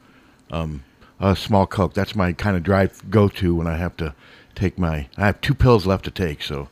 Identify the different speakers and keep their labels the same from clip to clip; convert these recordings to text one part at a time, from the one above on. Speaker 1: um, a small coke. That's my kind of drive go to when I have to take my. I have two pills left to take, so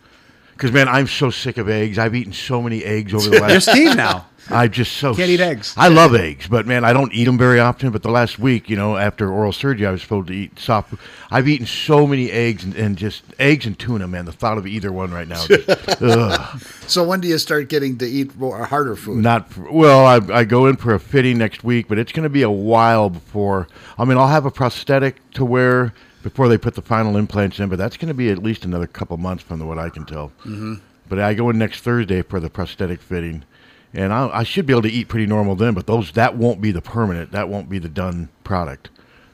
Speaker 1: because man, I'm so sick of eggs. I've eaten so many eggs over the
Speaker 2: You're
Speaker 1: last.
Speaker 2: Steve now.
Speaker 1: I just so
Speaker 2: Can't eat eggs.
Speaker 1: I love eggs, but man, I don't eat them very often. But the last week, you know, after oral surgery, I was supposed to eat soft. I've eaten so many eggs and, and just eggs and tuna. Man, the thought of either one right now, just, ugh,
Speaker 3: So when do you start getting to eat more, harder food?
Speaker 1: not well. I, I go in for a fitting next week, but it's going to be a while before. I mean, I'll have a prosthetic to wear before they put the final implants in, but that's going to be at least another couple months from what I can tell. Mm-hmm. But I go in next Thursday for the prosthetic fitting, and I, I should be able to eat pretty normal then. But those that won't be the permanent. That won't be the done product.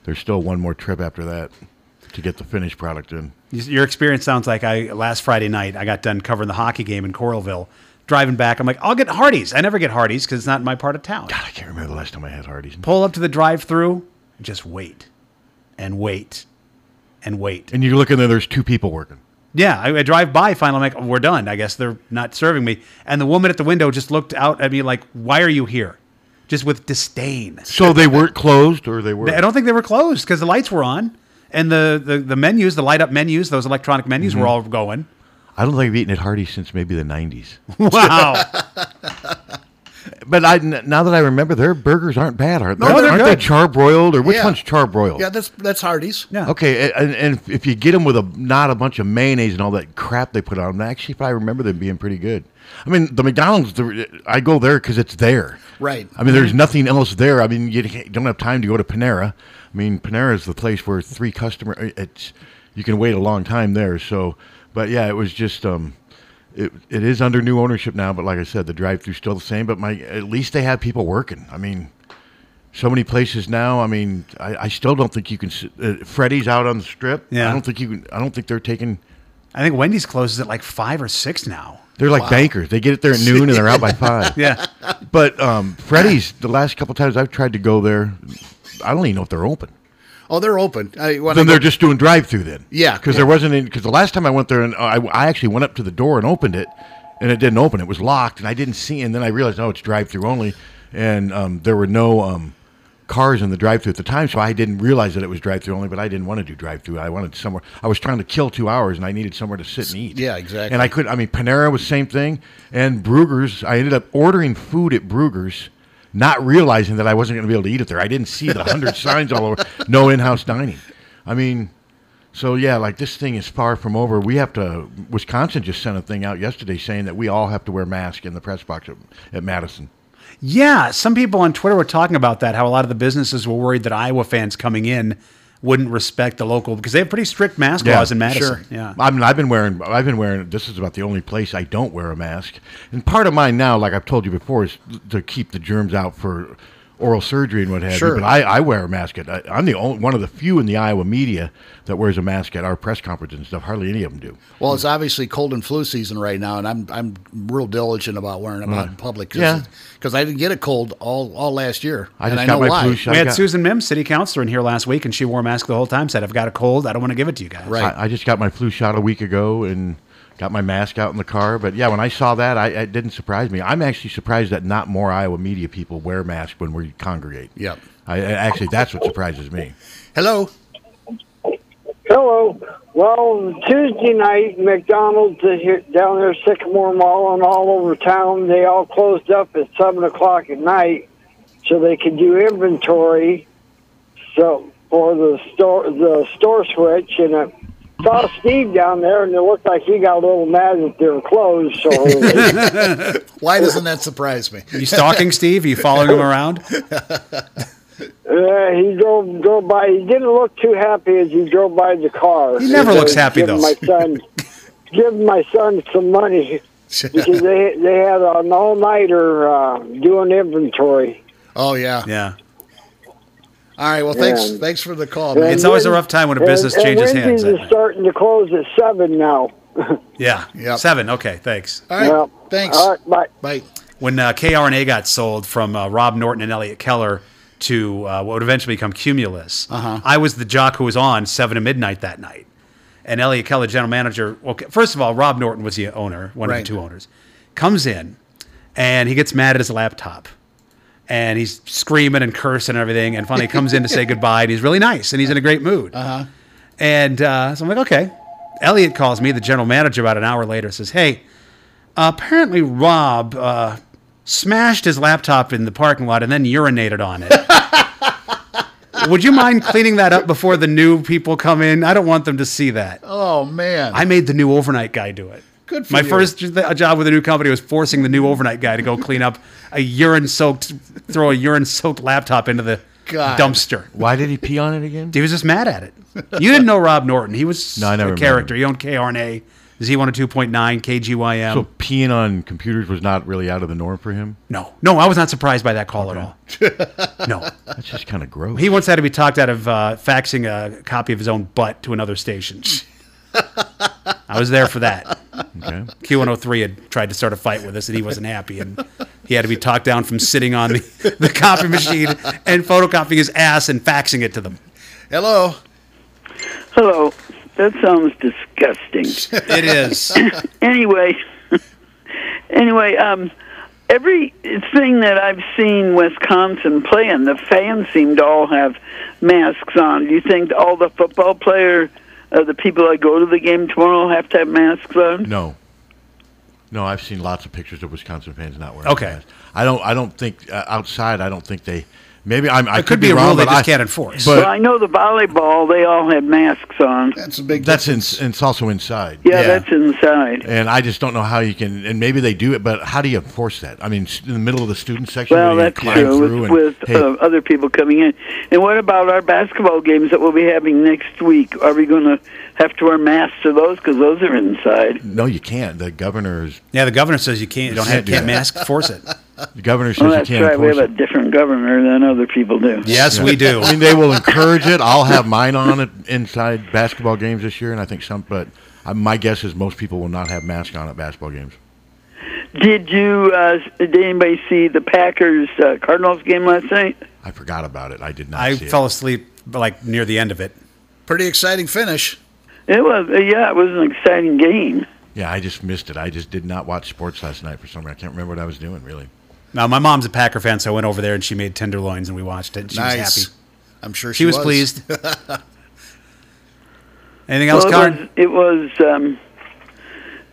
Speaker 1: There's still one more trip after that to get the finished product in.
Speaker 2: Your experience sounds like I last Friday night I got done covering the hockey game in Coralville. Driving back, I'm like, I'll get Hardee's. I never get Hardee's because it's not in my part of town.
Speaker 1: I can't remember the last time I had Hardee's.
Speaker 2: Pull up to the drive-through, just wait, and wait, and wait.
Speaker 1: And you look in there. There's two people working.
Speaker 2: Yeah, I, I drive by. Finally, I'm like, oh, we're done. I guess they're not serving me. And the woman at the window just looked out at me like, why are you here? Just with disdain.
Speaker 1: So they weren't closed, or they were.
Speaker 2: I don't think they were closed because the lights were on and the, the, the menus, the light up menus, those electronic menus
Speaker 1: Mm-hmm.
Speaker 2: were all going.
Speaker 1: I don't think I've eaten at Hardee's since maybe the '90s.
Speaker 2: Wow.
Speaker 1: But I n- now that I remember, their burgers aren't bad, are they?
Speaker 2: No, they're
Speaker 1: aren't
Speaker 2: good.
Speaker 1: they charbroiled or which
Speaker 3: Yeah.
Speaker 1: one's charbroiled?
Speaker 3: Yeah, that's that's Hardee's.
Speaker 2: Yeah.
Speaker 1: Okay, a- and, and if- if you get them with a not a bunch of mayonnaise and all that crap they put on them, actually, if I remember them being pretty good. I mean, the McDonald's, the, I go there because it's there.
Speaker 3: Right.
Speaker 1: I mean, there's nothing else there. I mean, you can't- don't have time to go to Panera. I mean, Panera is the place where three customer. uh, It's you can wait a long time there. So, but yeah, it was just um, it it is under new ownership now. But like I said, the drive-through's still the same. But my at least they have people working. I mean, so many places now. I mean, I, I still don't think you can. s- Uh, Freddy's out on the strip.
Speaker 2: Yeah.
Speaker 1: I don't think you can. I don't think they're taking.
Speaker 2: I think Wendy's closes at like five or six now.
Speaker 1: They're like bankers. They get it there at noon and they're out by five.
Speaker 2: Yeah.
Speaker 1: But um, Freddy's, the last couple times I've tried to go there, I don't even know if they're open.
Speaker 3: Oh, they're open. I, when I
Speaker 1: Then
Speaker 3: go-
Speaker 1: they're just doing drive through then.
Speaker 3: Yeah,
Speaker 1: Because there wasn't any, because the last time I went there and uh, I, I actually went up to the door and opened it and it didn't open. It was locked and I didn't see And then I realized, oh, it's drive through only. And um, there were no um, cars in the drive through at the time. So I didn't realize that it was drive through only, but I didn't want to do drive through. I wanted somewhere, I was trying to kill two hours and I needed somewhere to sit and eat.
Speaker 3: Yeah, exactly.
Speaker 1: And I could, I mean, Panera was same thing. And Brugger's, I ended up ordering food at Brugger's. Not realizing that I wasn't going to be able to eat it there, I didn't see the hundred signs all over. No in-house dining. I mean, so yeah, like this thing is far from over. We have to. Wisconsin just sent a thing out yesterday saying that we all have to wear masks in the press box at, at Madison.
Speaker 2: Yeah, some people on Twitter were talking about that. How a lot of the businesses were worried that Iowa fans coming in wouldn't respect the local because they have pretty strict mask laws in Madison. Yeah,
Speaker 1: I mean, I've been wearing. I've been wearing. This is about the only place I don't wear a mask. And part of mine now, like I've told you before, is to keep the germs out for oral surgery and what have
Speaker 3: Sure.
Speaker 1: you. But I, I wear a mask. At, I, I'm the only one of the few in the Iowa media that wears a mask at our press conferences and stuff. Hardly any of them do.
Speaker 3: Well, it's obviously cold and flu season right now, and I'm I'm real diligent about wearing them out in public. Cause
Speaker 1: Mm. Yeah.
Speaker 3: because I didn't get a cold all all last year,
Speaker 1: I
Speaker 3: and
Speaker 1: just
Speaker 3: I
Speaker 1: got
Speaker 3: know
Speaker 1: my
Speaker 3: why.
Speaker 1: flu shot.
Speaker 2: we
Speaker 1: I
Speaker 2: had
Speaker 1: got-
Speaker 2: Susan Mims, city councilor, in here last week, and she wore a mask the whole time. Said, "I've got a cold. I don't want to give it to you guys."
Speaker 3: Right.
Speaker 1: I, I just got my flu shot a week ago and got my mask out in the car. But yeah, when I saw that, I, it didn't surprise me. I'm actually surprised that not more Iowa media people wear masks when we congregate.
Speaker 3: Yep.
Speaker 1: I, I- actually, that's what surprises me.
Speaker 3: Hello.
Speaker 4: Hello. Well, Tuesday night, McDonald's is here, down there, Sycamore Mall, and all over town, they all closed up at seven o'clock at night, so they could do inventory. So for the store, the store switch, and I saw Steve down there, and it looked like he got a little mad that they were closed. So
Speaker 3: Why doesn't that surprise me?
Speaker 2: You stalking Steve? Are you following him around?
Speaker 4: uh, he drove drove by. He didn't look too happy as he drove by the car.
Speaker 2: He never
Speaker 4: So
Speaker 2: looks happy,
Speaker 4: give
Speaker 2: though.
Speaker 4: My son, give my son some money. because they they had an all nighter uh, doing inventory.
Speaker 3: Oh yeah.
Speaker 2: Yeah.
Speaker 3: All right. Well, thanks
Speaker 4: Yeah.
Speaker 3: thanks for the call.
Speaker 4: And
Speaker 3: Man.
Speaker 2: It's always a rough time when a business
Speaker 4: and,
Speaker 2: changes
Speaker 4: and
Speaker 2: hands.
Speaker 4: Wendy's is starting to close at seven now.
Speaker 2: Yeah.
Speaker 3: Yep.
Speaker 2: Seven. Okay. Thanks.
Speaker 3: All right.
Speaker 4: Well,
Speaker 3: Thanks.
Speaker 4: All right, bye.
Speaker 3: Bye.
Speaker 2: when uh, KRNA got sold from uh, Rob Norton and Elliot Keller to uh, what would eventually become Cumulus, I was the jock who was on seven to midnight that night. And Elliot Keller, general manager, well, first of all, Rob Norton was the owner, one
Speaker 3: Right.
Speaker 2: of the two owners, comes in and he gets mad at his laptop and he's screaming and cursing and everything. And finally, he comes in to say goodbye and he's really nice and he's in a great mood. Uh-huh. And uh, so I'm like, okay. Elliot calls me, the general manager, about an hour later, says, hey, apparently Rob uh, smashed his laptop in the parking lot and then urinated on it. Would you mind cleaning that up before the new people come in? I don't want them to see that.
Speaker 3: Oh man.
Speaker 2: I made the new overnight guy do it.
Speaker 3: Good for
Speaker 2: My
Speaker 3: you.
Speaker 2: first j- th- job with a new company was forcing the new overnight guy to go clean up a urine soaked, throw a urine soaked laptop into the
Speaker 3: God.
Speaker 2: dumpster.
Speaker 1: Why did he pee on it again?
Speaker 2: He was just mad at it. You didn't know Rob Norton. He was
Speaker 1: No, I never
Speaker 2: a
Speaker 1: met
Speaker 2: character. He owned KRNA, Z102.9, KGYM.
Speaker 1: So peeing on computers was not really out of the norm for him.
Speaker 2: Um, No, no, I was not surprised by that call at all. No,
Speaker 1: That's just kind of gross.
Speaker 2: he once had to be talked out of uh, faxing a copy of his own butt to another station. I was there for that.
Speaker 1: okay.
Speaker 2: Q103 had tried to start a fight with us, and he wasn't happy, and he had to be talked down from sitting on the, the copy machine and photocopying his ass and faxing it to them.
Speaker 3: Hello.
Speaker 5: Hello. That sounds disgusting.
Speaker 2: It is.
Speaker 5: anyway, anyway, um, every thing that I've seen Wisconsin play in, the fans seem to all have masks on. Do you think all the football player, uh, the people that go to the game tomorrow, have to have masks on?
Speaker 1: No. No, I've seen lots of pictures of Wisconsin fans not wearing.
Speaker 2: Okay.
Speaker 1: masks. I don't. I don't think uh, outside. I don't think they. Maybe I'm, I
Speaker 2: It could be a
Speaker 1: wrong,
Speaker 2: rule they
Speaker 1: but
Speaker 2: just
Speaker 1: I-
Speaker 2: can't enforce.
Speaker 1: But
Speaker 5: well, I know the volleyball; they all had masks on.
Speaker 3: That's a big.
Speaker 1: That's in, and it's also inside.
Speaker 5: Yeah,
Speaker 2: Yeah.
Speaker 5: that's inside.
Speaker 1: And I just don't know how you can, and maybe they do it, but how do you enforce that? I mean, s- in the middle of the student section,
Speaker 5: Well,
Speaker 1: where you
Speaker 5: that's
Speaker 1: climb
Speaker 5: true
Speaker 1: through
Speaker 5: with,
Speaker 1: and,
Speaker 5: with
Speaker 1: hey,
Speaker 5: uh, other people coming in. And what about our basketball games that we'll be having next week? Are we going to have to wear masks to those because those are inside?
Speaker 1: no, you can't. The governor is,
Speaker 2: Yeah, the governor says you can't. You don't have
Speaker 1: Can't do
Speaker 2: can't
Speaker 1: that.
Speaker 2: mask force it.
Speaker 1: the governor says
Speaker 5: Well,
Speaker 1: you
Speaker 5: that's
Speaker 1: can't
Speaker 5: right. We
Speaker 1: enforce
Speaker 5: have a
Speaker 1: it.
Speaker 5: different governor than other people do.
Speaker 2: Yes, we do.
Speaker 1: I mean, they will encourage it. I'll have mine on at inside basketball games this year, and I think some, but uh, my guess is most people will not have masks on at basketball games.
Speaker 5: Did you? Uh, did anybody see the Packers uh, Cardinals game last night?
Speaker 1: I forgot about it. I did not.
Speaker 2: I
Speaker 1: see it.
Speaker 2: fell asleep like near the end of it.
Speaker 3: Pretty exciting finish.
Speaker 5: It was. uh, Yeah, it was an exciting game.
Speaker 1: Yeah, I just missed it. I just did not watch sports last night for some reason. I can't remember what I was doing really.
Speaker 2: Now my mom's a Packer fan, so I went over there and she made tenderloins and we watched it. And she
Speaker 3: nice.
Speaker 2: was happy.
Speaker 3: I'm sure she,
Speaker 2: She was, pleased. Anything else,
Speaker 5: Well,
Speaker 2: Karn?
Speaker 5: it was. It was um,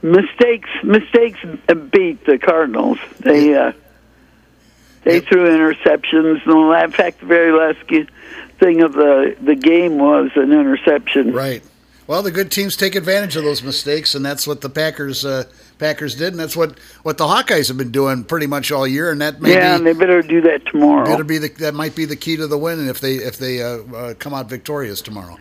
Speaker 5: mistakes. Mistakes beat the Cardinals. They uh, they threw interceptions, and the la- in fact, the very last ge- thing of the the game was an interception.
Speaker 3: Right. Well, the good teams take advantage of those mistakes, and that's what the Packers uh, Packers did, and that's what, what the Hawkeyes have been doing pretty much all year, and that may
Speaker 5: Yeah, and
Speaker 3: be,
Speaker 5: they better do that tomorrow.
Speaker 3: better be the, that might be the key to the win, and if they if they uh, uh, come out victorious tomorrow.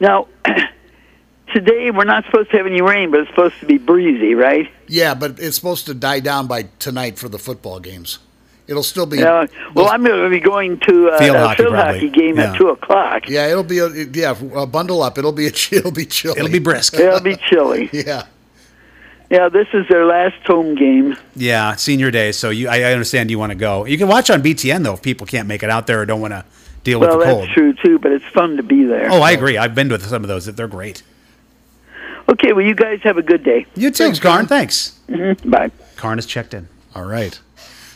Speaker 5: Now, today we're not supposed to have any rain, but it's supposed to be breezy, right?
Speaker 3: Yeah, but it's supposed to die down by tonight for the football games. It'll still be
Speaker 5: Yeah. Well, I'm going to be going to uh,
Speaker 2: Field
Speaker 5: a
Speaker 2: hockey,
Speaker 5: field
Speaker 2: probably.
Speaker 5: hockey game
Speaker 2: Yeah.
Speaker 5: at two o'clock.
Speaker 3: yeah, it'll be a, yeah. Uh, bundle up. It'll be a, it'll be chilly.
Speaker 2: It'll be brisk.
Speaker 5: It'll be chilly.
Speaker 3: yeah.
Speaker 5: Yeah, this is their last home game.
Speaker 2: Yeah, senior day. So you, I I understand you want to go. You can watch on BTN though if people can't make it out there or don't want to deal
Speaker 5: Well,
Speaker 2: with the
Speaker 5: that's
Speaker 2: cold.
Speaker 5: true too, but it's fun to be there.
Speaker 2: Oh, I agree. I've been to some of those. They're great.
Speaker 5: Okay, well, you guys have a good day. Mm-hmm.
Speaker 2: You too, Karn. Thanks.
Speaker 5: Bye.
Speaker 2: Karn is checked in.
Speaker 3: All right.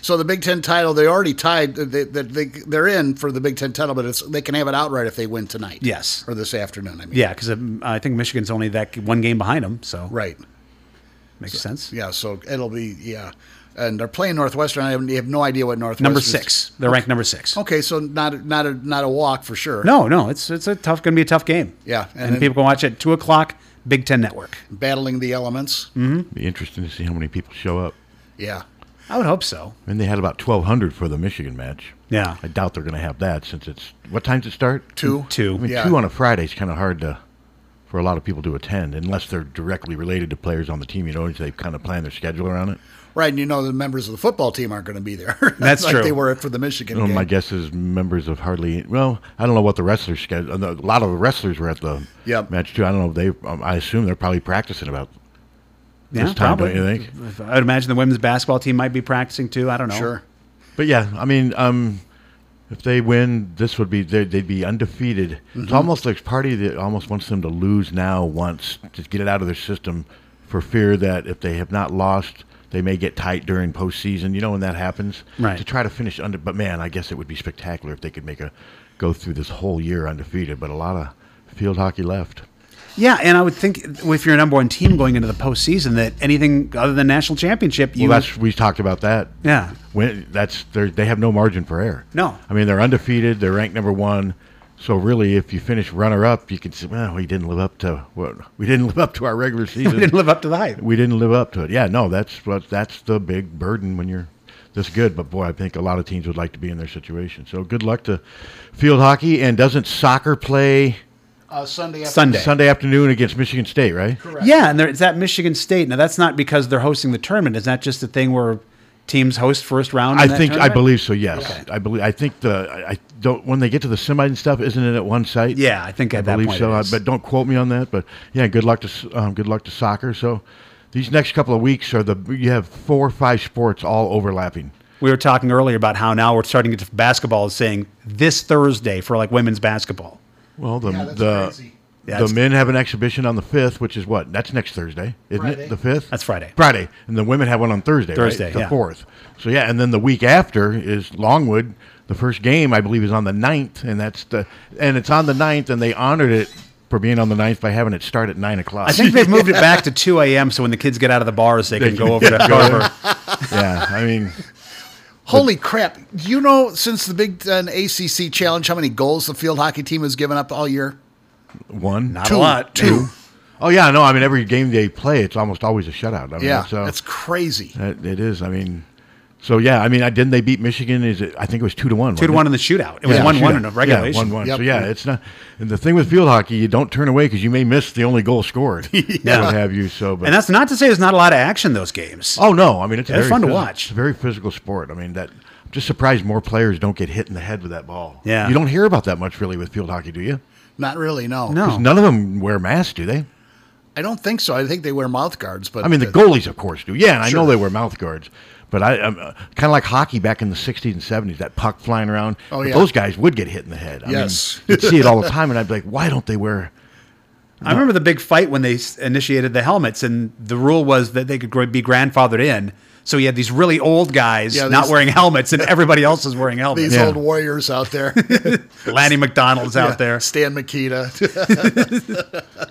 Speaker 3: So the Big Ten title, they already tied. They, they, they, they're in for the Big Ten title, but it's, they can have it outright if they win tonight.
Speaker 2: Yes.
Speaker 3: Or this afternoon, I mean.
Speaker 2: Yeah, because I think Michigan's only that one game behind them, so
Speaker 3: Right.
Speaker 2: makes sense.
Speaker 3: Yeah, so it'll be, yeah. And they're playing Northwestern. I have, you have no idea what Northwestern
Speaker 2: Number six. They're ranked number six.
Speaker 3: Okay, so not, a- not, a, not a walk for sure.
Speaker 2: No, no, it's it's a tough, going to be a tough game.
Speaker 3: Yeah, and
Speaker 2: and,
Speaker 3: then-
Speaker 2: people can watch it two o'clock, Big Ten Network.
Speaker 3: Battling the elements.
Speaker 2: Mm.
Speaker 1: Be interesting to see how many people show up.
Speaker 3: Yeah.
Speaker 2: I would hope so.
Speaker 1: And they had about twelve hundred for the Michigan match.
Speaker 2: Yeah,
Speaker 1: I doubt they're going to have that since it's what time does it start?
Speaker 3: Two.
Speaker 1: I
Speaker 2: two.
Speaker 1: mean,
Speaker 3: Yeah.
Speaker 1: two on a Friday is kind of hard to for a lot of people to attend unless they're directly related to players on the team. You know, they kind of plan their schedule around it.
Speaker 3: Right, and you know the members of the football team aren't going to be there.
Speaker 2: That's
Speaker 3: like
Speaker 2: true. Oh,
Speaker 3: they were for the Michigan
Speaker 1: Well,
Speaker 3: game.
Speaker 1: my guess is members of hardly. Well, I don't know what the wrestlers' schedule. A lot of the wrestlers were at the
Speaker 3: Yep.
Speaker 1: match too. I don't know. if They, um, I assume they're probably practicing about
Speaker 2: Yeah,
Speaker 1: this time,
Speaker 2: probably.
Speaker 1: don't you think?
Speaker 2: If- I would imagine the women's basketball team might be practicing too. I don't know.
Speaker 3: Sure.
Speaker 1: But yeah, I mean, um, if they win, this would be they'd, they'd be undefeated. It's almost like party that almost wants them to lose now once to get it out of their system, for fear that if they have not lost, they may get tight during postseason. You know when that happens,
Speaker 2: Right.
Speaker 1: To try to finish under. But man, I guess it would be spectacular if they could make a go through this whole year undefeated. But a lot of field hockey left.
Speaker 2: Yeah, and I would think if you're a number one team going into the postseason, that anything other than national championship, you
Speaker 1: Well, that's we talked about that.
Speaker 2: Yeah.
Speaker 1: when that's they're- they have no margin for error.
Speaker 2: No.
Speaker 1: I mean they're undefeated. They're ranked number one. So really, if you finish runner up, you can say, well, we didn't live up to what we didn't live up to our regular season.
Speaker 2: we didn't live up to the hype.
Speaker 1: We didn't live up to it. Yeah, no, that's what that's the big burden when you're this good. But boy, I think a lot of teams would like to be in their situation. So good luck to field hockey. And doesn't soccer play
Speaker 3: Uh, Sunday after
Speaker 2: Sunday.
Speaker 1: Sunday afternoon against Michigan State? Right. Correct.
Speaker 2: Yeah, and there, it's at Michigan State. Now that's not because they're hosting the tournament. Is that just a thing where teams host first round?
Speaker 1: I
Speaker 2: in that
Speaker 1: think I
Speaker 2: tournament?
Speaker 1: believe so. Yes, I believe. I think the I I don't when they get to the semi and stuff, isn't it at one site?
Speaker 2: Yeah, I think
Speaker 1: I
Speaker 2: at that
Speaker 1: believe
Speaker 2: point
Speaker 1: so.
Speaker 2: it
Speaker 1: I-
Speaker 2: is.
Speaker 1: But don't quote me on that. But yeah, good luck to s- um, good luck to soccer. So these next couple of weeks are the you have four or five sports all overlapping.
Speaker 2: we were talking earlier about how now we're starting to get to basketball is saying this Thursday for like women's basketball.
Speaker 1: Well, the
Speaker 3: Yeah, that's
Speaker 1: the
Speaker 3: crazy.
Speaker 2: Yeah,
Speaker 1: the
Speaker 2: it's-
Speaker 1: men have an exhibition on the fifth, which is what that's next Thursday, isn't
Speaker 3: Friday.
Speaker 1: it? The fifth.
Speaker 2: That's Friday.
Speaker 1: Friday, and the women have one on Thursday. right?
Speaker 2: Thursday,
Speaker 1: the
Speaker 2: yeah.
Speaker 1: fourth. So yeah, and then the week after is Longwood. The first game I believe is on the 9th, and that's the and it's on the 9th, and they honored it for being on the 9th by having it start at nine o'clock.
Speaker 2: I think they've moved it back to 2 a.m. So when the kids get out of the bars, they, can
Speaker 1: can
Speaker 2: go over to Carver.
Speaker 1: yeah, I mean,
Speaker 3: Holy crap! Do you know since the Big Ten ACC Challenge, how many goals the field hockey team has given up all year?
Speaker 1: one,
Speaker 2: Not
Speaker 1: two.
Speaker 2: a lot.
Speaker 3: Two.
Speaker 1: Oh yeah, no, I mean every game they play, it's almost always a shutout. I mean,
Speaker 3: Yeah,
Speaker 1: so
Speaker 3: that's crazy.
Speaker 1: that- it is. I mean, so yeah, I mean, I didn't they beat Michigan? Is it? I think it was two to one.
Speaker 2: Two to
Speaker 1: wasn't it?
Speaker 2: one in the shootout. It was
Speaker 1: Yeah,
Speaker 2: one one in
Speaker 1: shootout.
Speaker 2: the regulation.
Speaker 1: Yeah, one one.
Speaker 3: Yep.
Speaker 1: So yeah, it's not. And the thing with field hockey, you don't turn away because you may miss the only goal scored. yeah. What have you? So, but
Speaker 2: And that's not to say there's not a lot of action in those games.
Speaker 1: oh no, I mean it's a
Speaker 2: They're
Speaker 1: very
Speaker 2: fun to
Speaker 1: physi-
Speaker 2: watch.
Speaker 1: It's a very physical sport. I mean that. I'm just surprised more players don't get hit in the head with that ball.
Speaker 2: Yeah.
Speaker 1: you don't hear about that much really with field hockey, do you?
Speaker 3: Not really, no.
Speaker 2: No.
Speaker 1: None of them wear masks, do they?
Speaker 3: I don't think so. I think they wear mouth guards, but
Speaker 1: I mean, the
Speaker 3: goal.
Speaker 1: goalies, of course, do. Yeah, and I
Speaker 3: Sure.
Speaker 1: know they wear mouth guards, but I I'm, uh, kind of like hockey back in the '60s and '70s. That puck flying around.
Speaker 3: Oh,
Speaker 1: But
Speaker 3: yeah.
Speaker 1: those guys would get hit in the head. I mean,
Speaker 3: Yes.
Speaker 1: you'd see it all the time, and I'd be like, why don't they wear?
Speaker 2: I remember the big fight when they s- initiated the helmets, and the rule was that they could gr- be grandfathered in. So you had these really old guys
Speaker 3: Yeah,
Speaker 2: not
Speaker 3: these-
Speaker 2: wearing helmets, and everybody else is wearing helmets.
Speaker 3: these
Speaker 1: oh, Yeah.
Speaker 3: old warriors out there,
Speaker 2: Lanny McDonald's out there.
Speaker 3: Stan Makita.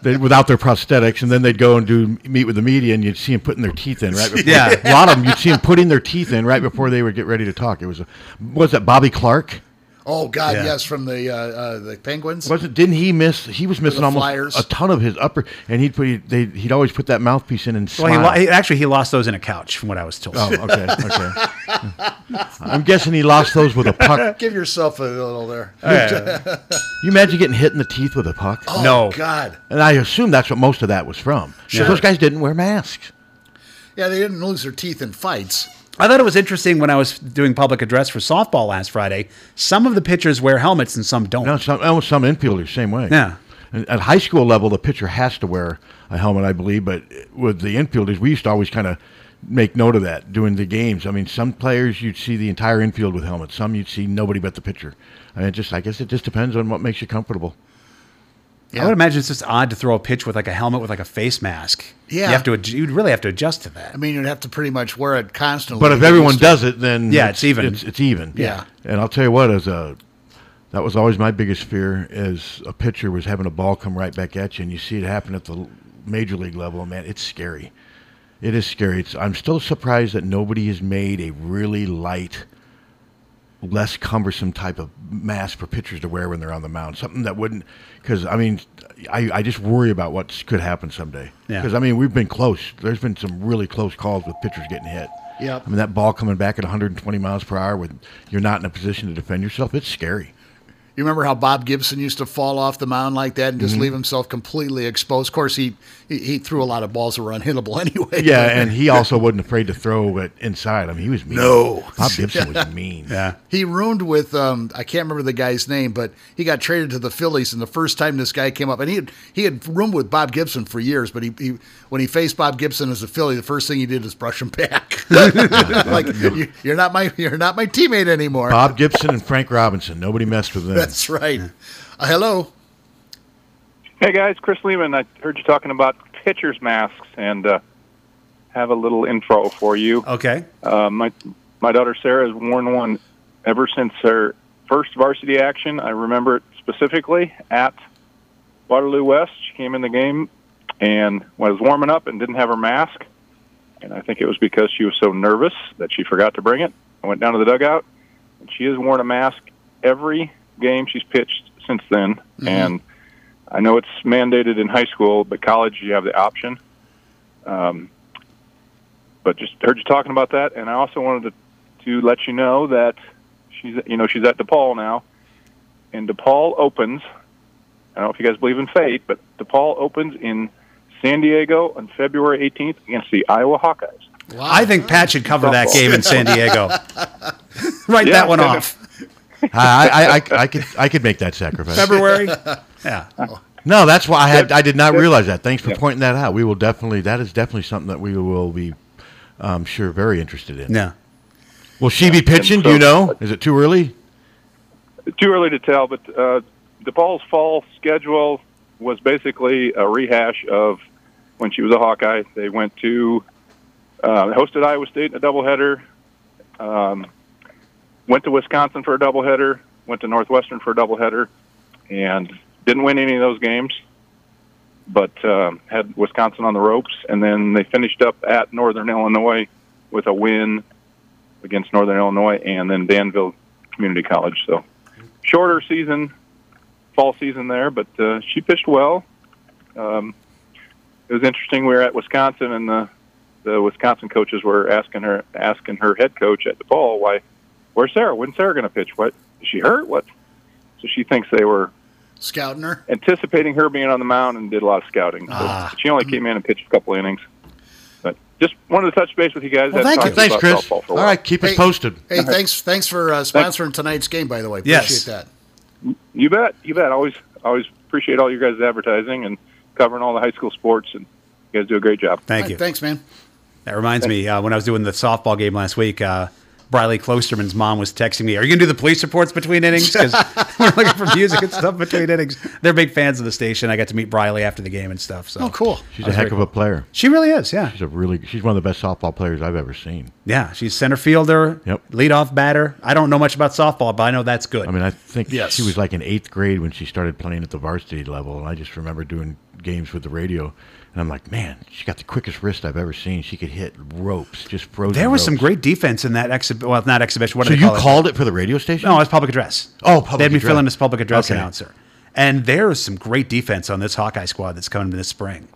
Speaker 1: They, without their prosthetics, and then they'd go and do meet with the media, and you'd see them putting their teeth in right. Before,
Speaker 2: Yeah.
Speaker 1: a lot of them you'd see them putting their teeth in right before they would get ready to talk. It was a, was that Bobby Clark?
Speaker 3: Oh God,
Speaker 2: Yeah.
Speaker 3: yes, from the uh, uh, the Penguins.
Speaker 1: Was it? Didn't he miss? He was missing almost
Speaker 3: Flyers.
Speaker 1: a ton of his upper, and he'd put they, he'd always put that mouthpiece in and
Speaker 2: Well, he
Speaker 1: smile.
Speaker 2: lo- he, actually, he lost those in a couch, from what I was told.
Speaker 1: Oh, okay, okay. I'm guessing he lost those with a puck.
Speaker 3: Give yourself a little there.
Speaker 2: Oh,
Speaker 1: You imagine getting hit in the teeth with a puck?
Speaker 3: Oh,
Speaker 2: No.
Speaker 3: God.
Speaker 1: And I assume that's what most of that was from.
Speaker 2: Sure.
Speaker 1: Those guys didn't wear masks.
Speaker 3: Yeah, they didn't lose their teeth in fights.
Speaker 2: I thought it was interesting when I was doing public address for softball last Friday. Some of the pitchers wear helmets and some don't.
Speaker 1: No, some, almost some infielders same way.
Speaker 2: Yeah.
Speaker 1: And At high school level, the pitcher has to wear a helmet, I believe. But with the infielders, we used to always kind of make note of that during the games. I mean, some players you'd see the entire infield with helmets. Some you'd see nobody but the pitcher. I mean, it just I guess it just depends on what makes you comfortable.
Speaker 2: I would imagine it's just odd to throw a pitch with like a helmet with like a face mask.
Speaker 3: Yeah.
Speaker 2: you have to. ad- You'd really have to adjust to that.
Speaker 3: I mean, you'd have to pretty much wear it constantly.
Speaker 1: But
Speaker 3: to
Speaker 1: if
Speaker 3: get
Speaker 1: everyone
Speaker 3: used to it.
Speaker 1: does it, then
Speaker 2: Yeah, it's even.
Speaker 1: It's, it's even.
Speaker 3: Yeah.
Speaker 1: And I'll tell you what, as a that was always my biggest fear as a pitcher was having a ball come right back at you, and you see it happen at the l- major league level. and Man, it's scary. It is scary. It's, I'm still surprised that nobody has made a really light, less cumbersome type of mask for pitchers to wear when they're on the mound. Something that wouldn't, because I mean, I, I just worry about what s- could happen someday.
Speaker 2: Yeah.
Speaker 1: Because I mean, we've been close. There's been some really close calls with pitchers getting hit.
Speaker 3: Yep.
Speaker 1: I mean, that ball coming back at 120 miles per hour when you're not in a position to defend yourself, it's scary.
Speaker 3: You remember how Bob Gibson used to fall off the mound like that and just leave himself completely exposed? Of course, he, he he threw a lot of balls that were unhittable anyway.
Speaker 1: Yeah, and he also wasn't afraid to throw it inside. I mean, he was mean.
Speaker 3: No.
Speaker 1: Bob Gibson was mean.
Speaker 2: yeah,
Speaker 3: He roomed with um, I can't remember the guy's name, but he got traded to the Phillies. And the first time this guy came up, and he had, he had roomed with Bob Gibson for years, but he, he when he faced Bob Gibson as a Philly, the first thing he did is brush him back. like you, you're not my you're not my teammate anymore.
Speaker 1: Bob Gibson and Frank Robinson. Nobody messed with them.
Speaker 3: That's right. Uh, hello.
Speaker 6: Hey guys, Chris Lehman. I heard you talking about pitchers' masks, and uh, have a little info for you.
Speaker 2: okay.
Speaker 6: Uh, my my daughter Sarah has worn one ever since her first varsity action. I remember it specifically at Waterloo West. She came in the game and was warming up and didn't have her mask, and I think it was because she was so nervous that she forgot to bring it. I went down to the dugout, and she has worn a mask every game she's pitched since then, and. I know it's mandated in high school, but college you have the option. Um, but just heard you talking about that, and I also wanted to, to let you know that she's you know she's at DePaul now, and DePaul opens. I don't know if you guys believe in fate, but DePaul opens in San Diego on February 18th against the Iowa Hawkeyes.
Speaker 3: Wow.
Speaker 2: I think Pat should cover that
Speaker 6: Softball.
Speaker 2: game in San Diego. Write
Speaker 6: Yeah.
Speaker 2: that one off.
Speaker 1: I, I, I, I could I could make that sacrifice.
Speaker 2: February. Yeah.
Speaker 1: No, that's why I had I did not
Speaker 6: Yep.
Speaker 1: realize that. Thanks for
Speaker 6: Yep.
Speaker 1: pointing that out. We will definitely that is definitely something that we will be, I'm sure, very interested in.
Speaker 2: No.
Speaker 1: Will she be pitching? Do you know? Is it too early?
Speaker 6: Too early to tell, but uh, DePaul's fall schedule was basically a rehash of when she was a Hawkeye. They went to uh, they hosted Iowa State in a doubleheader, um, went to Wisconsin for a doubleheader, went to Northwestern for a doubleheader, and didn't win any of those games. But um, had Wisconsin on the ropes, and then they finished up at Northern Illinois with a win against Northern Illinois, and then Danville Community College. So shorter season, fall season there, but uh, she pitched well. Um, it was interesting. We were at Wisconsin, and the the Wisconsin coaches were asking her asking her head coach at DePaul why where's Sarah? When's Sarah going to pitch? What is she hurt? What? So she thinks they were
Speaker 3: Scouting her.
Speaker 6: anticipating her being on the mound and did a lot of scouting. So
Speaker 2: Ah.
Speaker 6: She only came in and pitched a couple innings. But just wanted to touch base with you guys.
Speaker 3: Well,
Speaker 6: That's
Speaker 3: thank
Speaker 6: all
Speaker 3: you.
Speaker 6: I
Speaker 1: Thanks,
Speaker 6: thought
Speaker 1: Chris.
Speaker 6: about softball
Speaker 1: All
Speaker 6: for a while.
Speaker 1: right, keep us
Speaker 3: Hey.
Speaker 1: posted.
Speaker 3: Hey, thanks thanks for uh, sponsoring tonight's game. By the way, appreciate
Speaker 2: Yes.
Speaker 3: that.
Speaker 6: You bet. You bet. Always, always appreciate all your guys' advertising and covering all the high school sports and You guys do a great job.
Speaker 2: Thank
Speaker 3: All right,
Speaker 2: you.
Speaker 3: Thanks, man.
Speaker 2: That reminds me, uh, when I was doing the softball game last week, uh, Briley Klosterman's mom was texting me, "Are you gonna do the police reports between innings? Because we're looking for music and stuff between innings." They're big fans of the station. I got to meet Briley after the game and stuff. So
Speaker 3: Oh, cool.
Speaker 1: She's a heck of a player.
Speaker 2: She really is. Yeah,
Speaker 1: She's a really she's one of the best softball players I've ever seen.
Speaker 2: yeah. She's center fielder,
Speaker 1: Yep.
Speaker 2: leadoff batter. I don't know much about softball, but I know that's good.
Speaker 1: I mean, I think
Speaker 3: Yes.
Speaker 1: she was like in eighth grade when she started playing at the varsity level, and I just remember doing games with the radio, and I'm like, man, she got the quickest wrist I've ever seen. She could hit ropes, just frozen.
Speaker 2: there was some
Speaker 1: ropes.
Speaker 2: great defense in that exhibition. Well, not exhibition. What
Speaker 1: So
Speaker 2: do they
Speaker 1: you
Speaker 2: call it?
Speaker 1: called it for the radio station?
Speaker 2: No, it's public address.
Speaker 1: Oh, public
Speaker 2: They had me fill
Speaker 1: address.
Speaker 2: in as public address
Speaker 1: Okay.
Speaker 2: announcer. And there's some great defense on this Hawkeye squad that's coming this spring.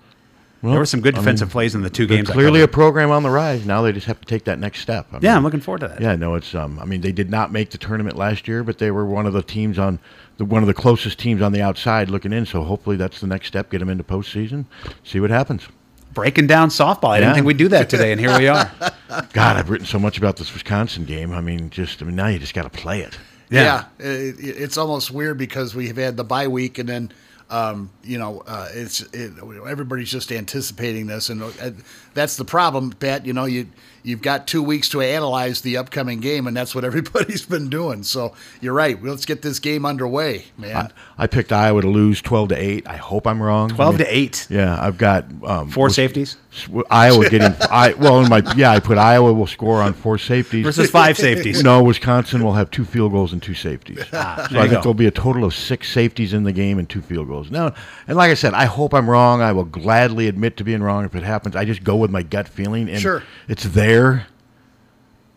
Speaker 2: there were some good defensive plays in the two
Speaker 1: They're
Speaker 2: games. I
Speaker 1: clearly a
Speaker 2: covered.
Speaker 1: program on the rise. Now they just have to take that next step. I mean,
Speaker 2: yeah, I'm looking forward to that.
Speaker 1: Yeah, no, it's um. I mean, they did not make the tournament last year, but they were one of the teams on the one of the closest teams on the outside looking in. So hopefully that's the next step. Get them into postseason. See what happens.
Speaker 2: Breaking down softball. I didn't
Speaker 1: Yeah.
Speaker 2: think we'd do that today, and here we are. Yeah.
Speaker 1: God, I've written so much about this Wisconsin game. I mean, just I mean, now you just got to play it.
Speaker 3: Yeah, It, it- it's almost weird because we've had the bye week and then. Um, you know, uh, it's it, everybody's just anticipating this, and uh, that's the problem, Pat. You know, you you've got two weeks to analyze the upcoming game, and that's what everybody's been doing. So you're right. Let's get this game underway, man.
Speaker 1: I picked Iowa to lose twelve to eight. I hope I'm wrong.
Speaker 2: 12
Speaker 1: I mean,
Speaker 2: to 8.
Speaker 1: Yeah, I've got um,
Speaker 2: Four
Speaker 1: Wis-
Speaker 2: safeties
Speaker 1: s- Iowa getting. I well, in my yeah, I put Iowa will score on four safeties
Speaker 2: versus five safeties. Ah,
Speaker 1: No, Wisconsin will have two field goals and two safeties. so
Speaker 2: there
Speaker 1: I
Speaker 2: you
Speaker 1: think
Speaker 2: go.
Speaker 1: there'll be a total of six safeties in the game and two field goals. No, and like I said, I hope I'm wrong. I will gladly admit to being wrong if it happens. I just go with my gut feeling, and
Speaker 3: Sure.
Speaker 1: it's there.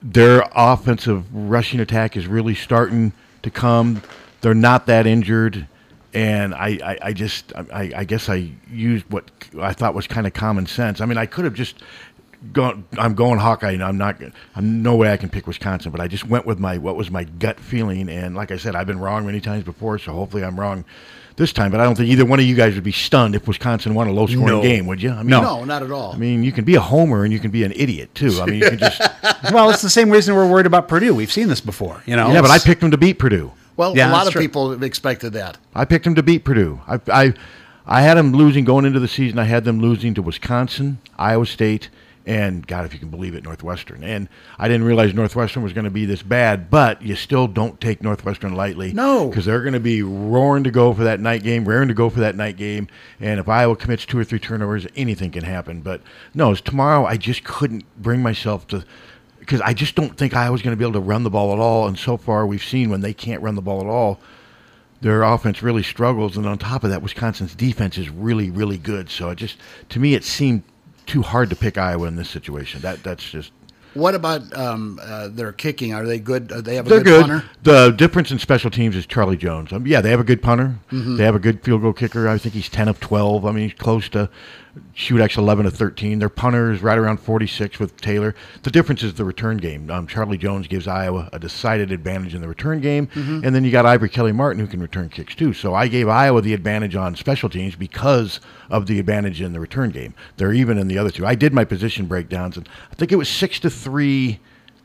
Speaker 1: Their offensive rushing attack is really starting to come. They're not that injured. And I, I, I just, I, I guess I used what I thought was kind of common sense. I mean, I could have just gone. I'm going Hawkeye. And I'm not. I'm no way I can pick Wisconsin, but I just went with my what was my gut feeling. And like I said, I've been wrong many times before, so hopefully I'm wrong this time. But I don't think either one of you guys would be stunned if Wisconsin won a low scoring
Speaker 2: No.
Speaker 1: game, would you? I mean,
Speaker 3: No, not at all.
Speaker 1: I mean, you can be a homer and you can be an idiot too. I mean, you can just.
Speaker 2: well, it's the same reason we're worried about Purdue. We've seen this before, you know.
Speaker 1: yeah, but I picked them to beat Purdue.
Speaker 3: well,
Speaker 2: yeah,
Speaker 3: a lot
Speaker 2: that's
Speaker 3: of
Speaker 2: true.
Speaker 3: people expected that.
Speaker 1: I picked them to beat Purdue. I, I, I had them losing going into the season. I had them losing to Wisconsin, Iowa State, and God, if you can believe it, Northwestern. And I didn't realize Northwestern was going to be this bad, but you still don't take Northwestern lightly.
Speaker 3: No.
Speaker 1: Because they're going to be roaring to go for that night game, raring to go for that night game. And if Iowa commits two or three turnovers, anything can happen. But no, it's tomorrow. I just couldn't bring myself to. Because I just don't think Iowa's going to be able to run the ball at all. And so far, we've seen when they can't run the ball at all, their offense really struggles, and on top of that, Wisconsin's defense is really, really good. So it just, to me, it seemed too hard to pick Iowa in this situation. That that's just
Speaker 3: What about um, uh, their kicking? Are they good? Uh, they have a
Speaker 1: they're
Speaker 3: good,
Speaker 1: good.
Speaker 3: punter.
Speaker 1: The difference in special teams is Charlie Jones. Um, yeah, they have a good punter.
Speaker 3: Mm-hmm.
Speaker 1: They have a good field goal kicker. I think he's ten of twelve. I mean, he's close to shoot actually eleven of thirteen. Their punter is right around forty six with Taylor. The difference is the return game. Um, Charlie Jones gives Iowa a decided advantage in the return game,
Speaker 3: Mm-hmm.
Speaker 1: and then you got Ivory Kelly Martin who can return kicks too. So I gave Iowa the advantage on special teams because of the advantage in the return game. They're even in the other two. I did my position breakdowns, and I think it was six to three.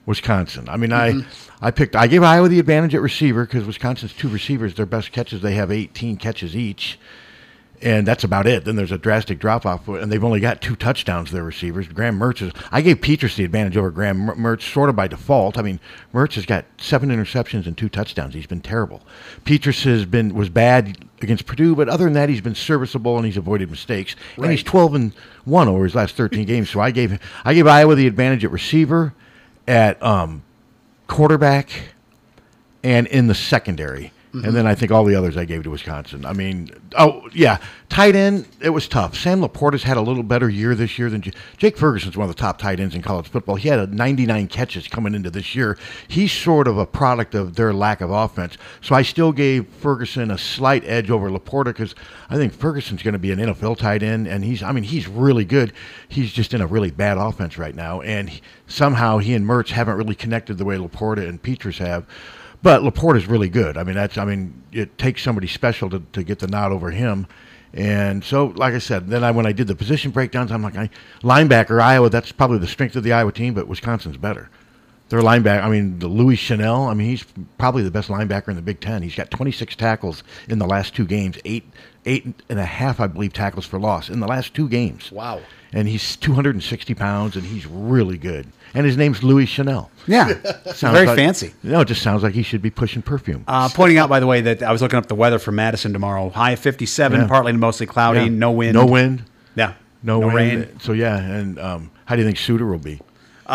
Speaker 1: Wisconsin. I mean, I I picked I gave Iowa the advantage at receiver because Wisconsin's two receivers, their best catches, they have 18 catches each, and that's about it. Then there's a drastic drop off, and they've only got two touchdowns. Their receivers, Graham Mertz is. I gave Petrus the advantage over Graham Mer- Mertz sort of by default. I mean, Mertz has got seven interceptions and two touchdowns. He's been terrible. Petrus has been was bad against Purdue, but other than that, he's been serviceable and he's avoided mistakes. And he's 12 and one over his last 13 games. So I gave I gave Iowa the advantage at receiver at um, quarterback and in the secondary. And then I think all the others I gave to Wisconsin. I mean, oh, yeah. Tight end, it was tough. Sam Laporta's had a little better year this year than J- Jake Ferguson's one of the top tight ends in college football. He had a 99 catches coming into this year. He's sort of a product of their lack of offense. So I still gave Ferguson a slight edge over Laporta because I think Ferguson's going to be an NFL tight end. And he's, I mean, he's really good. He's just in a really bad offense right now. And he- somehow he and Mertz haven't really connected the way Laporta and Petrus have. But Laporte is really good. I mean, that's I mean, it takes somebody special to, to get the nod over him. And so, like I said, then I when I did the position breakdowns, I'm like, I, linebacker Iowa. That's probably the strength of the Iowa team, but Wisconsin's better. Their linebacker, I mean, the Louis Chanel, I mean, he's probably the best linebacker in the Big Ten. He's got 26 tackles in the last two games, eight, eight and a half, I believe, tackles for loss in the last two games.
Speaker 3: Wow.
Speaker 1: And he's 260 pounds, and he's really good. And his name's Louis Chanel.
Speaker 2: Yeah. Very
Speaker 1: like-
Speaker 2: fancy.
Speaker 1: No, it just sounds like he should be pushing perfume.
Speaker 2: Uh, pointing out, by the way, that I was looking up the weather for Madison tomorrow. High of 57,
Speaker 1: Yeah.
Speaker 2: partly to mostly cloudy,
Speaker 1: Yeah.
Speaker 2: no wind.
Speaker 1: No wind.
Speaker 2: Yeah.
Speaker 1: No, wind.
Speaker 2: rain.
Speaker 1: So yeah, and um, how do you think Suter will be?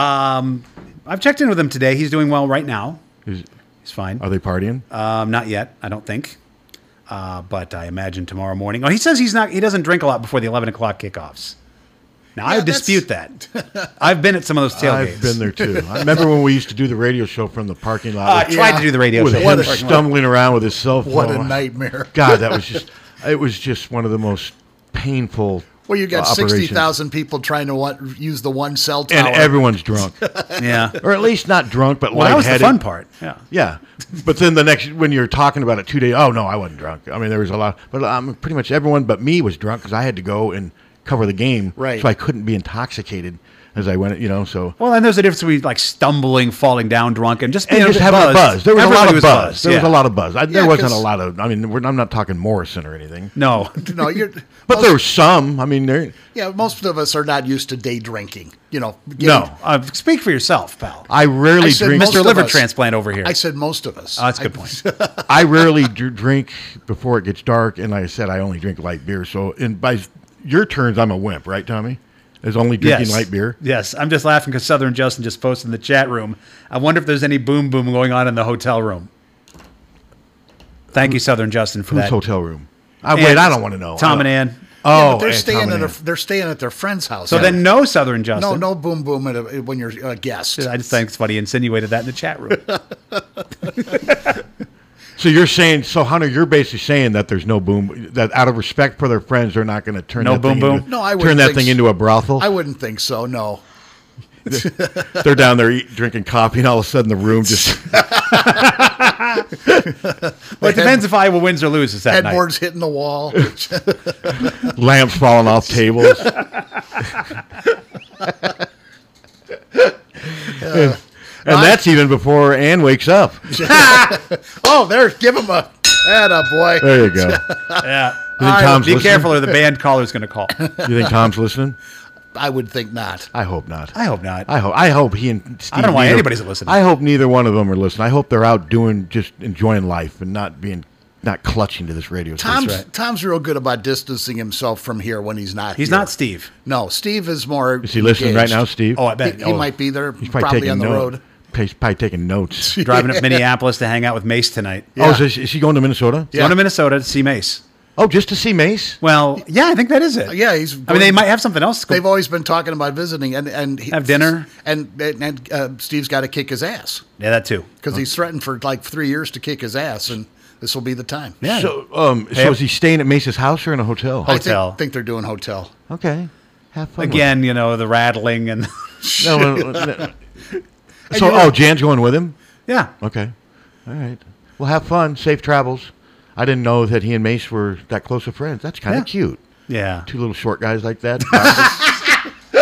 Speaker 2: Um, I've checked in with him today. He's doing well right now.
Speaker 1: Is,
Speaker 2: He's fine.
Speaker 1: are they partying?
Speaker 2: Um, not yet, I don't think. Uh, but I imagine tomorrow morning. Oh, he says he's not. He doesn't drink a lot before the eleven o'clock kickoffs. Now I
Speaker 3: Yeah,
Speaker 2: would dispute that. I've been at some of those tailgates.
Speaker 1: I've been there too. I remember when we used to do the radio show from the parking lot.
Speaker 2: I
Speaker 1: with-
Speaker 2: Ah, tried to do the radio
Speaker 1: with
Speaker 2: show.
Speaker 1: him
Speaker 2: What a-
Speaker 1: stumbling around with his cell phone.
Speaker 3: What a nightmare.
Speaker 1: God, that was just. It was just one of the most painful.
Speaker 3: Well, you got
Speaker 1: uh, operations.
Speaker 3: sixty thousand people trying to want, use the one cell tower.
Speaker 1: and everyone's drunk,
Speaker 2: Yeah.
Speaker 1: or at least not drunk, but
Speaker 2: Well, that was the
Speaker 1: lightheaded.
Speaker 2: fun part. Yeah.
Speaker 1: Yeah, but then the next when you're talking about it two days, oh no, I wasn't drunk. I mean, there was a lot, but um, pretty much everyone but me was drunk because I had to go and cover the game,
Speaker 3: Right.
Speaker 1: So I couldn't be intoxicated as I went, you know. So
Speaker 2: Well, and there's a difference between like stumbling, falling down drunk, and just being
Speaker 1: and just
Speaker 2: a bit
Speaker 1: having a
Speaker 2: buzzed.
Speaker 1: buzz. There was
Speaker 2: Everybody
Speaker 1: a lot of
Speaker 2: was
Speaker 1: buzz.
Speaker 2: buzzed,
Speaker 1: There
Speaker 2: yeah.
Speaker 1: was a lot of buzz. I, there
Speaker 3: Yeah,
Speaker 1: wasn't a
Speaker 3: 'cause-
Speaker 1: lot of. I mean, we're, I'm not talking Morrison or anything,
Speaker 2: No.
Speaker 3: no, you're,
Speaker 1: but
Speaker 3: most,
Speaker 1: there were some. I mean, there.
Speaker 3: yeah, most of us are not used to day drinking. You know, getting-
Speaker 2: No. Uh, speak for yourself, pal.
Speaker 1: I rarely
Speaker 3: I said
Speaker 1: drink.
Speaker 3: most
Speaker 2: Mr.
Speaker 3: of
Speaker 2: Liver
Speaker 3: us.
Speaker 2: Transplant over here.
Speaker 3: I said most of us.
Speaker 2: oh, that's a
Speaker 3: I-
Speaker 2: good point.
Speaker 1: I rarely dr- drink before it gets dark, and like I said, I only drink light beer. So, and by your turns, I'm a wimp, right, Tommy? Is only drinking
Speaker 2: yes.
Speaker 1: light beer.
Speaker 2: Yes. I'm just laughing because Southern Justin just posted in the chat room. I wonder if there's any boom boom going on in the hotel room. Thank you, Southern Justin, for
Speaker 1: Whose
Speaker 2: that.
Speaker 1: hotel room? I,
Speaker 2: And
Speaker 1: wait, I don't want to know.
Speaker 2: Tom
Speaker 1: I
Speaker 2: and
Speaker 1: don't-
Speaker 2: Ann.
Speaker 3: Yeah, but
Speaker 1: Oh,
Speaker 3: they're
Speaker 1: and Tom
Speaker 3: staying
Speaker 1: and
Speaker 3: at
Speaker 1: Ann.
Speaker 3: a, they're staying at their friend's house.
Speaker 2: So then, no Southern
Speaker 3: no,
Speaker 2: Justin.
Speaker 3: no boom boom at a, when you're a guest.
Speaker 2: I just think it's funny. He Insinuated that in the chat room.
Speaker 1: So you're saying, so Hunter, you're basically saying that there's no boom, that out of respect for their friends, they're not going to turn
Speaker 2: No
Speaker 1: that
Speaker 2: boom
Speaker 1: thing
Speaker 2: boom?
Speaker 1: Into,
Speaker 3: No, I
Speaker 1: turn
Speaker 3: wouldn't
Speaker 1: that
Speaker 3: think
Speaker 1: thing
Speaker 3: so.
Speaker 1: into a brothel.
Speaker 3: I wouldn't think so. No,
Speaker 1: they're down there eat, drinking coffee, and all of a sudden the room just
Speaker 2: well, it depends if Iowa wins or loses that night.
Speaker 3: headboards hitting the wall.
Speaker 1: lamps falling off tables.
Speaker 3: uh,
Speaker 1: and that's even before Ann wakes up.
Speaker 3: oh, there, give him a that a boy.
Speaker 1: There you go.
Speaker 2: Yeah.
Speaker 1: You think Tom's
Speaker 2: Be
Speaker 1: listening?
Speaker 2: careful, or the band caller's going to call.
Speaker 1: You think Tom's listening?
Speaker 3: I would think not.
Speaker 1: I hope not.
Speaker 2: I hope not.
Speaker 1: I hope. I hope he and Steve.
Speaker 2: I don't know why
Speaker 1: neither-
Speaker 2: anybody's listening.
Speaker 1: I hope neither one of them are listening. I hope they're out doing, just enjoying life and not being, not clutching to this radio. station.
Speaker 3: Tom's
Speaker 2: right.
Speaker 3: Tom's real good about distancing himself from here when he's not.
Speaker 2: He's
Speaker 3: here.
Speaker 2: not Steve.
Speaker 3: No, Steve is more.
Speaker 1: Is he listening right
Speaker 3: engaged.
Speaker 1: now, Steve?
Speaker 2: Oh, I bet.
Speaker 3: He, he
Speaker 2: Oh,
Speaker 3: might be there,
Speaker 1: He's
Speaker 3: probably, on the
Speaker 1: note-
Speaker 3: road.
Speaker 1: He's probably taking notes.
Speaker 2: driving up to Minneapolis to hang out with Mace tonight.
Speaker 1: Oh, so is, is she going to Minnesota?
Speaker 2: Going to Minnesota to see Mace.
Speaker 1: Oh, just to see Mace?
Speaker 2: Well, yeah, I think that is it.
Speaker 3: Yeah, he's.
Speaker 2: I mean, they might have something else.
Speaker 3: They've
Speaker 2: Go-
Speaker 3: always been talking about visiting, and and he,
Speaker 2: Have dinner.
Speaker 3: and and, and, uh, Steve's got to kick his ass
Speaker 2: yeah, that too.
Speaker 3: because he's threatened for like three years to kick his ass, and this will be the time.
Speaker 2: Yeah.
Speaker 1: So, um,
Speaker 2: Hey,
Speaker 1: so is he staying at Mace's house or in a hotel?
Speaker 3: I
Speaker 2: Hotel.
Speaker 3: think, think they're doing hotel.
Speaker 1: Okay. Have fun. with
Speaker 2: Again, you know, the rattling and
Speaker 1: it. No, no, no, no. So, oh, Jan's going with him?
Speaker 2: yeah.
Speaker 1: Okay. All right. Well, have fun. Safe travels. I didn't know that he and Mace were that close of friends. That's kind
Speaker 2: Yeah.
Speaker 1: of cute.
Speaker 2: Yeah.
Speaker 1: Two little short guys like that.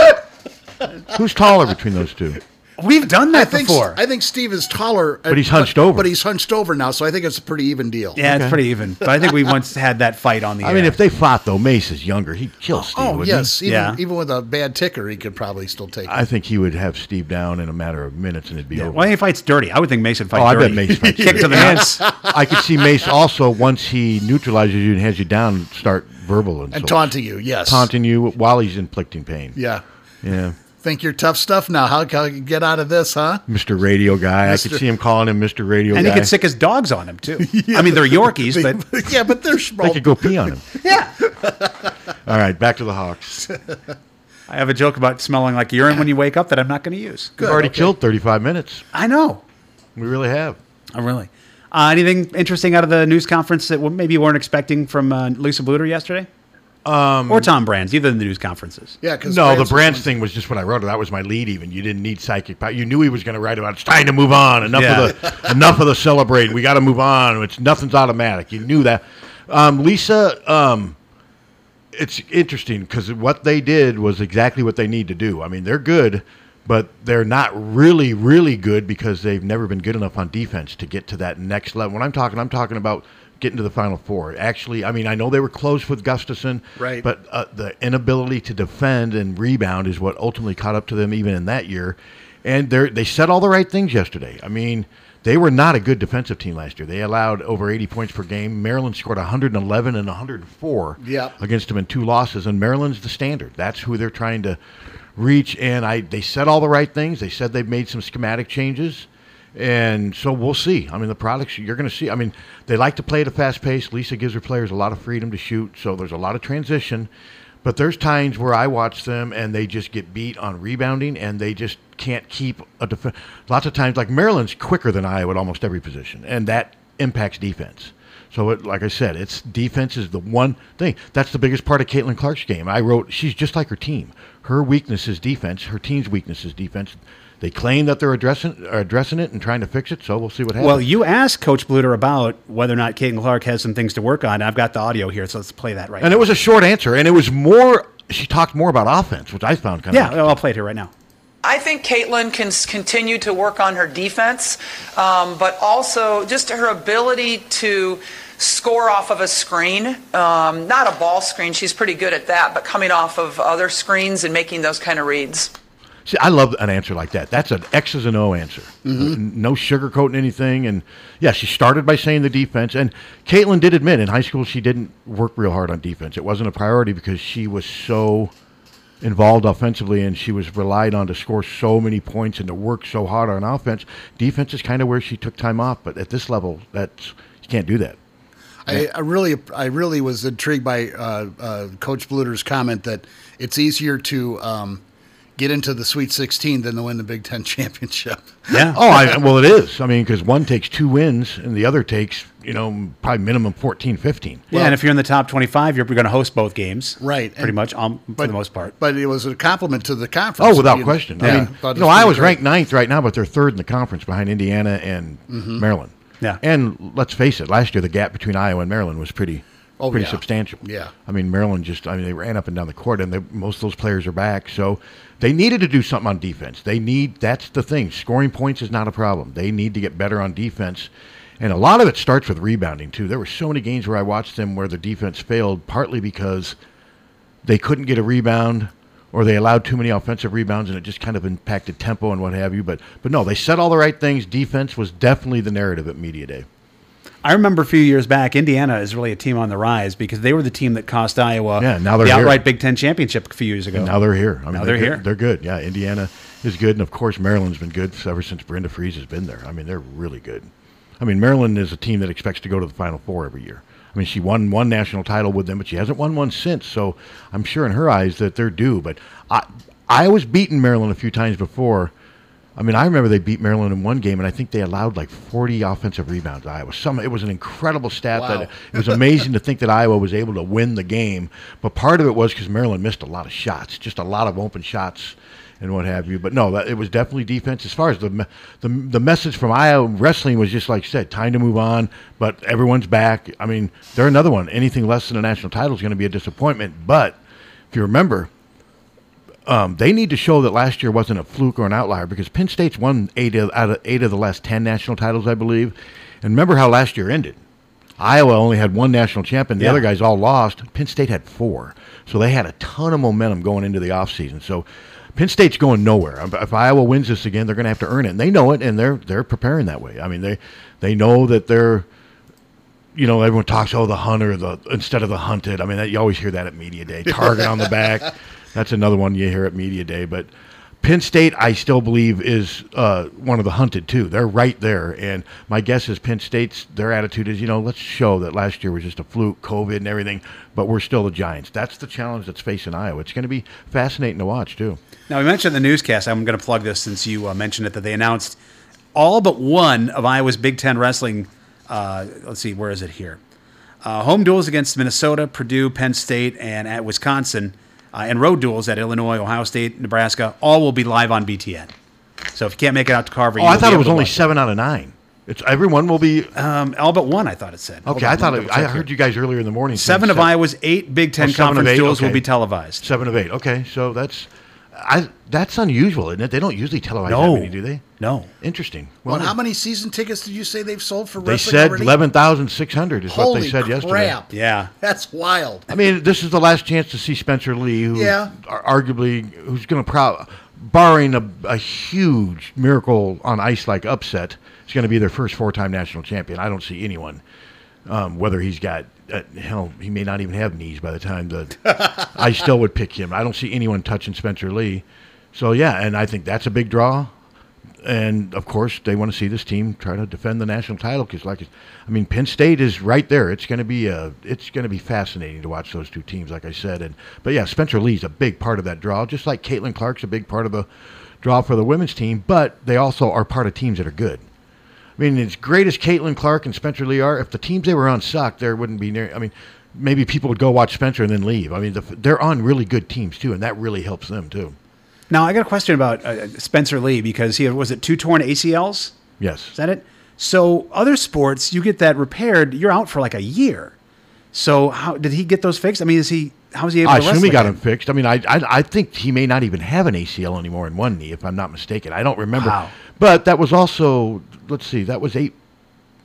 Speaker 1: Who's taller between those two?
Speaker 2: We've done
Speaker 3: I
Speaker 2: that
Speaker 3: think
Speaker 2: before.
Speaker 3: I think Steve is taller, but
Speaker 1: he's hunched over.
Speaker 3: But he's hunched over now, so I think it's a pretty even deal.
Speaker 2: yeah, it's pretty even. But I think we once had that fight on the
Speaker 1: I
Speaker 2: air.
Speaker 1: mean, if they fought, though, Mace is younger. He'd kill Steve.
Speaker 3: Oh
Speaker 1: wouldn't he?
Speaker 3: yes, even,
Speaker 2: Yeah.
Speaker 3: even with a bad ticker, he could probably still take. it.
Speaker 1: I think he would have Steve down in a matter of minutes, and it'd be over.
Speaker 2: well, he fights dirty. I would think Mason fights
Speaker 1: Oh, I
Speaker 2: dirty.
Speaker 1: bet Mace fights
Speaker 2: Kick to the nuts.
Speaker 1: I could see Mace also once he neutralizes you and has you down, start verbal and,
Speaker 3: And taunting you, yes.
Speaker 1: taunting you while he's inflicting pain.
Speaker 3: Yeah.
Speaker 1: yeah.
Speaker 3: Think you're tough stuff now. How how you get out of this, huh?
Speaker 1: Mr. Radio Guy. I
Speaker 3: Mr.
Speaker 1: could see him calling him Mr. Radio
Speaker 2: And
Speaker 1: Guy.
Speaker 2: he could sick his dogs on him, too. I mean, they're Yorkies, but
Speaker 3: yeah, but they're small.
Speaker 1: I could go pee on him.
Speaker 2: yeah.
Speaker 1: All right, back to the Hawks.
Speaker 2: I have a joke about smelling like urine when you wake up that I'm not going to use.
Speaker 1: We've already killed 35 minutes.
Speaker 2: I know.
Speaker 1: We really have.
Speaker 2: Oh, really? Uh, anything interesting out of the news conference that maybe you weren't expecting from uh, Lisa Bluter yesterday? Um, or Tom Brands, either of the news conferences.
Speaker 3: yeah, because
Speaker 1: No, the Brands thing was just what I wrote. That was my lead. Even you didn't need psychic power. You knew he was going to write about. It's time to move on. Enough of the enough of the celebrating. We got to move on. It's nothing's automatic. You knew that. Um, Lisa, um, it's interesting because what they did was exactly what they need to do. I mean, they're good, but they're not really, really good because they've never been good enough on defense to get to that next level. When I'm talking, I'm talking about getting to the Final Four. Actually, I mean, I know they were close with Gustafson,
Speaker 3: Right.
Speaker 1: But uh, the inability to defend and rebound is what ultimately caught up to them, even in that year. And they they said all the right things yesterday. I mean, they were not a good defensive team last year. They allowed over 80 points per game. Maryland scored 111 and 104
Speaker 3: Yep.
Speaker 1: against them in two losses, and Maryland's the standard. That's who they're trying to reach. And I, they said all the right things. They said they've made some schematic changes, and so we'll see. I mean, the products you're going to see. I mean, they like to play at a fast pace. Lisa gives her players a lot of freedom to shoot, so there's a lot of transition. But there's times where I watch them and they just get beat on rebounding and they just can't keep a defense. Lots of times, like Maryland's quicker than Iowa at almost every position, and that impacts defense. So, it, like I said, it's defense is the one thing. That's the biggest part of Caitlin Clark's game. I wrote, she's just like her team. Her weakness is defense. Her team's weakness is defense. They claim that they're addressing are addressing it and trying to fix it. So we'll see what happens.
Speaker 2: Well, you asked Coach Bluter about whether or not Caitlin Clark has some things to work on. I've got the audio here, so let's play that right
Speaker 1: and
Speaker 2: now.
Speaker 1: it was a short answer, and it was more. She talked more about offense, which I found kind
Speaker 2: yeah,
Speaker 1: of
Speaker 2: I'll play it here right now.
Speaker 7: I think Caitlin can s- continue to work on her defense, um, but also just her ability to score off of a screen. Um, not a ball screen, she's pretty good at that, but coming off of other screens and making those kind of reads.
Speaker 1: See, I love an answer like that. That's an X's and O answer.
Speaker 2: Mm-hmm.
Speaker 1: N- No sugarcoating anything. And yeah, she started by saying the defense. And Caitlin did admit in high school she didn't work real hard on defense. It wasn't a priority because she was so involved offensively and she was relied on to score so many points and to work so hard on offense. Defense is kind of where she took time off. But at this level, that's you can't do that.
Speaker 3: I, I really, I really was intrigued by uh, uh, Coach Bluter's comment that it's easier to um, get into the Sweet 16 than to win the Big Ten championship.
Speaker 2: Yeah.
Speaker 1: Oh, I, well, it is. I mean, because one takes two wins and the other takes, you know, probably minimum 14, 15.
Speaker 2: yeah, and if you're in the top 25, you're going to host both games.
Speaker 3: Right,
Speaker 2: Pretty
Speaker 3: and-
Speaker 2: much, um, for
Speaker 3: but-
Speaker 2: the most part.
Speaker 3: But it was a compliment to the conference.
Speaker 1: Oh, without
Speaker 3: You-
Speaker 1: question.
Speaker 3: Yeah.
Speaker 1: I mean,
Speaker 3: Thought
Speaker 1: you
Speaker 3: it
Speaker 1: know,
Speaker 3: pretty
Speaker 1: I was
Speaker 3: great.
Speaker 1: ranked ninth right now, but they're third in the conference behind Indiana and
Speaker 3: Mm-hmm.
Speaker 1: Maryland.
Speaker 2: Yeah.
Speaker 1: And let's face it, last year the gap between Iowa and Maryland was pretty,
Speaker 3: Oh,
Speaker 1: pretty
Speaker 3: yeah.
Speaker 1: substantial.
Speaker 3: Yeah.
Speaker 1: I mean, Maryland just, I mean, they ran up and down the court, and they, most of those players are back. So they needed to do something on defense. They need, that's the thing. Scoring points is not a problem. They need to get better on defense. And a lot of it starts with rebounding, too. There were so many games where I watched them where the defense failed, partly because they couldn't get a rebound or they allowed too many offensive rebounds and it just kind of impacted tempo and what have you. But but no, they said all the right things. Defense was definitely the narrative at Media Day.
Speaker 2: I remember a few years back, Indiana is really a team on the rise because they were the team that cost Iowa
Speaker 1: Yeah, now they're
Speaker 2: the
Speaker 1: here.
Speaker 2: outright Big Ten championship a few years ago.
Speaker 1: Now they're here. I mean,
Speaker 2: Now they're
Speaker 1: good-
Speaker 2: here.
Speaker 1: They're good. Yeah, Indiana is good, and of course Maryland's been good ever since Brenda Fries has been there. I mean, they're really good. I mean, Maryland is a team that expects to go to the Final Four every year. I mean, she won one national title with them, but she hasn't won one since. So I'm sure in her eyes that they're due. But I, Iowa's beaten Maryland a few times before. I mean, I remember they beat Maryland in one game, and I think they allowed like 40 offensive rebounds. to Iowa, some it was an incredible stat. That
Speaker 3: Wow.
Speaker 1: it was amazing to think that Iowa was able to win the game, but part of it was because Maryland missed a lot of shots, just a lot of open shots, and what have you. But no, that, it was definitely defense. As far as the me- the, the message from Iowa wrestling was just like I said, time to move on. But everyone's back. I mean, they're another one. Anything less than a national title is going to be a disappointment. But if you remember, um, they need to show that last year wasn't a fluke or an outlier because Penn State's won eight of, out of eight of the last ten national titles, I believe. And remember how last year ended. Iowa only had one national champion. The
Speaker 2: Yeah.
Speaker 1: other guys all lost. Penn State had four. So they had a ton of momentum going into the offseason. So Penn State's going nowhere. If- If Iowa wins this again, they're going to have to earn it. And they know it, and they're they're preparing that way. I mean, they they know that they're you know, everyone talks, oh, the hunter, the instead of the hunted. I mean, that, you always hear that at media day. Target on the back. That's another one you hear at media day. But Penn State, I still believe, is uh, one of the hunted too. They're right there, and my guess is Penn State's their attitude is, you know, let's show that last year was just a fluke, COVID and everything, but we're still the Giants. That's the challenge that's facing Iowa. It's going to be fascinating to watch too.
Speaker 2: Now, we mentioned the newscast. I'm going to plug this since you uh, mentioned it that they announced all but one of Iowa's Big Ten wrestling. Uh, let's see, where is it here? Uh, home duels against Minnesota, Purdue, Penn State, and at Wisconsin, uh, and road duels at Illinois, Ohio State, Nebraska. All will be live on BTN. So if you can't make it out to Carver,
Speaker 1: Oh, I thought it was only seven out of nine. It's everyone will be
Speaker 2: Um, all but one, I thought it said. Hold
Speaker 1: okay.
Speaker 2: on,
Speaker 1: I thought
Speaker 2: let me
Speaker 1: it,
Speaker 2: double
Speaker 1: I
Speaker 2: check here.
Speaker 1: heard you guys earlier in the morning. saying
Speaker 2: Seven of
Speaker 1: seven.
Speaker 2: Iowa's eight Big Ten
Speaker 1: Oh, seven of
Speaker 2: conference
Speaker 1: eight,
Speaker 2: duels will
Speaker 1: okay.
Speaker 2: be televised.
Speaker 1: Seven of eight. Okay, so that's I that's unusual, isn't it? They don't usually televise
Speaker 2: No.
Speaker 1: that many, do they?
Speaker 2: No.
Speaker 1: Interesting.
Speaker 3: Well,
Speaker 1: Well,
Speaker 3: how many season tickets did you say they've sold for
Speaker 1: they
Speaker 3: wrestling
Speaker 1: said
Speaker 3: already?
Speaker 1: eleven thousand six hundred is
Speaker 3: Holy
Speaker 1: what they said
Speaker 3: crap.
Speaker 1: yesterday.
Speaker 2: Yeah.
Speaker 3: That's wild.
Speaker 1: I mean, this is the last chance to see Spencer Lee, who
Speaker 3: Yeah.
Speaker 1: ar- arguably who's going to pro, barring a, a huge miracle on ice like upset, is going to be their first four time national champion. I don't see anyone. Um, whether he's got uh, hell, he may not even have knees by the time the. I still would pick him. I don't see anyone touching Spencer Lee. So yeah, and I think that's a big draw. And of course, they want to see this team try to defend the national title because, like, I mean, Penn State is right there. It's going to be a, it's going to be fascinating to watch those two teams. Like I said, and but yeah, Spencer Lee's a big part of that draw, just like Caitlin Clark's a big part of the draw for the women's team. But they also are part of teams that are good. I mean, as great as Caitlin Clark and Spencer Lee are, if the teams they were on sucked, there wouldn't be near. I mean, maybe people would go watch Spencer and then leave. I mean, the, they're on really good teams too, and that really helps them too.
Speaker 2: Now I got a question about uh, Spencer Lee because he was it two torn ACLs.
Speaker 1: Yes.
Speaker 2: Is that it? So other sports, you get that repaired, you're out for like a year. So how did he get those fixed? I mean, is he how is he able?
Speaker 1: I
Speaker 2: to
Speaker 1: assume he
Speaker 2: wrestle
Speaker 1: got
Speaker 2: again?
Speaker 1: him fixed. I mean, I, I I think he may not even have an ACL anymore in one knee, if I'm not mistaken. I don't remember.
Speaker 2: Wow.
Speaker 1: But that was also let's see, that was eight,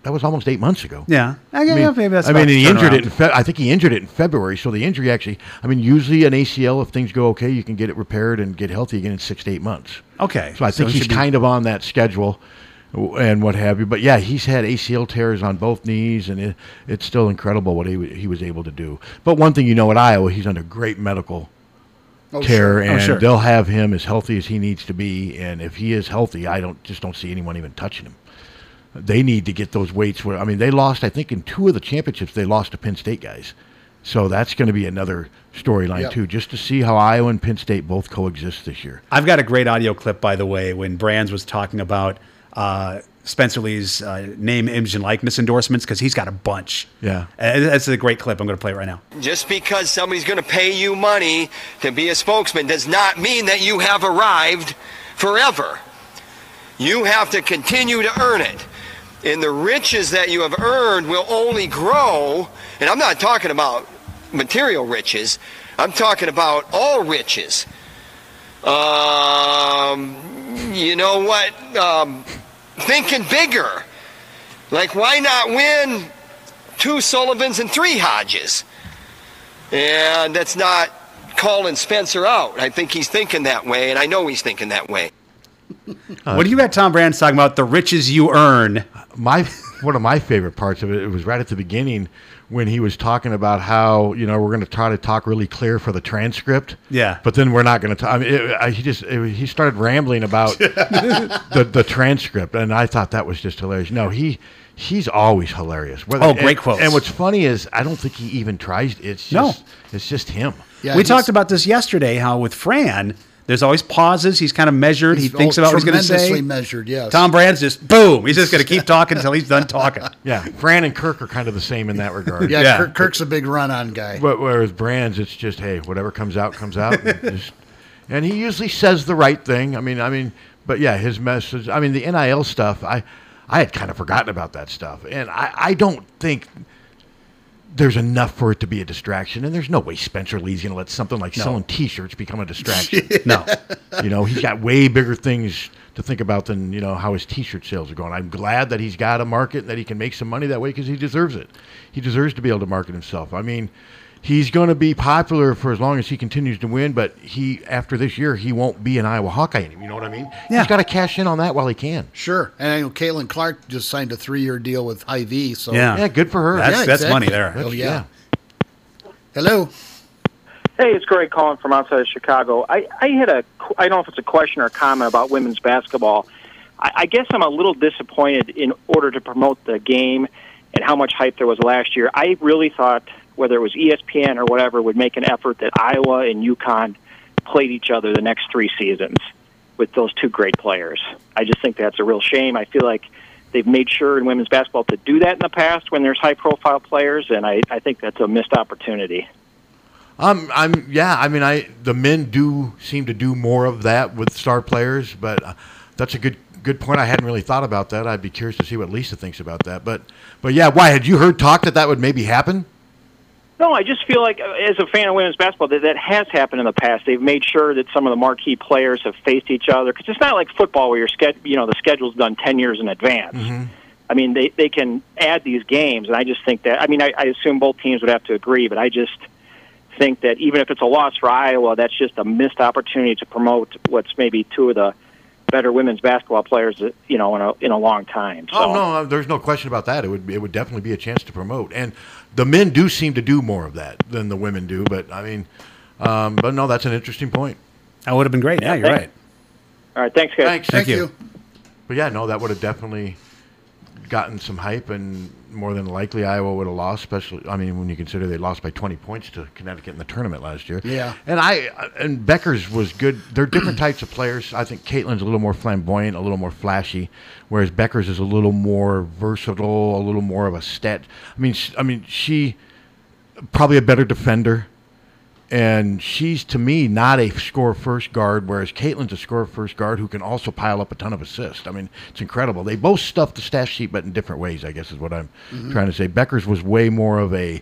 Speaker 1: that was almost eight months ago.
Speaker 2: Yeah,
Speaker 1: I
Speaker 2: I, mean,
Speaker 1: mean,
Speaker 2: yeah, maybe that's.
Speaker 1: I mean,
Speaker 2: about
Speaker 1: he
Speaker 2: turnaround.
Speaker 1: injured it. In Fe- I think he injured it in February. So the injury actually, I mean, usually an ACL, if things go okay, you can get it repaired and get healthy again in six to eight months.
Speaker 2: Okay,
Speaker 1: So I
Speaker 2: so
Speaker 1: think
Speaker 2: he
Speaker 1: he's
Speaker 2: should be-
Speaker 1: kind of on that schedule, w- and what have you. But yeah, he's had ACL tears on both knees, and it, it's still incredible what he w- he was able to do. But one thing you know at Iowa, he's under great medical care, and
Speaker 2: Oh, sure.
Speaker 1: they'll have him as healthy as he needs to be. And if he is healthy, I don't just don't see anyone even touching him. They need to get those weights. Where I mean, they lost. I think in two of the championships, they lost to Penn State guys. So that's going to be another storyline
Speaker 3: Yep.
Speaker 1: too, just to see how Iowa and Penn State both coexist this year.
Speaker 2: I've got a great audio clip, by the way, when Brands was talking about uh, Spencer Lee's uh, name, image, and likeness endorsements because he's got a bunch.
Speaker 1: Yeah.
Speaker 2: and that's a great clip. I'm going to play it right now.
Speaker 8: Just because somebody's going to pay you money to be a spokesman does not mean that you have arrived forever. You have to continue to earn it. And the riches that you have earned will only grow. And I'm not talking about material riches, I'm talking about all riches. Um, you know what? Um, thinking bigger. Like, why not win two Sullivans and three Hodges? And that's not calling Spencer out. I think he's thinking that way, and I know he's thinking that way.
Speaker 1: Uh,
Speaker 2: what do you got, Tom Brands talking about? The riches you earn.
Speaker 1: my one of my favorite parts of it, it was right at the beginning when he was talking about how you know we're going to try to talk really clear for the transcript.
Speaker 2: Yeah.
Speaker 1: but then we're not going to talk. I mean, it, I, he just it, he started rambling about the the transcript, and I thought that was just hilarious. No, he. He's always hilarious. Whether-
Speaker 2: Oh, great
Speaker 1: and,
Speaker 2: quotes.
Speaker 1: And what's funny is I don't think he even tries. It's
Speaker 2: No.
Speaker 1: just, it's just him.
Speaker 3: Yeah,
Speaker 2: we
Speaker 3: he's-
Speaker 2: talked about this yesterday. How with Fran, there's always pauses. He's kind of measured. He
Speaker 3: He's
Speaker 2: thinks
Speaker 3: all
Speaker 2: about what he's going to say.
Speaker 3: tremendously measured, yes.
Speaker 2: Tom Brands just boom. He's just going to keep talking until he's done talking.
Speaker 1: Yeah, Fran and Kirk are kind of the same in that regard.
Speaker 3: Yeah,
Speaker 2: Yeah.
Speaker 3: Kirk, Kirk's a big run-on guy.
Speaker 1: But whereas brands, it's just hey, whatever comes out comes out. and, just- and he usually says the right thing. I mean, I mean, but yeah, his message. I mean, the NIL stuff. I, I had kind of forgotten about that stuff, and I, I don't think there's enough for it to be a distraction. And there's no way Spencer Lee's going to let something like selling T-shirts become a distraction.
Speaker 2: No,
Speaker 1: you know, he's got way bigger things to think about than you know how his T-shirt sales are going. I'm glad that he's got a market and that he can make some money that way because he deserves it. He deserves to be able to market himself. I mean, he's going to be popular for as long as he continues to win. But he, after this year, he won't be an Iowa Hawkeye anymore. You know what I mean?
Speaker 2: Yeah.
Speaker 1: He's got to cash in on that while he can.
Speaker 3: Sure. And I know Caitlin Clark just signed a three-year deal with Hy-Vee, so
Speaker 2: Yeah.
Speaker 1: Yeah, good for her.
Speaker 2: That's-
Speaker 3: Yeah, exactly.
Speaker 2: money there.
Speaker 3: Oh yeah. Hello.
Speaker 9: Hey, it's Greg calling from outside of Chicago. I, I had a, qu- I don't know if it's a question or a comment about women's basketball. I, I guess I'm a little disappointed in order to promote the game and how much hype there was last year. I really thought whether it was E ESPN or whatever would make an effort that Iowa and UConn played each other the next three seasons with those two great players. I just think that's a real shame. I feel like they've made sure in women's basketball to do that in the past when there's high profile players, and I, I think that's a missed opportunity.
Speaker 1: Um, I'm yeah. I mean, I the men do seem to do more of that with star players, but uh, that's a good good point. I hadn't really thought about that. I'd be curious to see what Lisa thinks about that. But but yeah, why had you heard talk that that would maybe happen?
Speaker 9: No, I just feel like, uh, as a fan of women's basketball, that that has happened in the past. They've made sure that some of the marquee players have faced each other because it's not like football where your sched you know, the schedule's done ten years in advance.
Speaker 2: Mm.
Speaker 9: I mean, they they can add these games, and I just think that. I mean, I, I assume both teams would have to agree, but I just think that even if it's a loss for Iowa, that's just a missed opportunity to promote what's maybe two of the better women's basketball players, uh, you know, in a in a long time. So.
Speaker 1: Oh no, uh, there's no question about that. It would it would definitely be a chance to promote, and the men do seem to do more of that than the women do. But I mean, um, but no, that's an interesting point.
Speaker 2: That would have been great. Yeah, you're Oh, right.
Speaker 9: All right, thanks, guys.
Speaker 1: Thanks,
Speaker 2: Thank Thank you. you.
Speaker 1: But yeah, no, that would have definitely gotten some hype, and more than likely Iowa would have lost. Especially, I mean, when you consider they lost by 20 points to Connecticut in the tournament last year.
Speaker 3: Yeah.
Speaker 1: and I and Becker's was good. They're different types of players. I think Caitlin's a little more flamboyant, a little more flashy, whereas Becker's is a little more versatile, a little more of a stat. I mean, sh- I mean, she probably a better defender. And she's to me not a score first guard, whereas Caitlin's a score first guard who can also pile up a ton of assists. I mean, it's incredible. They both stuff the stat sheet, but in different ways. I guess is what I'm
Speaker 3: Mhm.
Speaker 1: trying to say. Becker's was way more of a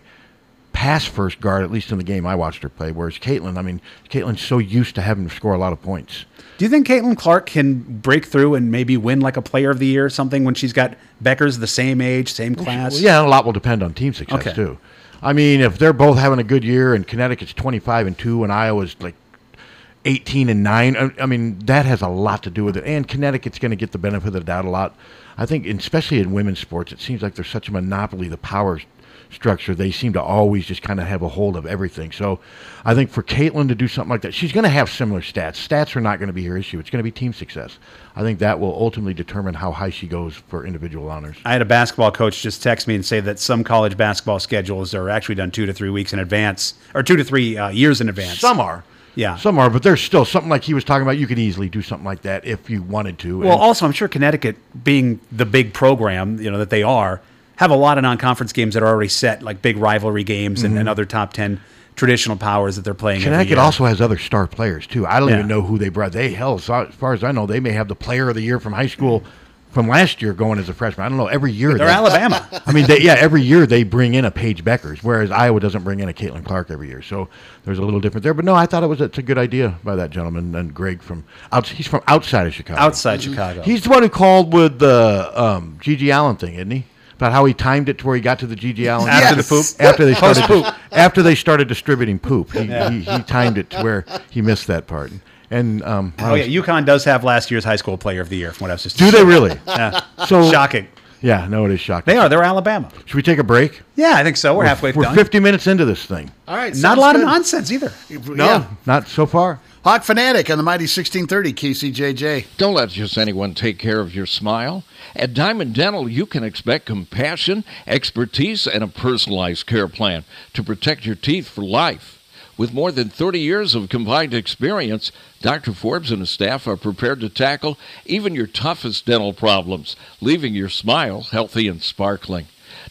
Speaker 1: pass first guard, at least in the game I watched her play. Whereas Caitlin, I mean, Caitlin's so used to having to score a lot of points.
Speaker 2: Do you think Caitlin Clark can break through and maybe win like a Player of the Year or something when she's got Becker's the same age, same class?
Speaker 1: Well, yeah, and a lot will depend on team success
Speaker 2: Okay.
Speaker 1: too. I mean, if they're both having a good year and Connecticut's twenty-five and two and Iowa's like eighteen and nine, I, I mean that has a lot to do with it. And Connecticut's going to get the benefit of the doubt a lot. I think, and especially in women's sports, it seems like there's such a monopoly. The power s- structure they seem to always just kind of have a hold of everything. So, I think for Caitlin to do something like that, she's going to have similar stats. Stats are not going to be her issue. It's going to be team success. I think that will ultimately determine how high she goes for individual honors.
Speaker 2: I had a basketball coach just text me and say that some college basketball schedules are actually done two to three weeks in advance, or two to three uh, years in advance.
Speaker 1: Some are.
Speaker 2: Yeah.
Speaker 1: Some are, but there's still something like he was talking about. You could easily do something like that if you wanted to.
Speaker 2: Well,
Speaker 1: And-
Speaker 2: also, I'm sure Connecticut, being the big program, you know that they are, have a lot of non-conference games that are already set, like big rivalry games and, and other top ten traditional powers that they're playing. every
Speaker 1: Mm-hmm. Connecticut
Speaker 2: year.
Speaker 1: also has other star players too. I don't
Speaker 2: Yeah.
Speaker 1: even know who they brought. They hell, as far as far as I know, they may have the player of the year from high school from last year going as a freshman. I don't know. Every year
Speaker 2: They're Alabama.
Speaker 1: I mean, they, yeah, every year they bring in a Paige Beckers, whereas Iowa doesn't bring in a Caitlin Clark every year. So there's a little different there. But no, I thought it was it's a good idea by that gentleman and Greg from out, he's from outside of Chicago.
Speaker 2: Outside Chicago.
Speaker 1: He's the one who called with the um, Gigi Allen thing, isn't he? About how he timed it to where he got to the Gigi Allen
Speaker 2: After
Speaker 1: game
Speaker 2: the poop?
Speaker 1: after they started
Speaker 2: Post-poop.
Speaker 1: dis- after they started distributing poop. He, he, he timed it to where he missed that part. And um, I
Speaker 2: Oh
Speaker 1: was-
Speaker 2: yeah, UConn does have last year's high school player of the year, from what I was just.
Speaker 1: do they really?
Speaker 2: Yeah.
Speaker 1: So
Speaker 2: Shocking.
Speaker 1: Yeah, no, it is shocking.
Speaker 2: They are. They're Alabama.
Speaker 1: Should we take a break?
Speaker 2: Yeah, I think so. We're halfway
Speaker 1: We're
Speaker 2: done.
Speaker 1: 50 minutes into this thing.
Speaker 3: All right.
Speaker 2: Not
Speaker 3: sounds
Speaker 2: a lot
Speaker 3: good.
Speaker 2: of nonsense either.
Speaker 1: No,
Speaker 3: Yeah.
Speaker 1: not so far.
Speaker 3: Hawk Fanatic on the Mighty 1630 KCJJ.
Speaker 10: Don't let just anyone take care of your smile. At Diamond Dental, you can expect compassion, expertise, and a personalized care plan to protect your teeth for life. With more than 30 years of combined experience, Dr. Forbes and his staff are prepared to tackle even your toughest dental problems, leaving your smile healthy and sparkling.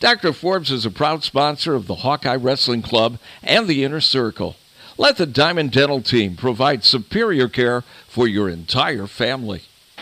Speaker 10: Dr. Forbes is a proud sponsor of the Hawkeye Wrestling Club and the Inner Circle. Let the Diamond Dental team provide superior care for your entire family.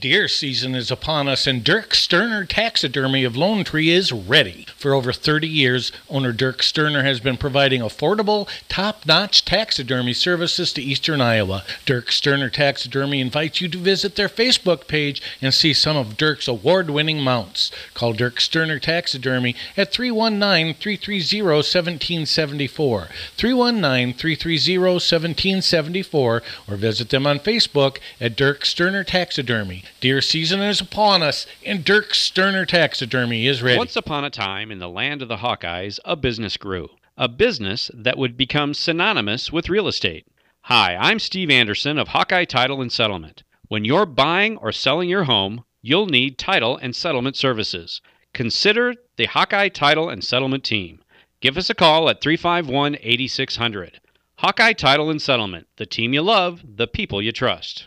Speaker 11: Deer season is upon us, and Dirk Sterner Taxidermy of Lone Tree is ready. For over 30 years, owner Dirk Sterner has been providing affordable, top notch taxidermy services to eastern Iowa. Dirk Sterner Taxidermy invites you to visit their Facebook page and see some of Dirk's award winning mounts. Call Dirk Sterner Taxidermy at 319 330 1774. 319 330 1774 or visit them on Facebook at Dirk Sterner Taxidermy. Deer season is upon us, and Dirk Sterner Taxidermy is ready.
Speaker 12: Once upon a time, in the land of the Hawkeyes, a business grew, a business that would become synonymous with real estate. Hi, I'm Steve Anderson of Hawkeye Title and Settlement. When you're buying or selling your home, you'll need title and settlement services. Consider the Hawkeye Title and Settlement team. Give us a call at 351 8600. Hawkeye Title and Settlement, the team you love, the people you trust.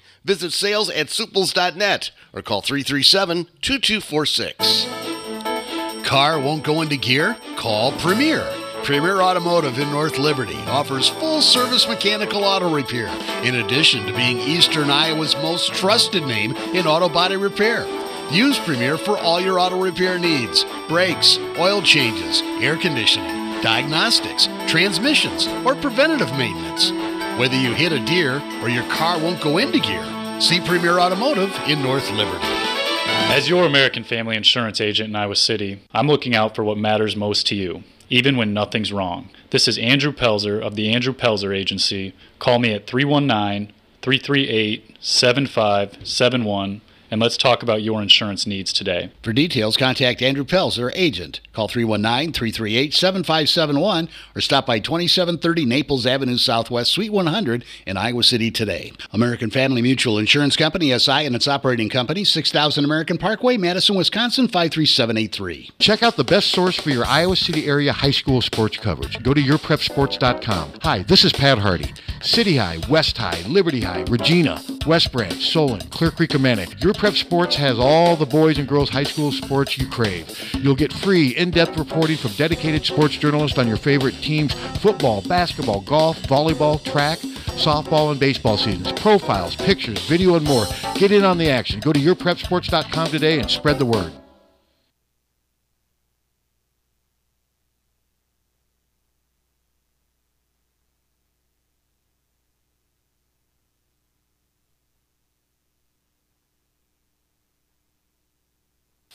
Speaker 13: Visit sales at suples.net or call 337 2246.
Speaker 3: Car won't go into gear? Call Premier. Premier Automotive in North Liberty offers full service mechanical auto repair, in addition to being Eastern Iowa's most trusted name in auto body repair. Use Premier for all your auto repair needs brakes, oil changes, air conditioning, diagnostics, transmissions, or preventative maintenance. Whether you hit a deer or your car won't go into gear, see Premier Automotive in North Liberty.
Speaker 14: As your American Family Insurance agent in Iowa City, I'm looking out for what matters most to you, even when nothing's wrong. This is Andrew Pelzer of the Andrew Pelzer Agency. Call me at 319 338 7571 and let's talk about your insurance needs today.
Speaker 3: For details, contact Andrew Pelzer, agent. Call 319 338 7571 or stop by 2730 Naples Avenue Southwest, Suite 100 in Iowa City today. American Family Mutual Insurance Company, SI, and its operating company, 6000 American Parkway, Madison, Wisconsin, 53783.
Speaker 1: Check out the best source for your Iowa City area high school sports coverage. Go to yourprepsports.com. Hi, this is Pat Hardy. City High, West High, Liberty High, Regina, West Branch, Solon, Clear Creek, Amanic. Your Prep Sports has all the boys and girls high school sports you crave. You'll get free, in-depth reporting from dedicated sports journalists on your favorite teams, football, basketball, golf, volleyball, track, softball, and baseball seasons. Profiles, pictures, video, and more. Get in on the action. Go to yourprepsports.com today and spread the word.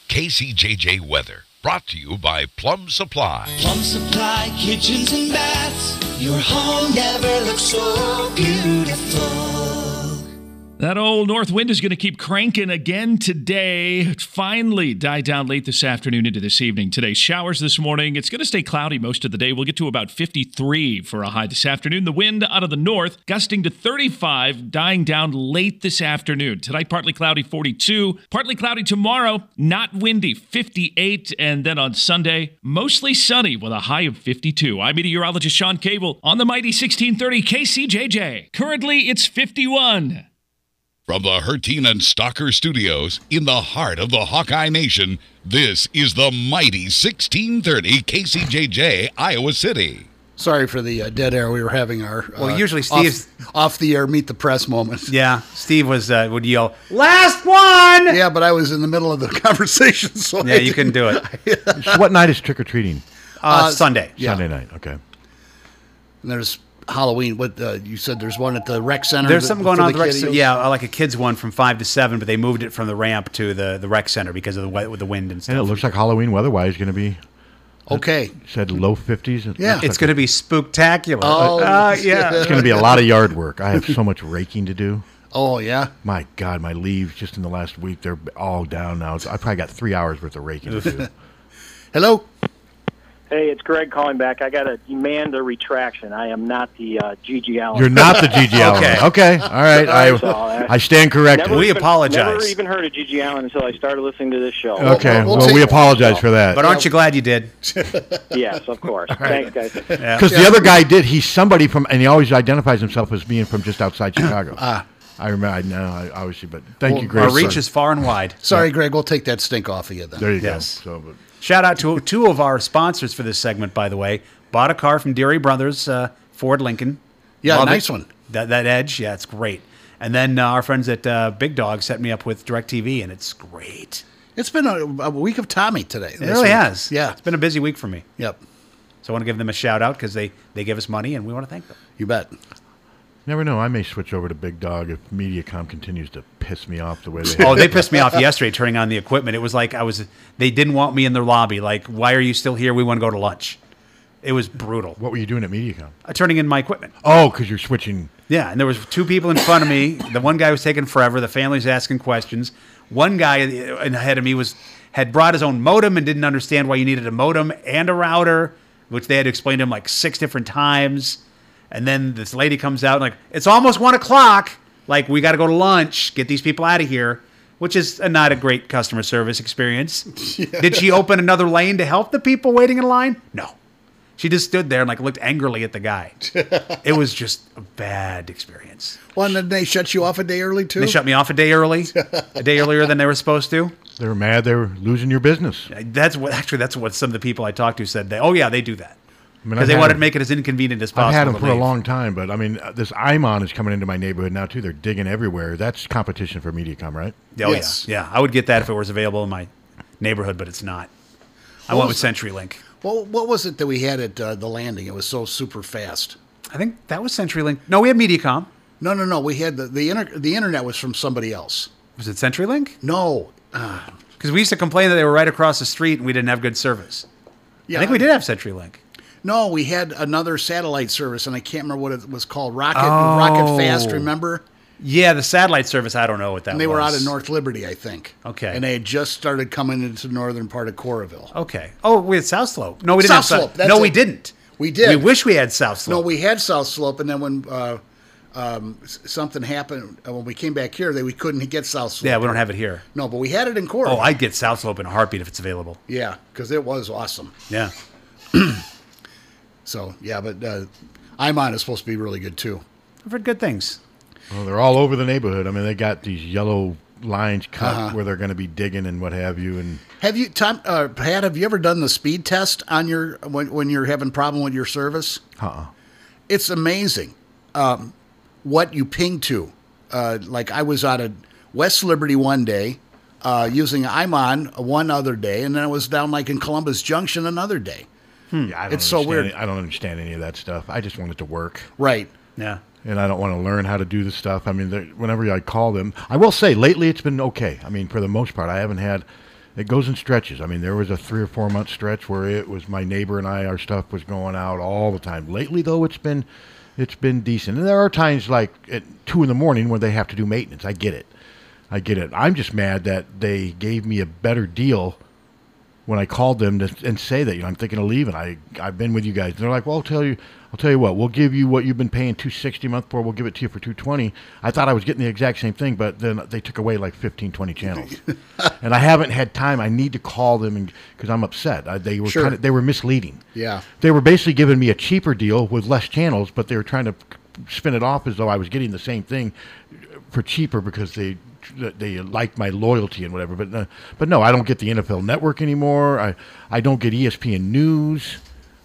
Speaker 15: KCJJ Weather, brought to you by Plum Supply.
Speaker 16: Plum Supply Kitchens and Baths. Your home never looks so beautiful.
Speaker 17: That old north wind is going to keep cranking again today. It finally died down late this afternoon into this evening. Today, showers this morning. It's going to stay cloudy most of the day. We'll get to about 53 for a high this afternoon. The wind out of the north gusting to 35, dying down late this afternoon. Tonight, partly cloudy 42, partly cloudy tomorrow, not windy 58, and then on Sunday, mostly sunny with a high of 52. I'm meteorologist Sean Cable on the mighty 1630 KCJJ. Currently, it's 51.
Speaker 15: From the Hertin and Stalker Studios in the heart of the Hawkeye Nation, this is the mighty 1630 KCJJ, Iowa City.
Speaker 3: Sorry for the uh, dead air. We were having our uh,
Speaker 2: Well, usually
Speaker 3: off-
Speaker 2: Steve's-
Speaker 3: off, the air meet the press moment.
Speaker 2: Yeah, Steve was uh, would yell.
Speaker 3: Last one. Yeah, but I was in the middle of the conversation, so
Speaker 2: Yeah,
Speaker 3: I
Speaker 2: you couldn't do it.
Speaker 1: So what night is trick or treating?
Speaker 3: Uh, Sunday. yeah.
Speaker 1: Sunday night. Okay.
Speaker 3: And there's Halloween. What uh, you said? There's one at the rec center.
Speaker 2: There's
Speaker 3: that-
Speaker 2: something going
Speaker 3: for
Speaker 2: on. At the rec
Speaker 3: kiddies?
Speaker 2: center. Yeah, like a kids one from five to seven, but they moved it from the ramp to the, the rec center because of the we- with the wind and stuff.
Speaker 1: And it looks like Halloween weather-wise going to be
Speaker 3: Okay.
Speaker 1: Said low 50s.
Speaker 3: Yeah.
Speaker 2: It's going to be spooktacular.
Speaker 3: Oh,
Speaker 2: Uh, yeah.
Speaker 1: It's going to be a lot of yard work. I have so much raking to do.
Speaker 3: Oh, yeah.
Speaker 1: My God, my leaves just in the last week, they're all down now. I probably got three hours worth of raking to do.
Speaker 3: Hello?
Speaker 9: Hey, it's Greg calling back. I got to demand a retraction. I am not the uh, GG Allen.
Speaker 1: You're not the GG Allen. Okay. All right. I- I stand corrected.
Speaker 9: Never
Speaker 1: We
Speaker 9: even-
Speaker 1: apologize.
Speaker 9: Never even heard of GG Allen until I started listening to this show.
Speaker 1: Okay. Well, we apologize for that.
Speaker 2: But aren't you glad you did?
Speaker 9: yes, of course. Thanks, guys.
Speaker 1: Because the other guy did. He's somebody from, and he always identifies himself as being from just outside Chicago. Ah. I remember. I know, I- obviously, but thank
Speaker 3: Well,
Speaker 1: you, Greg.
Speaker 3: our reach
Speaker 1: Sir.
Speaker 3: is
Speaker 2: far and wide.
Speaker 3: Sorry, Greg. We'll take that stink off of you then.
Speaker 1: There you
Speaker 2: Yes.
Speaker 1: go. So, but-
Speaker 2: Shout out to two of our sponsors for this segment, by the way. Bought a car from Deary Brothers, uh, Ford Lincoln.
Speaker 3: Yeah,
Speaker 2: Love
Speaker 3: nice
Speaker 2: it.
Speaker 3: one.
Speaker 2: That, that Edge, yeah, it's great. And then uh, our friends at uh, Big Dog set me up with DirecTV, and it's great.
Speaker 3: It's been a, a week of Tommy today.
Speaker 2: It
Speaker 3: this
Speaker 2: really
Speaker 3: week.
Speaker 2: has.
Speaker 3: Yeah.
Speaker 2: It's been a busy week for me.
Speaker 3: Yep.
Speaker 2: So I want to give them a shout out because they, they give us money, and we want to thank them.
Speaker 3: You bet.
Speaker 1: Never know. I may switch over to Big Dog if MediaCom continues to piss me off the way they.
Speaker 2: oh, they pissed me off yesterday turning on the equipment. It was like I was they didn't want me in their lobby. Like, why are you still here? We want to go to lunch. It was brutal.
Speaker 1: What were you doing at MediaCom?
Speaker 2: Uh, turning in my equipment.
Speaker 1: Oh, because you're switching.
Speaker 2: Yeah, and there was two people in front of me. The one guy was taking forever. The family's asking questions. One guy in- ahead of me was had brought his own modem and didn't understand why you needed a modem and a router, which they had explained to him like six different times. And then this lady comes out and like, it's almost one o'clock. Like we got to go to lunch. Get these people out of here, which is a, not a great customer service experience. Did she open another lane to help the people waiting in line? No. She just stood there and like looked angrily at the guy. it was just a bad experience.
Speaker 3: Well, and then they shut you off a day early, too?
Speaker 2: They shut me off a day early, a day earlier than they were supposed to.
Speaker 1: They were mad. They were losing your business.
Speaker 2: That's what actually that's what some of the people I talked to said. They, oh yeah, they do that
Speaker 1: I mean,
Speaker 2: because
Speaker 1: I've
Speaker 2: they
Speaker 1: had
Speaker 2: wanted
Speaker 1: them-
Speaker 2: to make it as inconvenient as possible.
Speaker 1: I've had them
Speaker 2: to
Speaker 1: for a
Speaker 2: leave.
Speaker 1: long time, but I mean, uh, this IMON is coming into my neighborhood now too. They're digging everywhere. That's competition for MediaCom, right?
Speaker 2: Oh yeah, yeah. I would get that if it was available in my neighborhood, but it's not. I
Speaker 3: What
Speaker 2: went with
Speaker 3: was-
Speaker 2: CenturyLink.
Speaker 3: Well, what was it that we had at uh, the landing? It was so super fast.
Speaker 2: I think that was CenturyLink. No, we had MediaCom.
Speaker 3: No, no, no. We had the the, inter- the internet was from somebody else.
Speaker 2: Was it CenturyLink?
Speaker 3: No.
Speaker 2: Because we used to complain that they were right across the street and we didn't have good service.
Speaker 3: Yeah.
Speaker 2: I think we did have CenturyLink.
Speaker 3: No, we had another satellite service, and I can't remember what it was called. Rocket,
Speaker 2: Oh.
Speaker 3: Rocket Fast. Remember?
Speaker 2: Yeah, the satellite service. I don't know what that.
Speaker 3: and they were out
Speaker 2: was.
Speaker 3: of North Liberty, I think.
Speaker 2: Okay.
Speaker 3: And they had just started coming into the northern part of Coraville.
Speaker 2: Okay. Oh, we had South Slope. No, we didn't.
Speaker 3: South
Speaker 2: have South
Speaker 3: Slope, that's
Speaker 2: No,
Speaker 3: it.
Speaker 2: we didn't.
Speaker 3: We did.
Speaker 2: We wish we had South
Speaker 3: No,
Speaker 2: Slope.
Speaker 3: we had South Slope, and then when uh, um, s- something happened uh, when we came back here, that we couldn't get South Slope.
Speaker 2: yeah, we don't have it here.
Speaker 3: No, but we had it in Coraville.
Speaker 2: Oh, I'd get South Slope in a heartbeat if it's available.
Speaker 3: Yeah, because it was awesome.
Speaker 2: Yeah.
Speaker 3: So yeah, but uh, Imon is supposed to be really good too.
Speaker 2: I've heard good things.
Speaker 1: Well, they're all over the neighborhood. I mean, they got these yellow lines cut
Speaker 3: Uh-huh.
Speaker 1: where they're going to be digging and what have you. And
Speaker 3: Have you, Tom, uh, Pat? Have you ever done the speed test on your when, when you're having problem with your service?
Speaker 1: uh
Speaker 3: It's amazing um, what you ping to. Uh, like I was out of West Liberty one day, uh, using Imon one other day, and then I was down like in Columbus Junction another day.
Speaker 1: Yeah, I don't
Speaker 3: Hmm. It's so
Speaker 1: understand
Speaker 3: weird.
Speaker 1: it. I don't understand any of that stuff. I just want it to work.
Speaker 3: Right.
Speaker 2: Yeah.
Speaker 1: And I don't want to learn how to do this stuff. I mean, they're- whenever I call them, I will say lately it's been okay. I mean, for the most part, I haven't had. It goes in stretches. I mean, there was a three or four month stretch where it was my neighbor and I. Our stuff was going out all the time. Lately, though, it's been, it's been decent. And there are times like at two in the morning where they have to do maintenance. I get it. I get it. I'm just mad that they gave me a better deal when I called them to, and say that you know I'm thinking of leaving. I I've been with you guys. And they're like, well, I'll tell you, I'll tell you what. We'll give you what you've been paying two sixty a month for. We'll give it to you for two twenty. I thought I was getting the exact same thing, but then they took away like 15, 20 channels, and I haven't had time. I need to call them and because I'm upset. I, they were
Speaker 3: Sure.
Speaker 1: kind of they were misleading.
Speaker 3: Yeah.
Speaker 1: They were basically giving me a cheaper deal with less channels, but they were trying to spin it off as though I was getting the same thing for cheaper because they they liked my loyalty and whatever. But no, but no, I don't get the NFL Network anymore. I I don't get E ESPN News.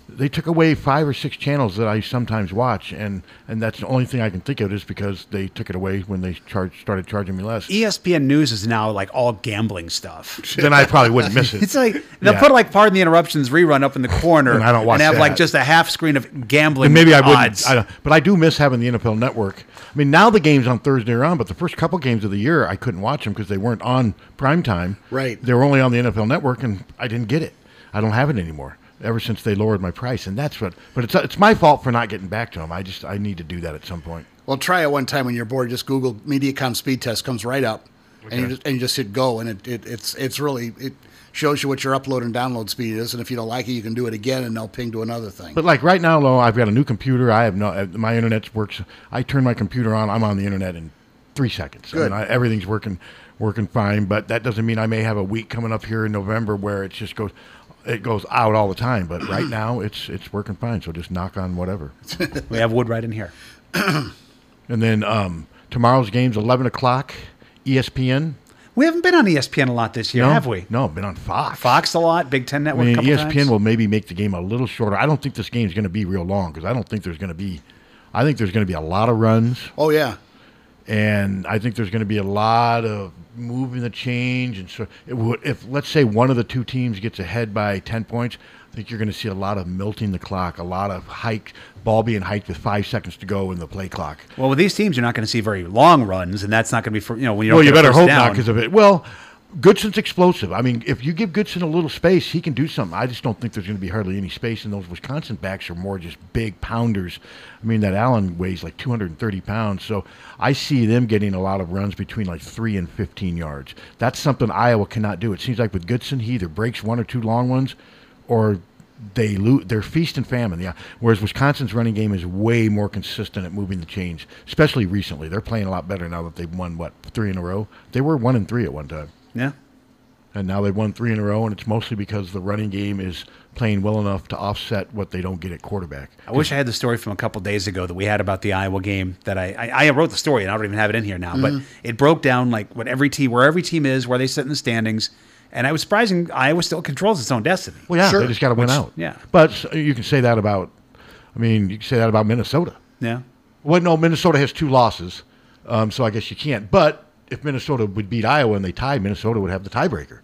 Speaker 1: They took away five or six channels that I sometimes watch, and and that's the only thing I can think of is because they took it away when they charged started charging me less.
Speaker 2: ESPN News is now like all gambling stuff.
Speaker 1: Then I probably wouldn't miss it.
Speaker 2: It's like they'll
Speaker 1: Yeah.
Speaker 2: put like "Pardon the Interruptions" rerun up in the corner,
Speaker 1: And I don't watch
Speaker 2: have like
Speaker 1: that.
Speaker 2: just a half screen of gambling.
Speaker 1: And maybe I
Speaker 2: odds.
Speaker 1: wouldn't. I don't, but I do miss having the NFL Network. I mean, now the games on Thursday are on, but the first couple games of the year I couldn't watch them because they weren't on prime time.
Speaker 3: Right.
Speaker 1: They were only on the NFL Network, and I didn't get it. I don't have it anymore. ever since they lowered my price, and that's what. But it's it's my fault for not getting back to them. I just I need to do that at some point.
Speaker 3: Well, try it one time when you're bored. Just Google MediaCom speed test comes right up, and you
Speaker 1: Okay.
Speaker 3: just and you just hit go, and it, it it's it's really it shows you what your upload and download speed is, and if you don't like it, you can do it again, and they'll ping to another thing.
Speaker 1: But like right now, Lo, I've got a new computer. I have no uh, my internet works. I turn my computer on. I'm on the internet in three seconds.
Speaker 3: Good.
Speaker 1: I mean, I, everything's working working fine. But that doesn't mean I may have a week coming up here in November where it just goes it goes out all the time. But right now, it's it's working fine. So just knock on whatever.
Speaker 2: we have wood right in here.
Speaker 1: and then um, tomorrow's game's eleven o'clock. E ESPN.
Speaker 2: We haven't been on E ESPN a lot this year,
Speaker 1: No,
Speaker 2: have we?
Speaker 1: No, been on Fox.
Speaker 2: Fox a lot, Big Ten
Speaker 1: I
Speaker 2: Network.
Speaker 1: mean, E
Speaker 2: a couple
Speaker 1: ESPN
Speaker 2: times.
Speaker 1: will maybe make the game a little shorter. I don't think this game's going to be real long because I don't think there's going to be. I think there's going to be a lot of runs.
Speaker 3: Oh yeah.
Speaker 1: And I think there's going to be a lot of moving the change, and so it would, if let's say one of the two teams gets ahead by ten points, I think you're going to see a lot of milting the clock, a lot of hike ball being hiked with five seconds to go in the play clock.
Speaker 2: Well, with these teams, you're not going to see very long runs, and that's not going to be for you know when you don't.
Speaker 1: well, you
Speaker 2: get a
Speaker 1: better
Speaker 2: first
Speaker 1: hope
Speaker 2: down.
Speaker 1: not because of it. Well, Goodson's explosive. I mean, if you give Goodson a little space, he can do something. I just don't think there's going to be hardly any space, and those Wisconsin backs are more just big pounders. I mean, that Allen weighs like 230 pounds, so I see them getting a lot of runs between like three and 15 yards. That's something Iowa cannot do. It seems like with Goodson, he either breaks one or two long ones, or they lo- they're feast and famine. Yeah. Whereas Wisconsin's running game is way more consistent at moving the chains, especially recently. They're playing a lot better now that they've won what three in a row. They were one and three at one time.
Speaker 2: Yeah.
Speaker 1: And now they've won three in a row, and it's mostly because the running game is playing well enough to offset what they don't get at quarterback.
Speaker 2: I wish I had the story from a couple days ago that we had about the Iowa game that I I, I wrote the story and I don't even have it in here now,
Speaker 1: Mhm.
Speaker 2: but it broke down like what every team where every team is, where they sit in the standings, and I was surprising Iowa still controls its own destiny.
Speaker 1: Well, yeah, they just got to win
Speaker 2: Which-
Speaker 1: out.
Speaker 2: Yeah,
Speaker 1: But s- you can say that about, I mean, you can say that about Minnesota.
Speaker 2: yeah.
Speaker 1: Well, no, Minnesota has two losses, um, so I guess you can't. But if Minnesota would beat Iowa and they tied, Minnesota would have the tiebreaker.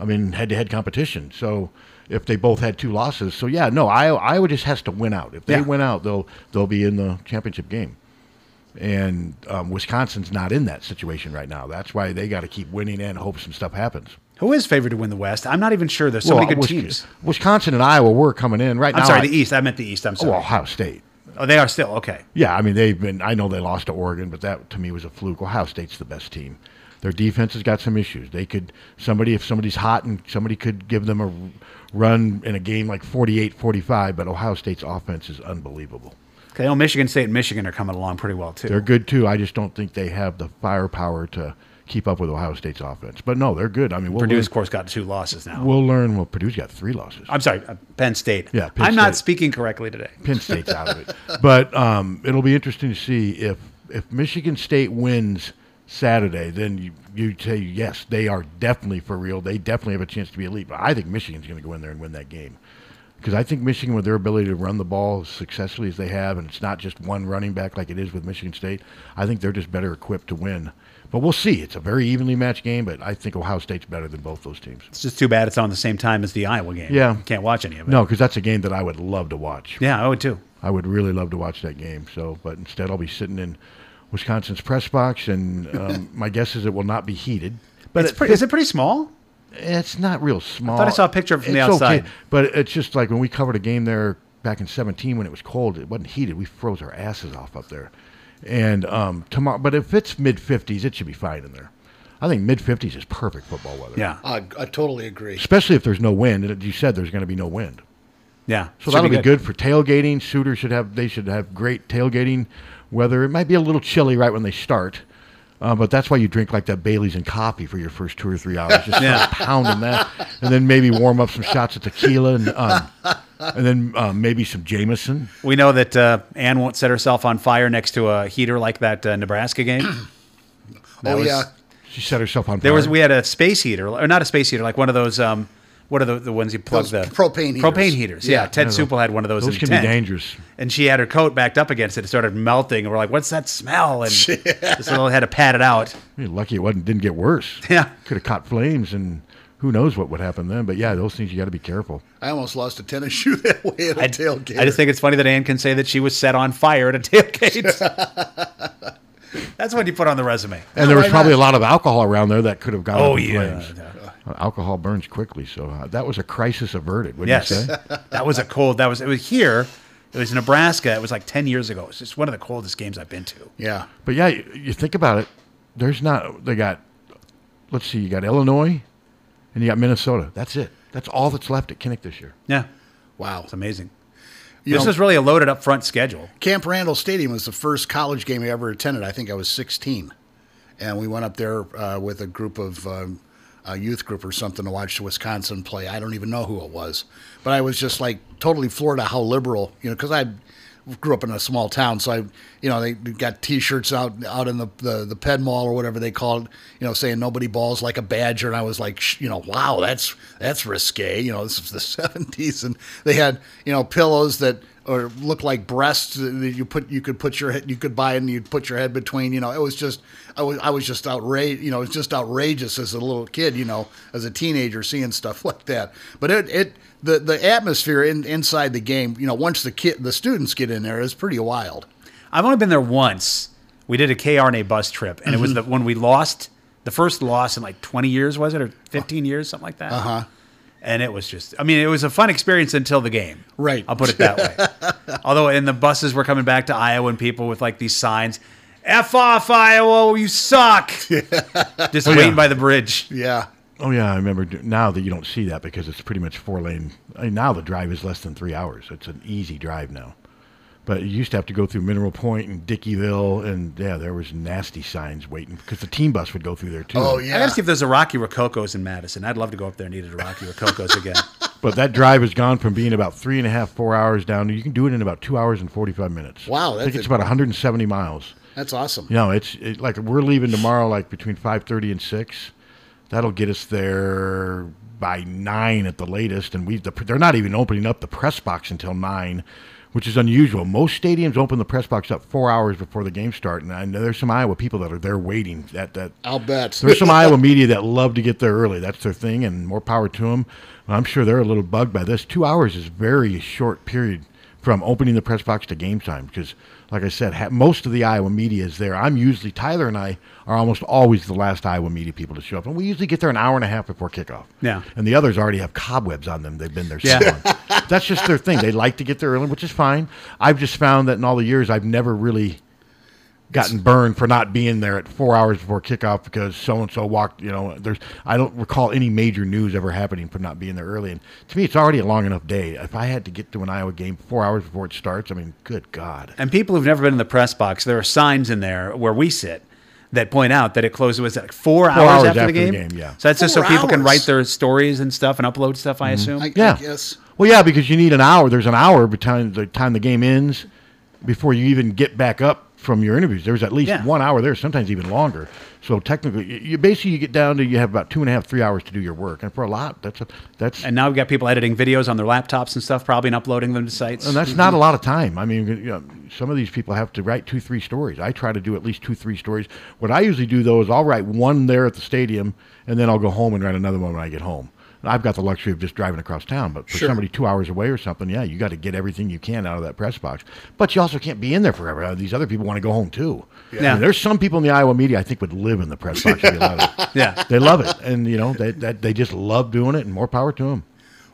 Speaker 1: I mean, head-to-head competition. So if they both had two losses, so yeah, no, Iowa, Iowa just has to win out. If they
Speaker 2: Yeah.
Speaker 1: win out, they'll they'll be in the championship game. And um, Wisconsin's not in that situation right now. That's why they got to keep winning and hope some stuff happens.
Speaker 2: Who is favored to win the West? I'm not even sure. There's so many good
Speaker 1: Wis-
Speaker 2: teams.
Speaker 1: Wisconsin and Iowa were coming in right
Speaker 2: I'm
Speaker 1: now.
Speaker 2: sorry,
Speaker 1: I-
Speaker 2: the East. I meant the East. I'm sorry.
Speaker 1: Oh, Ohio State.
Speaker 2: Oh, they are still okay.
Speaker 1: Yeah, I mean they've been. I know they lost to Oregon, but that to me was a fluke. Ohio State's the best team. Their defense has got some issues. They could somebody if somebody's hot and somebody could give them a run in a game like 48-45, but Ohio State's offense is unbelievable.
Speaker 2: Okay, well, Michigan State and Michigan are coming along pretty well too.
Speaker 1: They're good too. I just don't think they have the firepower to keep up with Ohio State's offense. But no, they're good. I mean, we'll
Speaker 2: Purdue,
Speaker 1: learn,
Speaker 2: of course, got two losses now.
Speaker 1: We'll learn. Well, Purdue's got three losses.
Speaker 2: I'm sorry, uh, Penn State.
Speaker 1: Yeah, Penn
Speaker 2: I'm not
Speaker 1: State.
Speaker 2: speaking correctly today.
Speaker 1: Penn State's out of it. But um, it'll be interesting to see if if Michigan State wins Saturday, then you you say yes, they are definitely for real. They definitely have a chance to be elite. But I think Michigan's going to go in there and win that game because I think Michigan, with their ability to run the ball as successfully as they have, and it's not just one running back like it is with Michigan State. I think they're just better equipped to win. But we'll see. It's a very evenly matched game, but I think Ohio State's better than both those teams.
Speaker 2: It's just too bad it's on the same time as the Iowa game.
Speaker 1: Yeah.
Speaker 2: can't watch any of it.
Speaker 1: No, because that's a game that I would love to watch.
Speaker 2: Yeah, I would too.
Speaker 1: I would really love to watch that game. So, but instead, I'll be sitting in Wisconsin's press box, and um, my guess is it will not be heated. But
Speaker 2: It's pretty- is it pretty small?
Speaker 1: It's not real small.
Speaker 2: I saw a picture from the
Speaker 1: It's okay,
Speaker 2: outside.
Speaker 1: but it's just like when we covered a game there back in '17 when it was cold. It wasn't heated. We froze our asses off up there. And um, tomorrow, but if it's mid 50s, it should be fine in there. I think mid 50s is perfect football weather.
Speaker 2: Yeah,
Speaker 3: I, I totally agree.
Speaker 1: Especially if there's no wind. And you said there's going to be no wind.
Speaker 2: Yeah,
Speaker 1: So that'll be good. for tailgating. Suitors should have they should have great tailgating weather. It might be a little chilly right when they start, uh, but that's why you drink like that Bailey's and coffee for your first two or three hours. Just
Speaker 2: Yeah.
Speaker 1: start pounding that, and then maybe warm up some shots of tequila and um, and then um, maybe some Jameson.
Speaker 2: We know that uh, Ann won't set herself on fire next to a heater like that uh, Nebraska game. That
Speaker 1: Oh,
Speaker 2: was-
Speaker 1: yeah. She set herself on fire.
Speaker 2: There was we had a space heater or not a space heater like one of those um what are the, the ones you plug
Speaker 3: Those
Speaker 2: the
Speaker 3: propane heaters.
Speaker 2: propane heaters yeah,
Speaker 3: Yeah.
Speaker 2: Ted
Speaker 3: Yeah,
Speaker 2: Supel had one of those
Speaker 1: those
Speaker 2: in
Speaker 1: can
Speaker 2: tent.
Speaker 1: be dangerous.
Speaker 2: and she had her coat backed up against it it started melting and we're like what's that smell and this little had to pat it out
Speaker 1: You're lucky it wasn't didn't get worse.
Speaker 2: Yeah,
Speaker 1: could have caught flames and who knows what would happen then. But yeah, those things you got to be careful.
Speaker 3: I almost lost a tennis shoe that way at a tailgate.
Speaker 2: I just think it's funny that Ann can say that she was set on fire at a tailgate that's what you put on the resume
Speaker 1: And there was probably a lot of alcohol around there that could have gone.
Speaker 2: Oh,
Speaker 1: up in
Speaker 2: yeah.
Speaker 1: flames. Uh, Alcohol burns quickly, so uh, that was a crisis averted. Wouldn't
Speaker 2: yes,
Speaker 1: you say?
Speaker 2: that was a cold. That was it was here. It was in Nebraska. It was like ten years ago. It's just one of the coldest games I've been to.
Speaker 3: Yeah.
Speaker 1: But yeah, you, you think about it. There's not. They got. Let's see. You got Illinois, and you got Minnesota. That's it. That's all that's left at Kinnick this year.
Speaker 2: Yeah.
Speaker 3: Wow.
Speaker 2: It's amazing.
Speaker 3: You
Speaker 2: this
Speaker 3: know-
Speaker 2: is really a loaded up front schedule.
Speaker 3: Camp Randall Stadium was the first college game I ever attended. I think I was 16, and we went up there uh, with a group of um, a youth group or something to watch Wisconsin play. I don't even know who it was, but I was just like totally floored at how liberal, you know, because I grew up in a small town, so I, you know, they got T-shirts out out in the the, the Penn Mall or whatever they called, you know, saying nobody balls like a Badger, and I was like, sh- you know, wow, that's that's risque, you know, this is the '70s, and they had you know pillows that or look like breasts that you put you could put your head you could buy and you'd put your head between you know it was just I was I was just outraged you know it's just outrageous as a little kid you know as a teenager seeing stuff like that but it it the the atmosphere in, inside the game you know once the kid the students get in there is pretty wild
Speaker 2: I've only been there once. We did a KRNA bus trip, and it was
Speaker 3: Mhm.
Speaker 2: the when we lost the first loss in like 20 years, was it, or 15 years, something like that. Uh
Speaker 3: Uh-huh.
Speaker 2: huh. And it was just, I mean, it was a fun experience until the game.
Speaker 3: Right.
Speaker 2: I'll put it that way. Although, and the buses were coming back to Iowa, and people with like these signs, "F off, Iowa, you suck," just
Speaker 1: Oh, yeah.
Speaker 2: waiting by the bridge.
Speaker 3: Yeah.
Speaker 1: Oh yeah, I remember do- now that you don't see that because it's pretty much four lane. I mean, now the drive is less than three hours. It's an easy drive now, but you used to have to go through Mineral Point and Dickieville, and yeah, there was nasty signs waiting because the team bus would go through there too.
Speaker 2: I gotta see if there's a Rocky Rococo's in Madison. I'd love to go up there and eat at a Rocky Rococo's again.
Speaker 1: But that drive has gone from being about three and a half, four hours down. to You can do it in about two hours and forty-five minutes.
Speaker 3: Wow,
Speaker 1: I
Speaker 3: that's
Speaker 1: think it's
Speaker 3: a-
Speaker 1: about 170 miles.
Speaker 3: that's awesome
Speaker 1: You know, it's it, like we're leaving tomorrow, like between five thirty and six. That'll get us there by nine at the latest, and we the, they're not even opening up the press box until nine, which is unusual. Most stadiums open the press box up four hours before the game start, and I know there's some Iowa people that are there waiting. That that
Speaker 3: I'll bet
Speaker 1: there's some Iowa media that love to get there early. That's their thing, and more power to them. I'm sure they're a little bugged by this. Two hours is very short period from opening the press box to game time because, like I said, ha- most of the Iowa media is there. I'm usually Tyler and I are almost always the last Iowa media people to show up, and we usually get there an hour and a half before kickoff.
Speaker 2: Yeah.
Speaker 1: and the others already have cobwebs on them. They've been there so
Speaker 2: Yeah.
Speaker 1: long that's just their thing. They like to get there early, which is fine. I've just found that in all the years, I've never really gotten burned for not being there at four hours before kickoff because so and so walked. You know, there's I don't recall any major news ever happening for not being there early. And to me, it's already a long enough day. If I had to get to an Iowa game four hours before it starts, I mean, good God.
Speaker 2: And people who've never been in the press box, there are signs in there where we sit that point out that it closes was like four, hours, after, the, game?
Speaker 1: yeah.
Speaker 2: So that's just so
Speaker 1: Four
Speaker 2: people can
Speaker 1: hours.
Speaker 2: write their stories and stuff and upload stuff. I
Speaker 1: Mhm.
Speaker 2: assume.
Speaker 1: yeah. Well, yeah, because you need an hour. There's an hour between the time the game ends before you even get back up from your interviews. There's at least one hour there, sometimes even longer. So technically, you- you basically you get down to you have about two and a half, three hours to do your work, and for a lot, that's a, that's
Speaker 2: And now we've got people editing videos on their laptops and stuff, probably and uploading them to sites.
Speaker 1: and that's not a lot of time. I mean, you know, some of these people have to write two, three stories. I try to do at least two, three stories. What I usually do though is I'll write one there at the stadium, and then I'll go home and write another one when I get home. And I've got the luxury of just driving across town, but for
Speaker 3: Sure.
Speaker 1: somebody two hours away or something, yeah, you got to get everything you can out of that press box. But you also can't be in there forever. Uh, These other people want to go home too. I mean,
Speaker 2: Yeah.
Speaker 1: there's some people in the Iowa media I think would live in the press box. If they allowed it.
Speaker 2: Yeah.
Speaker 1: they love it, and you know they that, they just love doing it, and more power to them.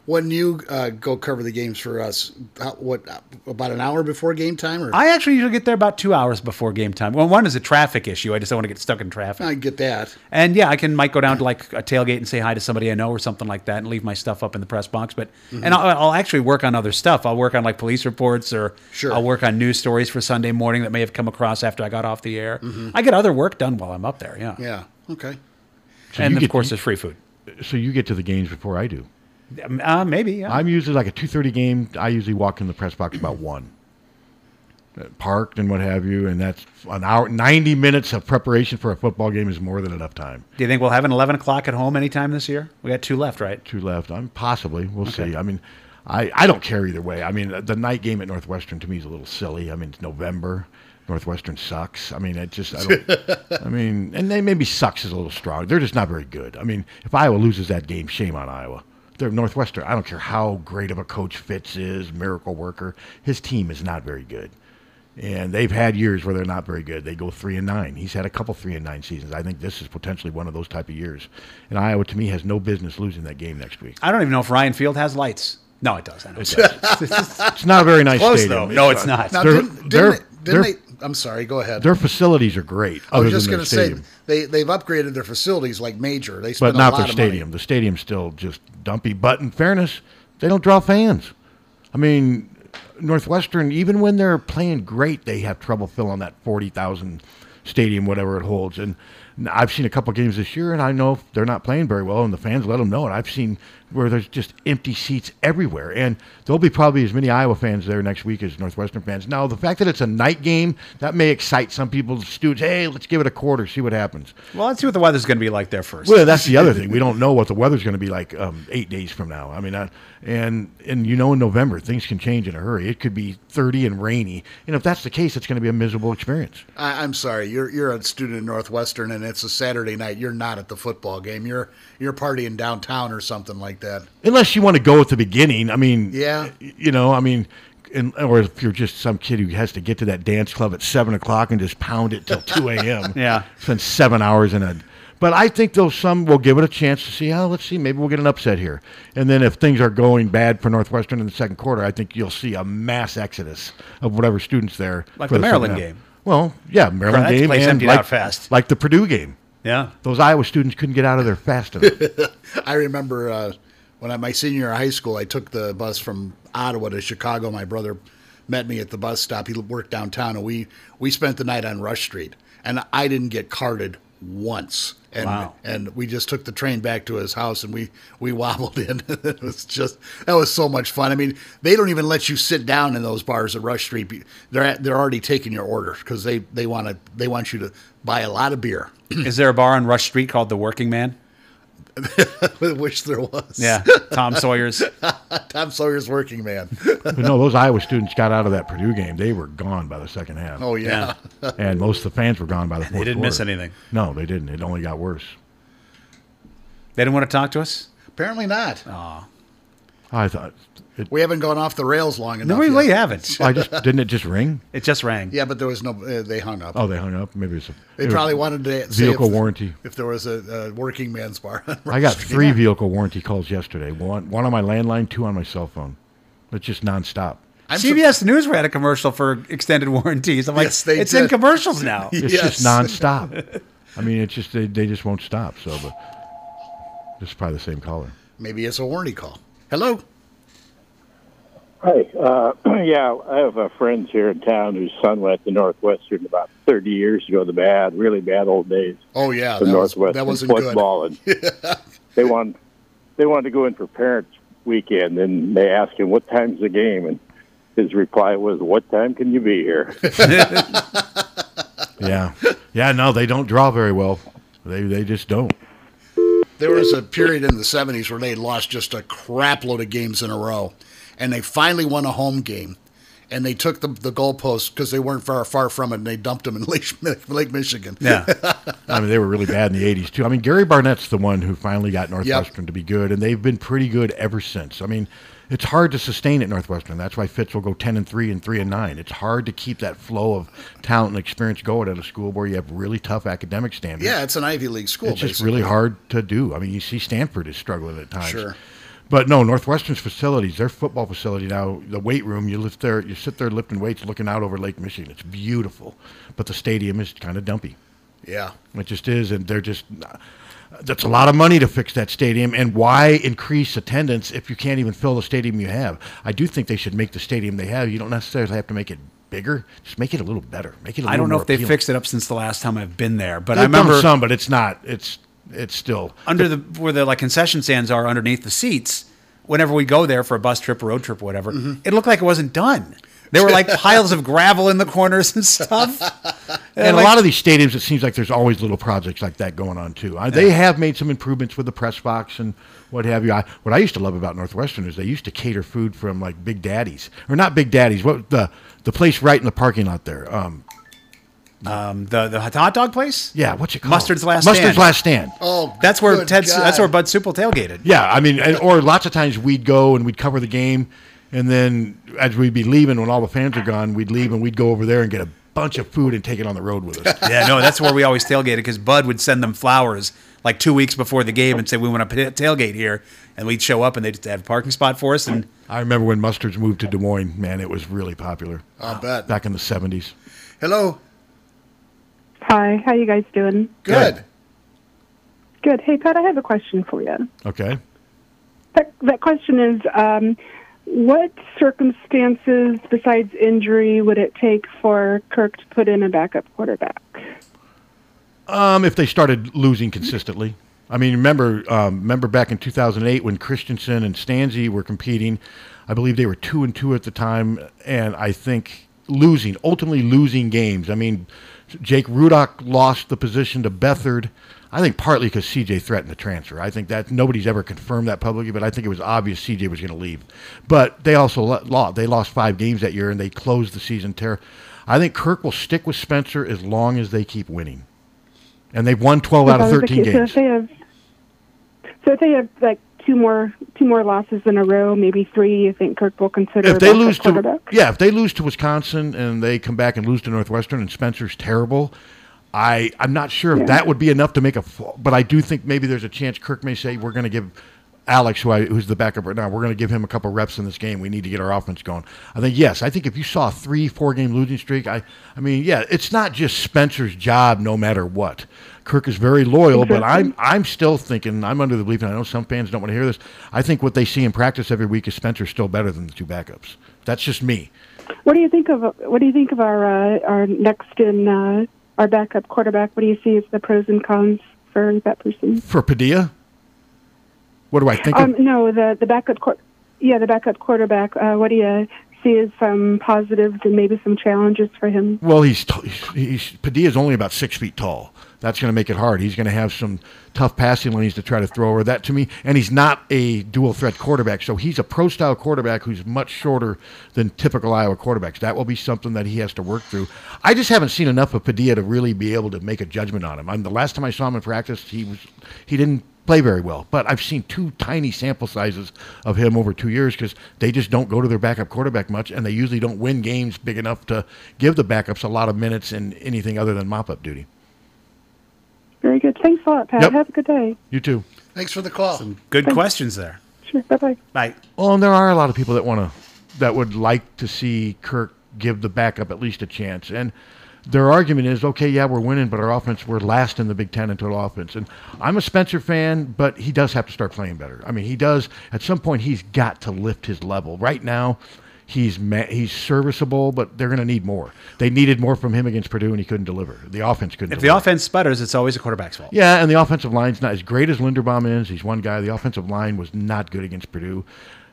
Speaker 3: when you uh, go cover the games for us how, what about an hour before game time or
Speaker 2: Mm-hmm. I actually usually get there about two hours before game time. Well, one is a traffic issue. I just don't want to get stuck in traffic.
Speaker 3: I get that
Speaker 2: And yeah, I can might go down to like a tailgate and say hi to somebody I know or something like that, and leave my stuff up in the press box. But
Speaker 3: Mm-hmm.
Speaker 2: and I'll, I'll actually work on other stuff. I'll work on like police reports or
Speaker 3: Sure.
Speaker 2: I'll work on news stories for Sunday morning that may have come across after I got off the air. I get other work done while I'm up there. Yeah,
Speaker 3: Mm-hmm. yeah okay
Speaker 1: So
Speaker 2: and
Speaker 1: you
Speaker 2: of
Speaker 1: get-
Speaker 2: course there's free food.
Speaker 1: So you get to the games before I do.
Speaker 2: Um, Uh, maybe. Yeah.
Speaker 1: I'm usually like a two thirty game. I usually walk in the press box about one, Uh, parked and what have you, and that's an hour. Ninety minutes of preparation for a football game is more than enough time.
Speaker 2: Do you think we'll have an 11 o'clock at home anytime this year? We got two left, right?
Speaker 1: Two left. I'm possibly. We'll see. I mean, I I don't care either way. I mean, the night game at Northwestern to me is a little silly. I mean, it's November. Northwestern sucks. I mean, it just. I, don't, I mean, and they maybe sucks is a little strong. They're just not very good. I mean, if Iowa loses that game, shame on Iowa. They're Northwestern. I don't care how great of a coach Fitz is, miracle worker. His team is not very good. And they've had years where they're not very good. They go three and nine. He's had a couple three and nine seasons. I think this is potentially one of those type of years. And Iowa, to me, has no business losing that game next week.
Speaker 2: I don't even know if Ryan Field has lights. No, it doesn't.
Speaker 1: It does. It's not a very nice
Speaker 2: Close,
Speaker 1: stadium.
Speaker 2: Though. No, it's not.
Speaker 1: Now,
Speaker 2: Now,
Speaker 1: They're-
Speaker 3: didn't,
Speaker 1: they're-
Speaker 3: didn't they, didn't
Speaker 1: they're-
Speaker 3: they- I'm sorry. Go ahead.
Speaker 1: Their facilities are great.
Speaker 3: I was
Speaker 1: other
Speaker 3: just
Speaker 1: than
Speaker 3: going
Speaker 1: their
Speaker 3: to say
Speaker 1: stadium.
Speaker 3: they they've upgraded their facilities like major. They spend
Speaker 1: but not
Speaker 3: a lot
Speaker 1: their
Speaker 3: of money.
Speaker 1: stadium. The stadium's still just dumpy. But in fairness, they don't draw fans. I mean, Northwestern, even when they're playing great, they have trouble filling that forty thousand stadium, whatever it holds. And I've seen a couple games this year, and I know they're not playing very well, and the fans let them know. And I've seen where there's just empty seats everywhere, and there'll be probably as many Iowa fans there next week as Northwestern fans. Now, the fact that it's a night game that may excite some people, students. Hey, let's give it a quarter, see what happens.
Speaker 2: well, let's see what the weather's going to be like there first.
Speaker 1: Well, that's the other thing. We don't know what the weather's going to be like um, eight days from now. I mean, I, and and you know, in November things can change in a hurry. It could be thirty and rainy, and if that's the case, it's going to be a miserable experience.
Speaker 3: I, I'm sorry. You're you're a student at Northwestern, and it's a Saturday night. You're not at the football game. You're you're partying downtown or something like that.
Speaker 1: Unless you want to go at the beginning. I mean,
Speaker 3: Yeah.
Speaker 1: you know, I mean. And, or if you're just some kid who has to get to that dance club at seven o'clock and just pound it till two a.m.
Speaker 2: Yeah.
Speaker 1: spend seven hours in a. But I think though some will give it a chance to see. Oh, let's see, maybe we'll get an upset here. And then if things are going bad for Northwestern in the second quarter, I think you'll see a mass exodus of whatever students there.
Speaker 2: Like
Speaker 1: for second
Speaker 2: the Maryland
Speaker 1: half.
Speaker 2: game.
Speaker 1: Well, yeah, Maryland
Speaker 2: That
Speaker 1: game
Speaker 2: place
Speaker 1: and
Speaker 2: emptied
Speaker 1: like,
Speaker 2: out fast.
Speaker 1: like the Purdue game.
Speaker 2: Yeah.
Speaker 1: those Iowa students couldn't get out of there fast enough.
Speaker 3: I remember uh, when I my senior year of high school, I took the bus from Ottawa to Chicago. My brother met me at the bus stop. He worked downtown, and we we spent the night on Rush Street. And I didn't get carded once. And,
Speaker 2: Wow.
Speaker 3: and we just took the train back to his house and we, we wobbled in. it was just, that was so much fun. I mean, they don't even let you sit down in those bars at Rush Street. Be- They're, at, they're already taking your order because they, they, wanna, they want you to buy a lot of beer.
Speaker 2: Is there a bar on Rush Street called The Working Man?
Speaker 3: I wish there was.
Speaker 2: Yeah, Tom Sawyer's.
Speaker 3: Tom Sawyer's working man.
Speaker 1: But no, those Iowa students got out of that Purdue game. They were gone by the second half.
Speaker 3: Oh, yeah. Yeah.
Speaker 1: and most of the fans were gone by the fourth.
Speaker 2: didn't miss
Speaker 1: quarter.
Speaker 2: anything.
Speaker 1: No, they didn't. It only got worse.
Speaker 2: They didn't want to talk to us?
Speaker 3: Apparently not.
Speaker 1: I thought. It,
Speaker 3: We haven't gone off the rails long enough.
Speaker 1: we
Speaker 3: yet.
Speaker 1: really haven't. I just didn't it just ring?
Speaker 2: It just rang.
Speaker 3: Yeah, but there was no. Uh, they hung up.
Speaker 1: Oh, they hung up. Maybe it's a,
Speaker 3: They
Speaker 1: it was
Speaker 3: probably wanted to say
Speaker 1: vehicle
Speaker 3: if-
Speaker 1: warranty.
Speaker 3: If there was a, a working man's bar. on
Speaker 1: I got
Speaker 3: Rush Street.
Speaker 1: three vehicle warranty calls yesterday. One one on my landline, two on my cell phone. It's just nonstop.
Speaker 2: CBS News ran a commercial for extended warranties. I'm like,
Speaker 3: Yes, they
Speaker 2: it's in
Speaker 3: did.
Speaker 2: commercials now.
Speaker 1: It's just nonstop. I mean, it's just they, they just won't stop. So, but this is probably the same caller.
Speaker 3: Maybe it's a warranty call. Hello.
Speaker 18: Hi. Uh, yeah, I have uh, friends here in town whose son went to Northwestern about 30 years ago, the bad, really bad old days.
Speaker 3: Oh yeah,
Speaker 18: the
Speaker 3: that was-
Speaker 18: Northwestern
Speaker 3: that wasn't good.
Speaker 18: football, and they wanted they wanted to go in for parents' weekend, and they asked him what time's the game, and his reply was, "What time can you be here?"
Speaker 1: Yeah, yeah. No, they don't draw very well. They they just don't.
Speaker 3: There was a period in the 70s where they lost just a crap load of games in a row. And they finally won a home game. And they took the, the goalposts because they weren't far, far from it and they dumped them in Lake, Lake Michigan.
Speaker 1: Yeah. I mean, they were really bad in the 80s, too. I mean, Gary Barnett's the one who finally got Northwestern to be good, and they've been pretty good ever since. I mean, it's hard to sustain at Northwestern. That's why Fitz will go 10 and 3 and 3 and 9. It's hard to keep that flow of talent and experience going at a school where you have really tough academic standards.
Speaker 3: yeah, it's an Ivy League school.
Speaker 1: It's just
Speaker 3: basically.
Speaker 1: really hard to do. I mean, you see Stanford is struggling at times.
Speaker 3: Sure.
Speaker 1: But no, Northwestern's facilities, their football facility now, the weight room, you lift there, you sit there lifting weights, looking out over Lake Michigan. It's beautiful, but the stadium is kind of dumpy.
Speaker 3: Yeah.
Speaker 1: It just is, and they're just. That's a lot of money to fix that stadium, and why increase attendance if you can't even fill the stadium you have? I do think they should make the stadium they have. You don't necessarily have to make it bigger; just make it a little better. Make it. I
Speaker 2: I don't know if they fixed it up since the last time I've been there, but I
Speaker 1: They've done
Speaker 2: remember
Speaker 1: some, but it's not. It's it's still
Speaker 2: under the where the like concession stands are underneath the seats. Whenever we go there for a bus trip, road trip, whatever,
Speaker 3: Mm-hmm.
Speaker 2: it looked like it wasn't done. There were like piles of gravel in the corners and stuff.
Speaker 1: And, a lot of these stadiums, it seems like there's always little projects like that going on too. I, They
Speaker 2: Yeah.
Speaker 1: have made some improvements with the press box and what have you. I, what I used to love about Northwestern is they used to cater food from like Big Daddy's or not Big Daddy's. What the the place right in the parking lot there? Um,
Speaker 2: um, the the hot dog place.
Speaker 1: Yeah, what's it called?
Speaker 2: Mustard's last
Speaker 1: Mustard's
Speaker 2: stand.
Speaker 1: Last Stand.
Speaker 3: Oh,
Speaker 2: that's where
Speaker 3: good
Speaker 2: Ted's. That's
Speaker 3: God.
Speaker 2: where Bud Supple tailgated.
Speaker 1: Yeah, I mean, and, or lots of times we'd go and we'd cover the game, And then as we'd be leaving, when all the fans are gone, we'd leave and we'd go over there and get a bunch of food and take it on the road with us.
Speaker 2: yeah, no, that's where we always tailgated because Bud would send them flowers like two weeks before the game and say we want to tailgate here, and we'd show up and they'd have a parking spot for us. And
Speaker 1: I remember when mustards moved to Des Moines, man, it was really popular.
Speaker 3: I bet.
Speaker 1: Back in the 70s.
Speaker 3: Hello.
Speaker 12: Hi, how you guys doing?
Speaker 1: Good.
Speaker 12: Good. Hey, Pat, I have a question for you.
Speaker 1: Okay.
Speaker 12: That, that question is um, what circumstances besides injury would it take for Kirk to put in a backup quarterback?
Speaker 1: Um, if they started losing consistently. I mean, remember, um, remember back in 2008 when Christensen and Stanzi were competing. I believe they were two and two at the time, and I think losing, ultimately losing games. I mean, Jake Rudock lost the position to Bethard. I think partly because CJ threatened the transfer. I think that nobody's ever confirmed that publicly, but I think it was obvious CJ was going to leave. But they also lo- lost. They lost five games that year, and they closed the season terror. I think Kirk will stick with Spencer as long as they keep winning, and they've won 12 Oh, out of
Speaker 12: If I was
Speaker 1: 13
Speaker 12: the-
Speaker 1: games.
Speaker 12: So if they have, so if they have like two more two more losses in a row, maybe three, you think Kirk will consider a
Speaker 1: if they
Speaker 12: backup
Speaker 1: lose to
Speaker 12: quarterback?
Speaker 1: yeah, if they lose to Wisconsin and they come back and lose to Northwestern and Spencer's terrible, I I'm not sure if
Speaker 12: Yeah.
Speaker 1: that would be enough to make a. fall- But I do think maybe there's a chance Kirk may say we're going to give Alex, who I, who's the backup right now, we're going to give him a couple reps in this game. We need to get our offense going. I think yes. I think if you saw a three four game losing streak, I I mean yeah, it's not just Spencer's job no matter what. Kirk is very loyal, but I'm I'm still thinking I'm under the belief, and I know some fans don't want to hear this. I think what they see in practice every week is Spencer's still better than the two backups. That's just me.
Speaker 12: What do you think of what do you think of our uh, our next in uh, our backup quarterback? What do you see as the pros and cons for that person?
Speaker 1: For Padilla, what do I think?
Speaker 12: Um,
Speaker 1: of,
Speaker 12: no, the the backup quar yeah, the backup quarterback. Uh, what do you see as some positives and maybe some challenges for him?
Speaker 1: well, he's, t- he's, he's Padilla's only about six feet tall. That's going to make it hard. He's going to have some tough passing lanes to try to throw over that to me. And he's not a dual threat quarterback, so he's a pro style quarterback who's much shorter than typical Iowa quarterbacks. That will be something that he has to work through. I just haven't seen enough of Padilla to really be able to make a judgment on him. i the last time I saw him in practice, he was he didn't play very well. But I've seen two tiny sample sizes of him over two years because they just don't go to their backup quarterback much, and they usually don't win games big enough to give the backups a lot of minutes in anything other than mop up duty.
Speaker 12: Very good. Thanks a lot, Pat.
Speaker 1: Yep.
Speaker 12: Have a good day.
Speaker 1: You too.
Speaker 3: Thanks for the call.
Speaker 2: Good
Speaker 12: Thanks.
Speaker 2: questions there.
Speaker 12: Sure. Bye bye.
Speaker 2: Right.
Speaker 1: Well, and there are a lot of people that want to, that would like to see Kirk give the backup at least a chance. And their argument is, okay, yeah, we're winning, but our offense, we're last in the Big Ten in total offense. And I'm a Spencer fan, but he does have to start playing better. I mean, he does. At some point, he's got to lift his level. Right now, he's ma- he's serviceable, but they're going to need more. They needed more from him against Purdue, and he couldn't deliver. The offense couldn't.
Speaker 2: If
Speaker 1: deliver.
Speaker 2: the offense sputters, it's always a quarterback's fault.
Speaker 1: Yeah, and the offensive line's not as great as Linderbaum is. He's one guy. The offensive line was not good against Purdue,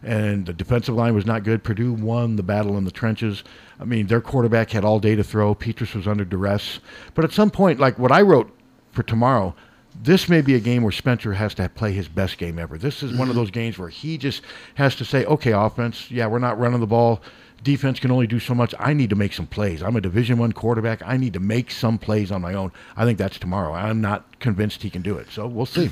Speaker 1: and the defensive line was not good. Purdue won the battle in the trenches. I mean, their quarterback had all day to throw. Petrus was under duress. But at some point, like what I wrote for tomorrow, this may be a game where Spencer has to play his best game ever. This is one of those games where he just has to say, okay, offense, yeah, we're not running the ball. Defense can only do so much. I need to make some plays. I'm a Division One quarterback. I need to make some plays on my own. I think that's tomorrow. I'm not convinced he can do it. So we'll see.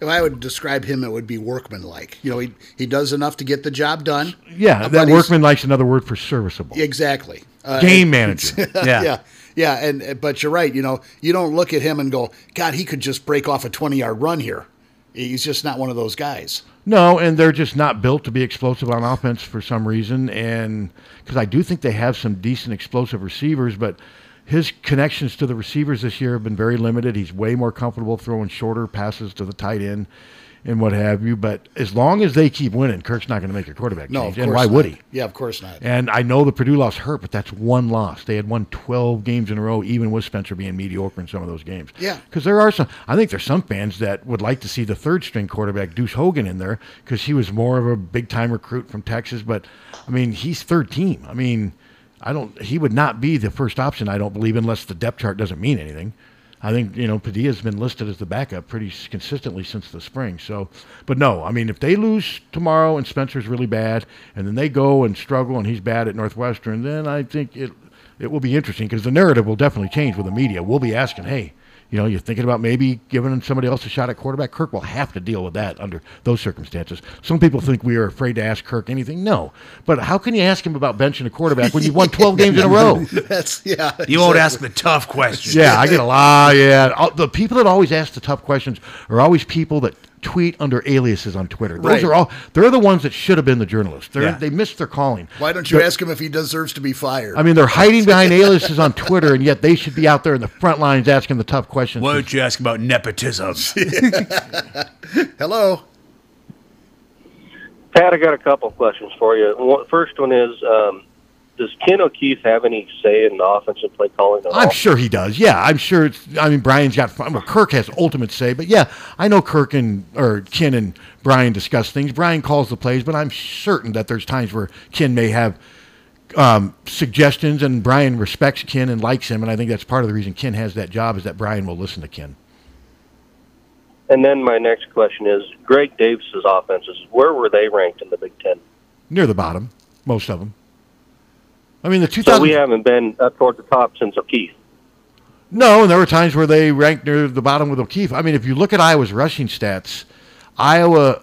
Speaker 3: If I would describe him, it would be workmanlike. You know, he he does enough to get the job done.
Speaker 1: Yeah,
Speaker 3: Uh, but
Speaker 1: that
Speaker 3: he's-
Speaker 1: workman likes another word for serviceable.
Speaker 3: Exactly. Uh,
Speaker 1: Game
Speaker 3: and-
Speaker 1: manager. Yeah.
Speaker 3: yeah. Yeah, and and- but you're right. You know, you don't look at him and go, "God, he could just break off a 20 yard run here." He's just not one of those guys.
Speaker 1: No, and they're just not built to be explosive on offense for some reason. And because I do think they have some decent explosive receivers, but his connections to the receivers this year have been very limited. He's way more comfortable throwing shorter passes to the tight end and what have you. But as long as they keep winning, Kirk's not going to make a quarterback
Speaker 3: No,
Speaker 1: change.
Speaker 3: of
Speaker 1: and
Speaker 3: course
Speaker 1: why
Speaker 3: not.
Speaker 1: would he?
Speaker 3: Yeah, of course not.
Speaker 1: And I know the Purdue loss hurt, but that's one loss. They had won 12 games in a row, even with Spencer being mediocre in some of those games.
Speaker 3: Yeah.
Speaker 1: Because there are some, I think there's some fans that would like to see the third string quarterback, Deuce Hogan, in there because he was more of a big time recruit from Texas. But, I mean, he's third team. I mean, I don't, he would not be the first option, I don't believe, unless the depth chart doesn't mean anything. I think, you know, Padilla's been listed as the backup pretty s- consistently since the spring. So, but no, I mean, if they lose tomorrow and Spencer's really bad and then they go and struggle and he's bad at Northwestern, then I think it, it will be interesting because the narrative will definitely change with the media. We'll be asking, hey, You know, you're thinking about maybe giving somebody else a shot at quarterback. Kirk will have to deal with that under those circumstances. Some people think we are afraid to ask Kirk anything. No, but how can you ask him about benching a quarterback when you've won 12 games in a row?
Speaker 3: That's yeah.
Speaker 2: You won't
Speaker 3: exactly.
Speaker 2: ask the tough questions.
Speaker 1: Yeah, I get a lot. Yeah, All- the people that always ask the tough questions are always people that tweet under aliases on Twitter. Those
Speaker 3: Right.
Speaker 1: are all. They're the ones that should have been the journalists. They're,
Speaker 3: Yeah.
Speaker 1: They missed their calling.
Speaker 3: Why don't you
Speaker 1: They're-
Speaker 3: ask him if he deserves to be fired?
Speaker 1: I mean, they're hiding behind aliases on Twitter, and yet they should be out there in the front lines asking the tough questions.
Speaker 2: Why don't you ask about nepotism?
Speaker 3: Hello.
Speaker 12: Pat, I got a couple of questions for you. One- First one is, um, does Ken O'Keefe have any say in the offensive play calling at all?
Speaker 1: I'm sure he does. Yeah, I'm sure it's. I mean, Brian's got. Well, Kirk has ultimate say, but yeah, I know Kirk and or Ken and Brian discuss things. Brian calls the plays, but I'm certain that there's times where Ken may have um, suggestions, and Brian respects Ken and likes him, and I think that's part of the reason Ken has that job is that Brian will listen to Ken.
Speaker 12: And then my next question is, Greg Davis's offenses, where were they ranked in the Big Ten?
Speaker 1: Near the bottom, most of them. I mean, the 2000.
Speaker 12: So we haven't been up toward the top since O'Keefe.
Speaker 1: No, and there were times where they ranked near the bottom with O'Keefe. I mean, if you look at Iowa's rushing stats, Iowa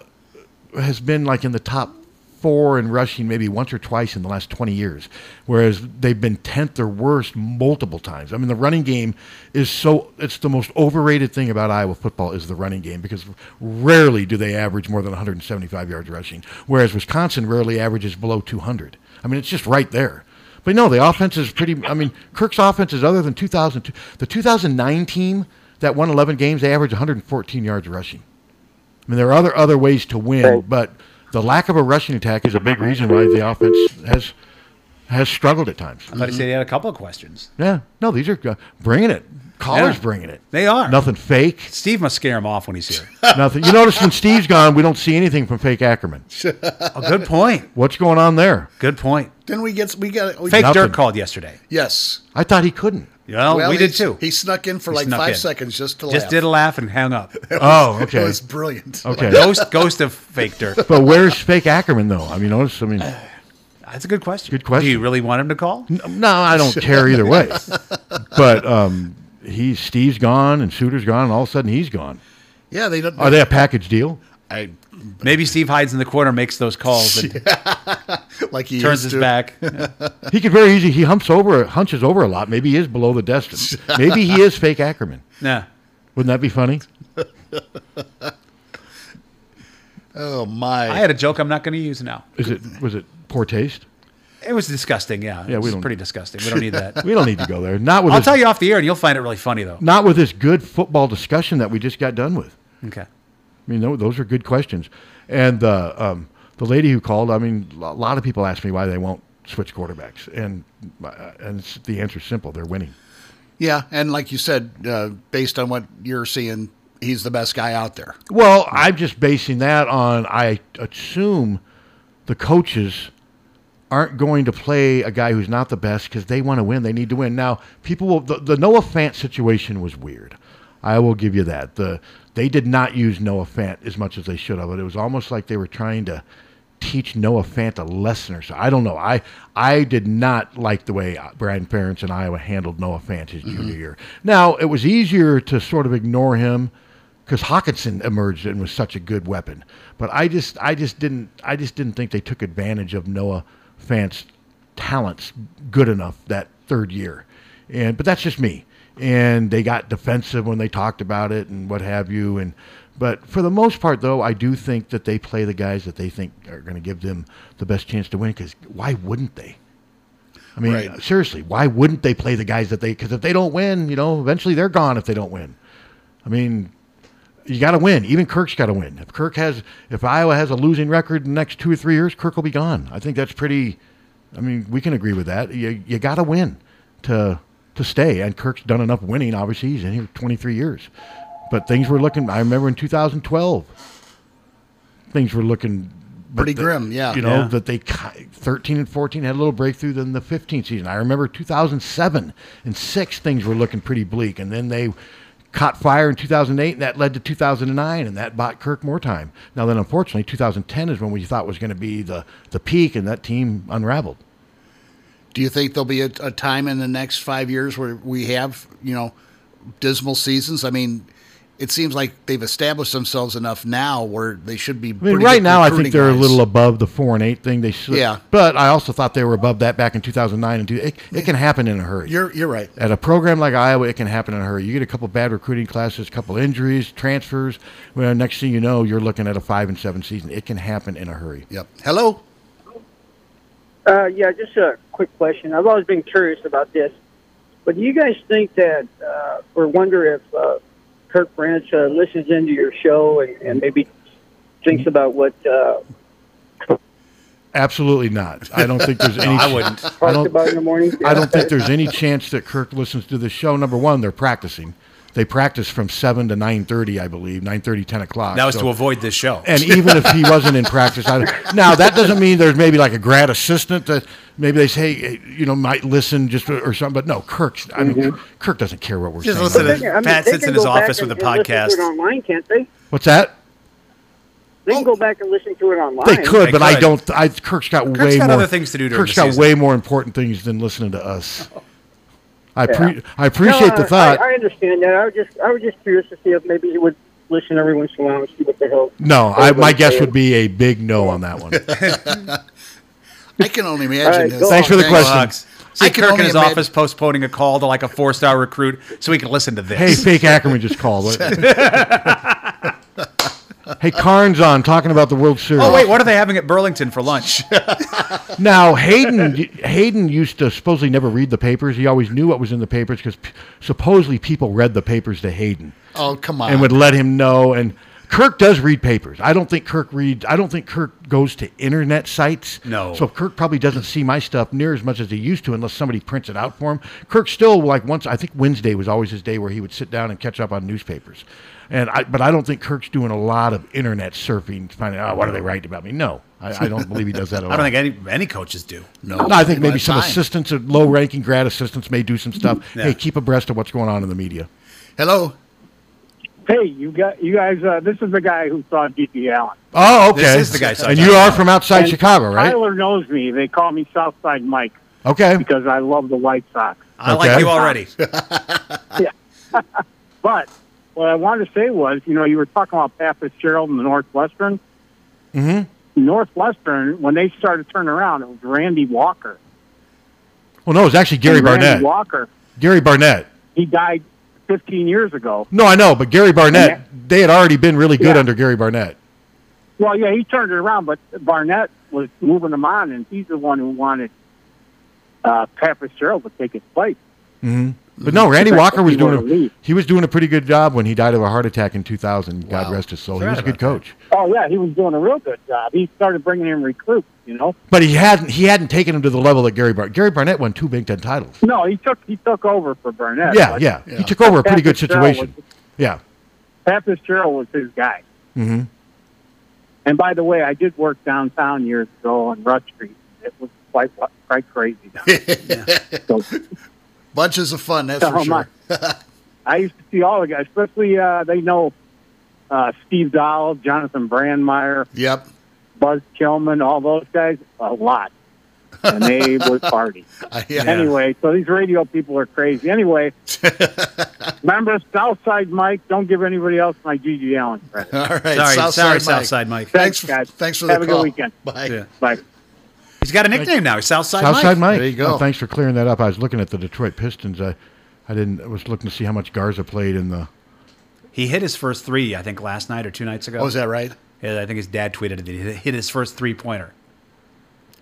Speaker 1: has been like in the top four in rushing maybe once or twice in the last 20 years, whereas they've been 10th or worst multiple times. I mean, the running game is so, it's the most overrated thing about Iowa football is the running game because rarely do they average more than 175 yards rushing, whereas Wisconsin rarely averages below 200. I mean, it's just right there. But no, the offense is pretty. I mean, Kirk's offense is other than 2002. The 2009 team that won 11 games, they averaged 114 yards rushing. I mean, there are other other ways to win, but the lack of a rushing attack is a big reason why the offense has has struggled at times.
Speaker 2: I thought he said he had a couple of questions.
Speaker 1: Yeah, no, these are uh, bringing it. Callers
Speaker 2: Yeah.
Speaker 1: bringing it.
Speaker 2: They are.
Speaker 1: Nothing fake.
Speaker 2: Steve must scare him off when he's here.
Speaker 1: Nothing. You notice when Steve's gone, we don't see anything from fake Ackerman.
Speaker 2: Oh, good point.
Speaker 1: What's going on there?
Speaker 2: Good point.
Speaker 3: Then we get we got we
Speaker 2: Fake
Speaker 1: Nothing.
Speaker 2: Dirk called yesterday.
Speaker 3: Yes.
Speaker 1: I thought he couldn't.
Speaker 2: Well, we did
Speaker 3: he-
Speaker 2: too.
Speaker 3: He snuck in for
Speaker 2: He
Speaker 3: like
Speaker 2: snuck
Speaker 3: five
Speaker 2: in.
Speaker 3: seconds just to
Speaker 2: Just
Speaker 3: laugh.
Speaker 2: did a laugh and hung up.
Speaker 1: Oh, okay.
Speaker 3: It was brilliant.
Speaker 1: Okay.
Speaker 2: Ghost, ghost of fake Dirk.
Speaker 1: But where's fake Ackerman though? I mean, notice. I mean,
Speaker 2: That's a good question.
Speaker 1: Good question.
Speaker 2: Do you really want him to call?
Speaker 1: no, I don't care either way. But um, he, Steve's gone and Suter's gone, and all of a sudden he's gone.
Speaker 3: Yeah, they don't.
Speaker 1: Are they a package deal?
Speaker 3: I,
Speaker 2: Maybe Steve hides in the corner, makes those calls, and
Speaker 3: like he
Speaker 2: turns his
Speaker 3: used to.
Speaker 2: back.
Speaker 1: He could very easy. He humps over, hunches over a lot. Maybe he is below the desk. Maybe he is fake Ackerman.
Speaker 2: Yeah.
Speaker 1: Wouldn't that be funny?
Speaker 3: Oh my!
Speaker 2: I had a joke I'm not going to use now.
Speaker 1: Is it was it poor taste?
Speaker 2: It was disgusting. Yeah.
Speaker 1: Yeah, we
Speaker 2: it was
Speaker 1: don't-
Speaker 2: pretty disgusting. We don't need that.
Speaker 1: We don't need to go there. Not with
Speaker 2: I'll
Speaker 1: this,
Speaker 2: tell you off the air, and you'll find it really funny though.
Speaker 1: not with this good football discussion that we just got done with.
Speaker 2: Okay.
Speaker 1: I mean, tho- those are good questions. And the um, the lady who called, I mean, a lot of people ask me why they won't switch quarterbacks, and uh, and it's, the answer's simple: they're winning.
Speaker 3: Yeah, and like you said, uh, based on what you're seeing, he's the best guy out there.
Speaker 1: Well, I'm just basing that on I assume the coaches aren't going to play a guy who's not the best because they want to win. They need to win. Now, people will the, the Noah Fant situation was weird. I will give you that. The they did not use Noah Fant as much as they should have, but it was almost like they were trying to teach Noah Fant a lesson or so. I don't know. I I did not like the way uh, Brian Ferentz and Iowa handled Noah Fant his junior year. Now it was easier to sort of ignore him because Hawkinson emerged and was such a good weapon. But I just I just didn't I just didn't think they took advantage of Noah Fant's talents good enough that third year. And but that's just me. And they got defensive when they talked about it and what have you. And but for the most part, though, I do think that they play the guys that they think are going to give them the best chance to win. Because why wouldn't they? I mean,
Speaker 3: Right.
Speaker 1: seriously, why wouldn't they play the guys that they? Because if they don't win, you know, eventually they're gone if they don't win. I mean, you got to win. Even Kirk's got to win. If Kirk has, if Iowa has a losing record in the next two or three years, Kirk will be gone. I think that's pretty. I mean, we can agree with that. You you got to win to to stay. And Kirk's done enough winning. Obviously, he's in here 23 years. But things were looking. I remember in 2012, things were looking but
Speaker 3: Pretty
Speaker 1: the-
Speaker 3: grim, yeah.
Speaker 1: You know
Speaker 3: Yeah.
Speaker 1: that they ki- 13 and 14 had a little breakthrough than the 15 season. I remember 2007 and six things were looking pretty bleak, and then they caught fire in 2008, and that led to 2009, and that bought Kirk more time. Now then, unfortunately, 2010 is when we thought was going to be the the peak, and that team unraveled.
Speaker 3: Do you think there'll be a, a time in the next five years where we have, you know, dismal seasons? I mean, it seems like they've established themselves enough now where they should be.
Speaker 1: I mean,
Speaker 3: pretty
Speaker 1: right
Speaker 3: good
Speaker 1: now, I
Speaker 3: recruiting
Speaker 1: think they're a
Speaker 3: guys.
Speaker 1: little above the four and eight thing. They should,
Speaker 3: Yeah.
Speaker 1: But I also thought they were above that back in 2009 and two. It, it can happen in a hurry.
Speaker 3: You're you're right.
Speaker 1: At a program like Iowa, it can happen in a hurry. You get a couple bad recruiting classes, couple injuries, transfers. Well, next thing you know, you're looking at a five and seven season. It can happen in a hurry.
Speaker 3: Yep. Hello.
Speaker 19: Uh, yeah, just a quick question. I've always been curious about this, but do you guys think that, uh, or wonder if uh, Kirk Branch uh, listens into your show and, and maybe
Speaker 1: Mm-hmm.
Speaker 19: thinks about what uh,
Speaker 1: Absolutely not. I don't think there's
Speaker 19: No,
Speaker 1: any.
Speaker 19: I
Speaker 1: ch-
Speaker 19: wouldn't.
Speaker 1: I
Speaker 19: Talked about in the morning?
Speaker 1: don't, I don't think there's any chance that Kirk listens to the show. Number one, they're practicing. They practice from seven to nine thirty, I believe, 9:30, 10 o'clock.
Speaker 20: That was
Speaker 1: Ah, So-
Speaker 20: to avoid this
Speaker 2: Oh.
Speaker 20: show.
Speaker 1: And even if he wasn't in practice, I don't, now that doesn't mean there's maybe like a grad assistant that maybe they say hey, you know might listen just or something. But no, Kirk's. I mean, Kirk doesn't care what we're
Speaker 20: Just
Speaker 1: saying.
Speaker 20: listen to
Speaker 1: I mean-
Speaker 19: I mean,
Speaker 20: Pat
Speaker 19: Mm-hmm. they
Speaker 20: sits
Speaker 19: can
Speaker 20: in his
Speaker 19: go back
Speaker 20: office
Speaker 19: and-
Speaker 20: with a
Speaker 19: and listen to
Speaker 20: podcast.
Speaker 19: it online, can't they?
Speaker 1: What's that?
Speaker 19: They can go back and listen to it online.
Speaker 1: They could, but I don't. I Kirk's got
Speaker 20: Kirk's
Speaker 1: way
Speaker 20: got
Speaker 1: more
Speaker 20: other things to do during
Speaker 1: Kirk's
Speaker 20: the
Speaker 1: got
Speaker 20: season.
Speaker 1: way more important things than listening to us. I
Speaker 19: Yeah.
Speaker 1: pre- I appreciate
Speaker 19: No,
Speaker 1: the thought.
Speaker 19: I, I understand that. I was just, I was just curious to see if maybe you would listen every once in a while and see what the hell.
Speaker 1: no, I, my guess would be a big no on that one.
Speaker 3: I can only imagine. this.
Speaker 1: Thanks for the question.
Speaker 20: Sucks. See
Speaker 3: I can
Speaker 20: Kirk in
Speaker 3: only
Speaker 20: his
Speaker 3: imagine-
Speaker 20: office postponing a call to like a four star recruit so he can listen to
Speaker 1: hey,
Speaker 20: this.
Speaker 1: fake Ackerman just called. hey, Carnes on talking about the World Series.
Speaker 20: oh, wait, what are they having at Burlington for lunch?
Speaker 1: Now Hayden Hayden used to supposedly never read the papers. He always knew what was in the papers because p- supposedly people read the papers to Hayden.
Speaker 3: Oh come on.
Speaker 1: and would let him know. And Kirk does read papers. I don't think Kirk reads. I don't think Kirk goes to internet sites.
Speaker 20: No.
Speaker 1: So Kirk probably doesn't see my stuff near as much as he used to, unless somebody prints it out for him. Kirk still like once. I think Wednesday was always his day where he would sit down and catch up on newspapers. And I, but I don't think Kirk's doing a lot of internet surfing, finding out oh, what are they writing about me. No, I, I don't believe he does that at all.
Speaker 20: I don't think any any coaches do.
Speaker 1: No, I think maybe some
Speaker 20: assistants.
Speaker 1: assistants or low ranking grad assistants may do some stuff.
Speaker 20: Yeah.
Speaker 1: Hey, keep abreast of what's going on in the media.
Speaker 3: Hello.
Speaker 21: Hey, you got you guys. Uh, this is the guy who saw D.P. Allen.
Speaker 1: Oh, okay. And you are from outside
Speaker 21: And
Speaker 1: Chicago, right?
Speaker 21: Tyler knows me. They call me Southside Mike
Speaker 1: Okay.
Speaker 21: because I love the White Sox.
Speaker 1: I like Okay. you already.
Speaker 21: but what I wanted to say was, you know, you were talking about Pat Fitzgerald and the Northwestern.
Speaker 1: Mm-hmm.
Speaker 21: Northwestern, when they started turning around, it was Randy Walker.
Speaker 1: Well, no, it was actually Gary
Speaker 21: And Randy
Speaker 1: Barnett.
Speaker 21: Walker,
Speaker 1: Gary Barnett.
Speaker 21: he died 15 years ago.
Speaker 1: No, I know, but Gary Barnett, they had already been really good under Gary Barnett.
Speaker 21: Well, yeah, he turned it around, but Barnett was moving him on, and he's the one who wanted uh, Pat Fitzgerald to take his place.
Speaker 1: hmm But no, Randy
Speaker 21: That's
Speaker 1: Walker was
Speaker 21: what he wanted
Speaker 1: doing a, he was doing a pretty good job when he died of a heart attack in 2000. God rest his soul. He was a good coach,
Speaker 21: Oh yeah, he was doing a real good job. He started bringing in recruits, you know.
Speaker 1: but he hadn't he hadn't taken him to the level that Gary Barnett. Gary Barnett won two Big Ten titles.
Speaker 21: No, he took he took over for Burnett.
Speaker 1: yeah,
Speaker 21: but-
Speaker 1: yeah, He took over a pretty good
Speaker 21: Pat Fitzgerald
Speaker 1: situation.
Speaker 21: was-
Speaker 1: yeah.
Speaker 21: Pat Fitzgerald was his guy.
Speaker 1: hmm
Speaker 21: And by the way, I did work downtown years ago on Rush Street. It was quite quite crazy. down there.
Speaker 3: Bunches of fun. That's
Speaker 21: Oh, my.
Speaker 3: for sure.
Speaker 21: I used to see all the guys, especially uh, they know uh, Steve Dahl, Jonathan Brandmeier,
Speaker 3: Yep.
Speaker 21: Buzz Kilman, all those guys a lot, and they would party.
Speaker 3: yeah.
Speaker 21: Anyway, so these radio people are crazy. Anyway, remember Southside Mike. Don't give anybody else my Gigi Allen credit.
Speaker 3: All right,
Speaker 20: Sorry, Southside sorry, Mike. Southside Mike.
Speaker 21: Thanks, guys.
Speaker 3: Thanks
Speaker 21: for Have a good weekend.
Speaker 3: Bye.
Speaker 21: Bye.
Speaker 20: He's got a nickname now. He's Southside,
Speaker 1: Southside Mike.
Speaker 20: There you go.
Speaker 1: Oh, thanks for clearing that up. I was looking at the Detroit Pistons. I, I didn't. I was looking to see how much Garza played in the.
Speaker 20: He hit his first three, I think, last night or two nights ago.
Speaker 1: Oh, is that
Speaker 3: right?
Speaker 20: Yeah, I think his dad tweeted that he hit his first three pointer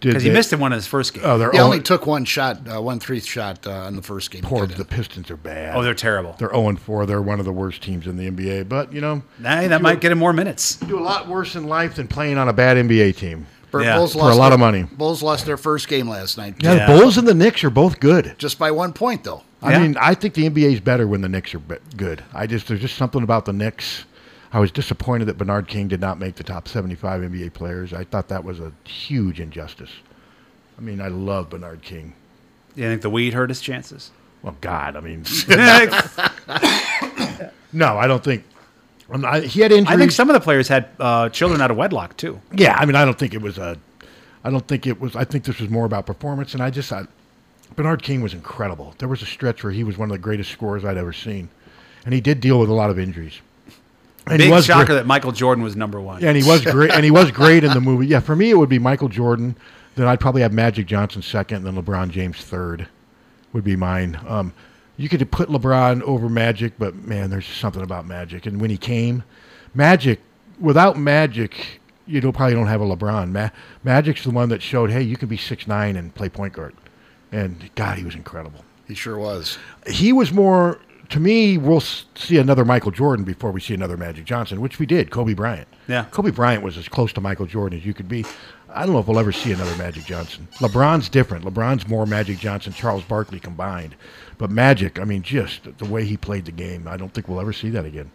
Speaker 1: Did
Speaker 20: because he
Speaker 1: they-
Speaker 20: missed in one of his first games.
Speaker 1: Oh, they're
Speaker 3: He
Speaker 1: all-
Speaker 3: only took one shot, uh, one three shot uh, in the first game.
Speaker 1: Poor, the Pistons are bad.
Speaker 20: Oh, they're terrible.
Speaker 1: They're 0 4. They're one of the worst teams in the NBA. But, you know,
Speaker 20: Hey, that might get him more minutes.
Speaker 1: do a lot worse in life than playing on a bad NBA team
Speaker 3: Bur-
Speaker 1: for a lot
Speaker 3: their-
Speaker 1: of money.
Speaker 3: Bulls lost their first game last night.
Speaker 1: Yeah, the Bulls and the Knicks are both good.
Speaker 3: Just by one point, though.
Speaker 1: I mean, I think the NBA is better when the Knicks are be- good. I just there's just something about the Knicks. I was disappointed that Bernard King did not make the top 75 NBA players. I thought that was a huge injustice. I mean, I love Bernard King.
Speaker 20: You think the weed hurt his chances?
Speaker 1: Well, God, I mean,
Speaker 20: I
Speaker 1: no, I don't think. I'm not- he had injuries.
Speaker 20: think some of the players had uh, children out of wedlock too.
Speaker 1: Yeah, I mean, I don't think it was a. I don't think it was. I think this was more about performance, and I just I, Bernard King was incredible. There was a stretch where he was one of the greatest scorers I'd ever seen. and he did deal with a lot of injuries. And
Speaker 2: Big
Speaker 1: he was
Speaker 2: shocker
Speaker 1: great-
Speaker 2: that Michael Jordan was number one.
Speaker 1: Yeah, and he was great. and he was great in the movie. Yeah, for me, it would be Michael Jordan. Then I'd probably have Magic Johnson second, and then LeBron James third. Would be mine. Um, you could put LeBron over Magic, but man, there's just something about Magic. And when he came, Magic without Magic, you don't, probably don't have a LeBron. Ma- Magic's the one that showed, hey, you can be six nine and play point guard. And God, he was incredible.
Speaker 3: He sure was.
Speaker 1: He was more to me. We'll s- see another Michael Jordan before we see another Magic Johnson, which we did. Kobe Bryant.
Speaker 2: Yeah.
Speaker 1: Kobe Bryant was as close to Michael Jordan as you could be. I don't know if we'll ever see another Magic Johnson. LeBron's different. LeBron's more Magic Johnson, Charles Barkley combined. But Magic, I mean, just the way he played the game, I don't think we'll ever see that again.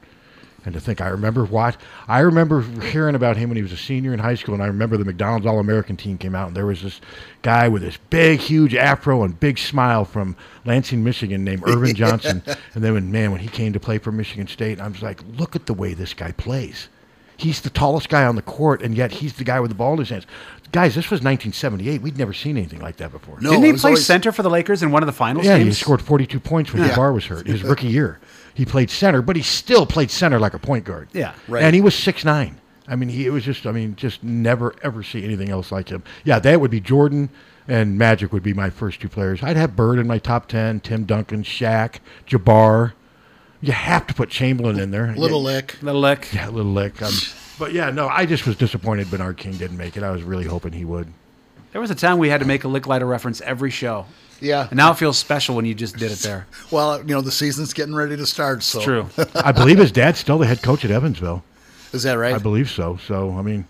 Speaker 1: And to think, I remember what I remember hearing about him when he was a senior in high school, and I remember the McDonald's All American team came out, and there was this guy with this big, huge afro and big smile from Lansing, Michigan, named Irvin Johnson. and then, when, man, when he came to play for Michigan State, I was like, look at the way this guy plays. He's the tallest guy on the court, and yet he's the guy with the ball in his hands. Guys, this was 1978. We'd never seen anything like that before.
Speaker 2: Didn't he play center for the Lakers in one of the finals
Speaker 1: Yeah, he
Speaker 2: games?
Speaker 1: scored 42 points when
Speaker 2: Yeah.
Speaker 1: Jabbar was hurt his rookie year. He played center, but he still played center like a point guard.
Speaker 2: Yeah. Right.
Speaker 1: And he was six nine. I mean, he it was just I mean, just never ever see anything else like him. Yeah, that would be Jordan and Magic would be my first two players. I'd have Bird in my top ten, Tim Duncan, Shaq, Jabbar. You have to put Chamberlain in there.
Speaker 3: Little
Speaker 1: Yeah.
Speaker 3: Lick.
Speaker 2: Little Lick.
Speaker 1: Yeah, Little Lick. Um, but yeah, no, I just was disappointed Bernard King didn't make it. I was really hoping he would.
Speaker 2: There was a time we had to make a lick lighter reference every show.
Speaker 3: Yeah.
Speaker 2: And now it feels special when you just did it there.
Speaker 3: Well, you know the season's getting ready to start. So
Speaker 1: I believe his dad's still the head coach at Evansville.
Speaker 3: Is that right?
Speaker 1: I believe so. So I mean,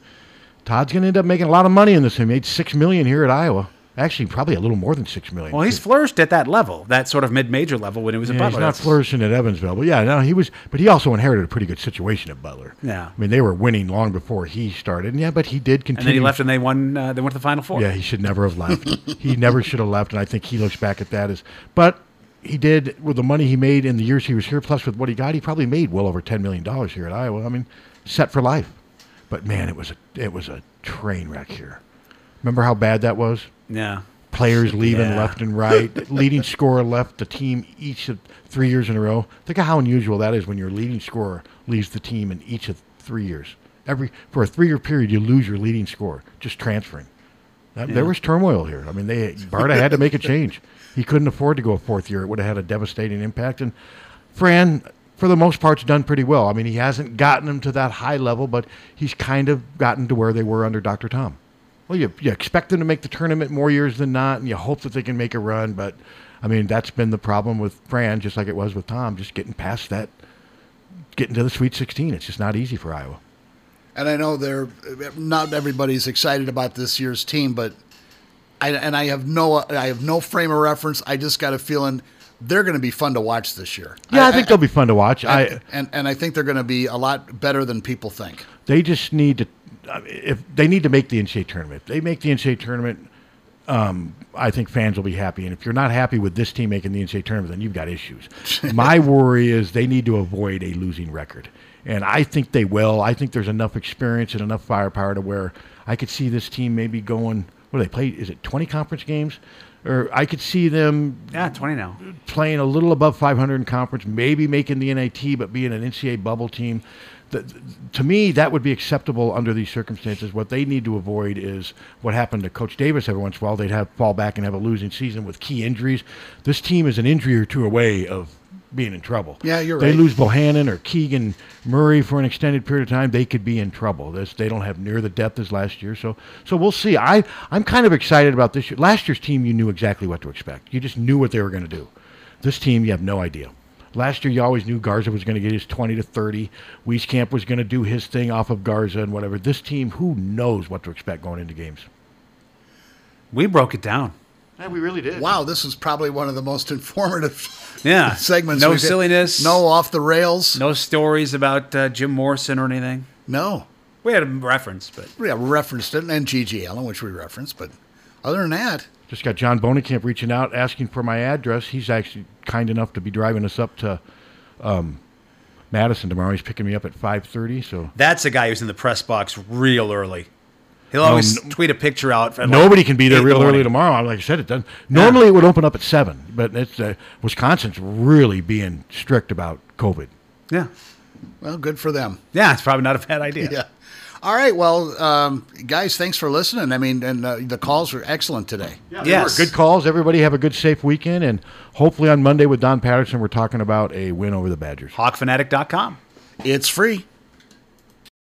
Speaker 1: Todd's going to end up making a lot of money in this. He made six million here at Iowa. Actually, probably a little more than six million.
Speaker 2: Well, he's flourished at that level, that sort of mid major level when he was at
Speaker 1: Yeah, he's
Speaker 2: Butler.
Speaker 1: not
Speaker 2: That's-
Speaker 1: flourishing at Evansville, but yeah, no, he was. But he also inherited a pretty good situation at Butler.
Speaker 2: Yeah.
Speaker 1: I mean they were winning long before he started. And yeah, but he did
Speaker 2: and
Speaker 1: continue.
Speaker 2: then he left and they won, uh, they went to the Final Four.
Speaker 1: Yeah, he should never have left. he never should have left, and I think he looks back at that as. But he did with the money he made in the years he was here, plus with what he got, he probably made well over ten million dollars here at Iowa. I mean, set for life. But man, it was a it was a train wreck here. Remember how bad that was?
Speaker 2: Yeah.
Speaker 1: Players leaving
Speaker 2: Yeah.
Speaker 1: left and right. leading scorer left the team each of three years in a row. Think of how unusual that is when your leading scorer leaves the team in each of three years. Every for a three year period, you lose your leading scorer just transferring. That,
Speaker 2: Yeah.
Speaker 1: There was turmoil here. I mean, they Barta had to make a change. He couldn't afford to go a fourth year. It would have had a devastating impact. And Fran, for the most part, has done pretty well. I mean, he hasn't gotten them to that high level, but he's kind of gotten to where they were under Dr. Tom. Well, you, you expect them to make the tournament more years than not, and you hope that they can make a run. But, I mean, that's been the problem with Fran, just like it was with Tom, just getting past that, getting to the Sweet 16. It's just not easy for Iowa.
Speaker 3: and I know they're not everybody's excited about this year's team, but I and I have no I have no frame of reference. I just got a feeling they're going to be fun to watch this year.
Speaker 1: Yeah, I, think they'll be fun to watch. I,
Speaker 3: and, and and I think they're going to be a lot better than people think.
Speaker 1: They just need to I mean, if they need to make the NCAA tournament. If they make the NCAA tournament. Um, I think fans will be happy, and if you're not happy with this team making the NCAA tournament, then you've got issues. My worry is they need to avoid a losing record, and I think they will. I think there's enough experience and enough firepower to where I could see this team maybe going. What do they play? Is it 20 conference games? Or I could see them
Speaker 2: Yeah, 20 now.
Speaker 1: playing a little above 500 in conference, maybe making the NIT, but being an NCAA bubble team. Th- th- to me, that would be acceptable under these circumstances. What they need to avoid is what happened to Coach Davis every once in a while. They'd have fall back and have a losing season with key injuries. This team is an injury or two away of being in trouble.
Speaker 3: Yeah, you're
Speaker 1: they
Speaker 3: right.
Speaker 1: lose Bohannon or Keegan Murray for an extended period of time, they could be in trouble. This they don't have near the depth as last year. So so we'll see. I I'm kind of excited about this year. Last year's team, you knew exactly what to expect. You just knew what they were going to do. This team, you have no idea. Last year, you always knew Garza was going to get his 20 to 30. Wieskamp was going to do his thing off of Garza and whatever. This team, who knows what to expect going into games?
Speaker 2: We broke it down.
Speaker 1: Yeah, we really did.
Speaker 3: Wow, this is probably one of the most informative
Speaker 2: Yeah.
Speaker 3: segments.
Speaker 2: No
Speaker 3: we've had.
Speaker 2: silliness.
Speaker 3: No off the rails.
Speaker 2: No stories about uh, Jim Morrison or anything.
Speaker 3: No.
Speaker 2: We had a reference, but
Speaker 3: Yeah, we referenced it and GG Allen, which we referenced, but other than that,
Speaker 1: Just got John Bonacamp reaching out asking for my address. He's actually kind enough to be driving us up to um, Madison tomorrow. He's picking me up at 5:30. So
Speaker 2: that's a guy who's in the press box real early. He'll always
Speaker 1: No,
Speaker 2: tweet a picture out. at, like,
Speaker 1: nobody can be
Speaker 2: eight
Speaker 1: there
Speaker 2: in the
Speaker 1: real
Speaker 2: morning.
Speaker 1: early tomorrow. Like I said, it doesn't. Normally it would open up at seven, but it's uh, Wisconsin's really being strict about COVID.
Speaker 2: Yeah.
Speaker 3: Well, good for them.
Speaker 2: Yeah, it's probably not a bad idea.
Speaker 3: Yeah. All right. Well, um, guys, thanks for listening. I mean, and uh, the calls were excellent today.
Speaker 1: Yeah, they were Good calls. Everybody have a good, safe weekend. And hopefully on Monday with Don Patterson, we're talking about a win over the Badgers.
Speaker 2: Hawkfanatic.com.
Speaker 3: It's free.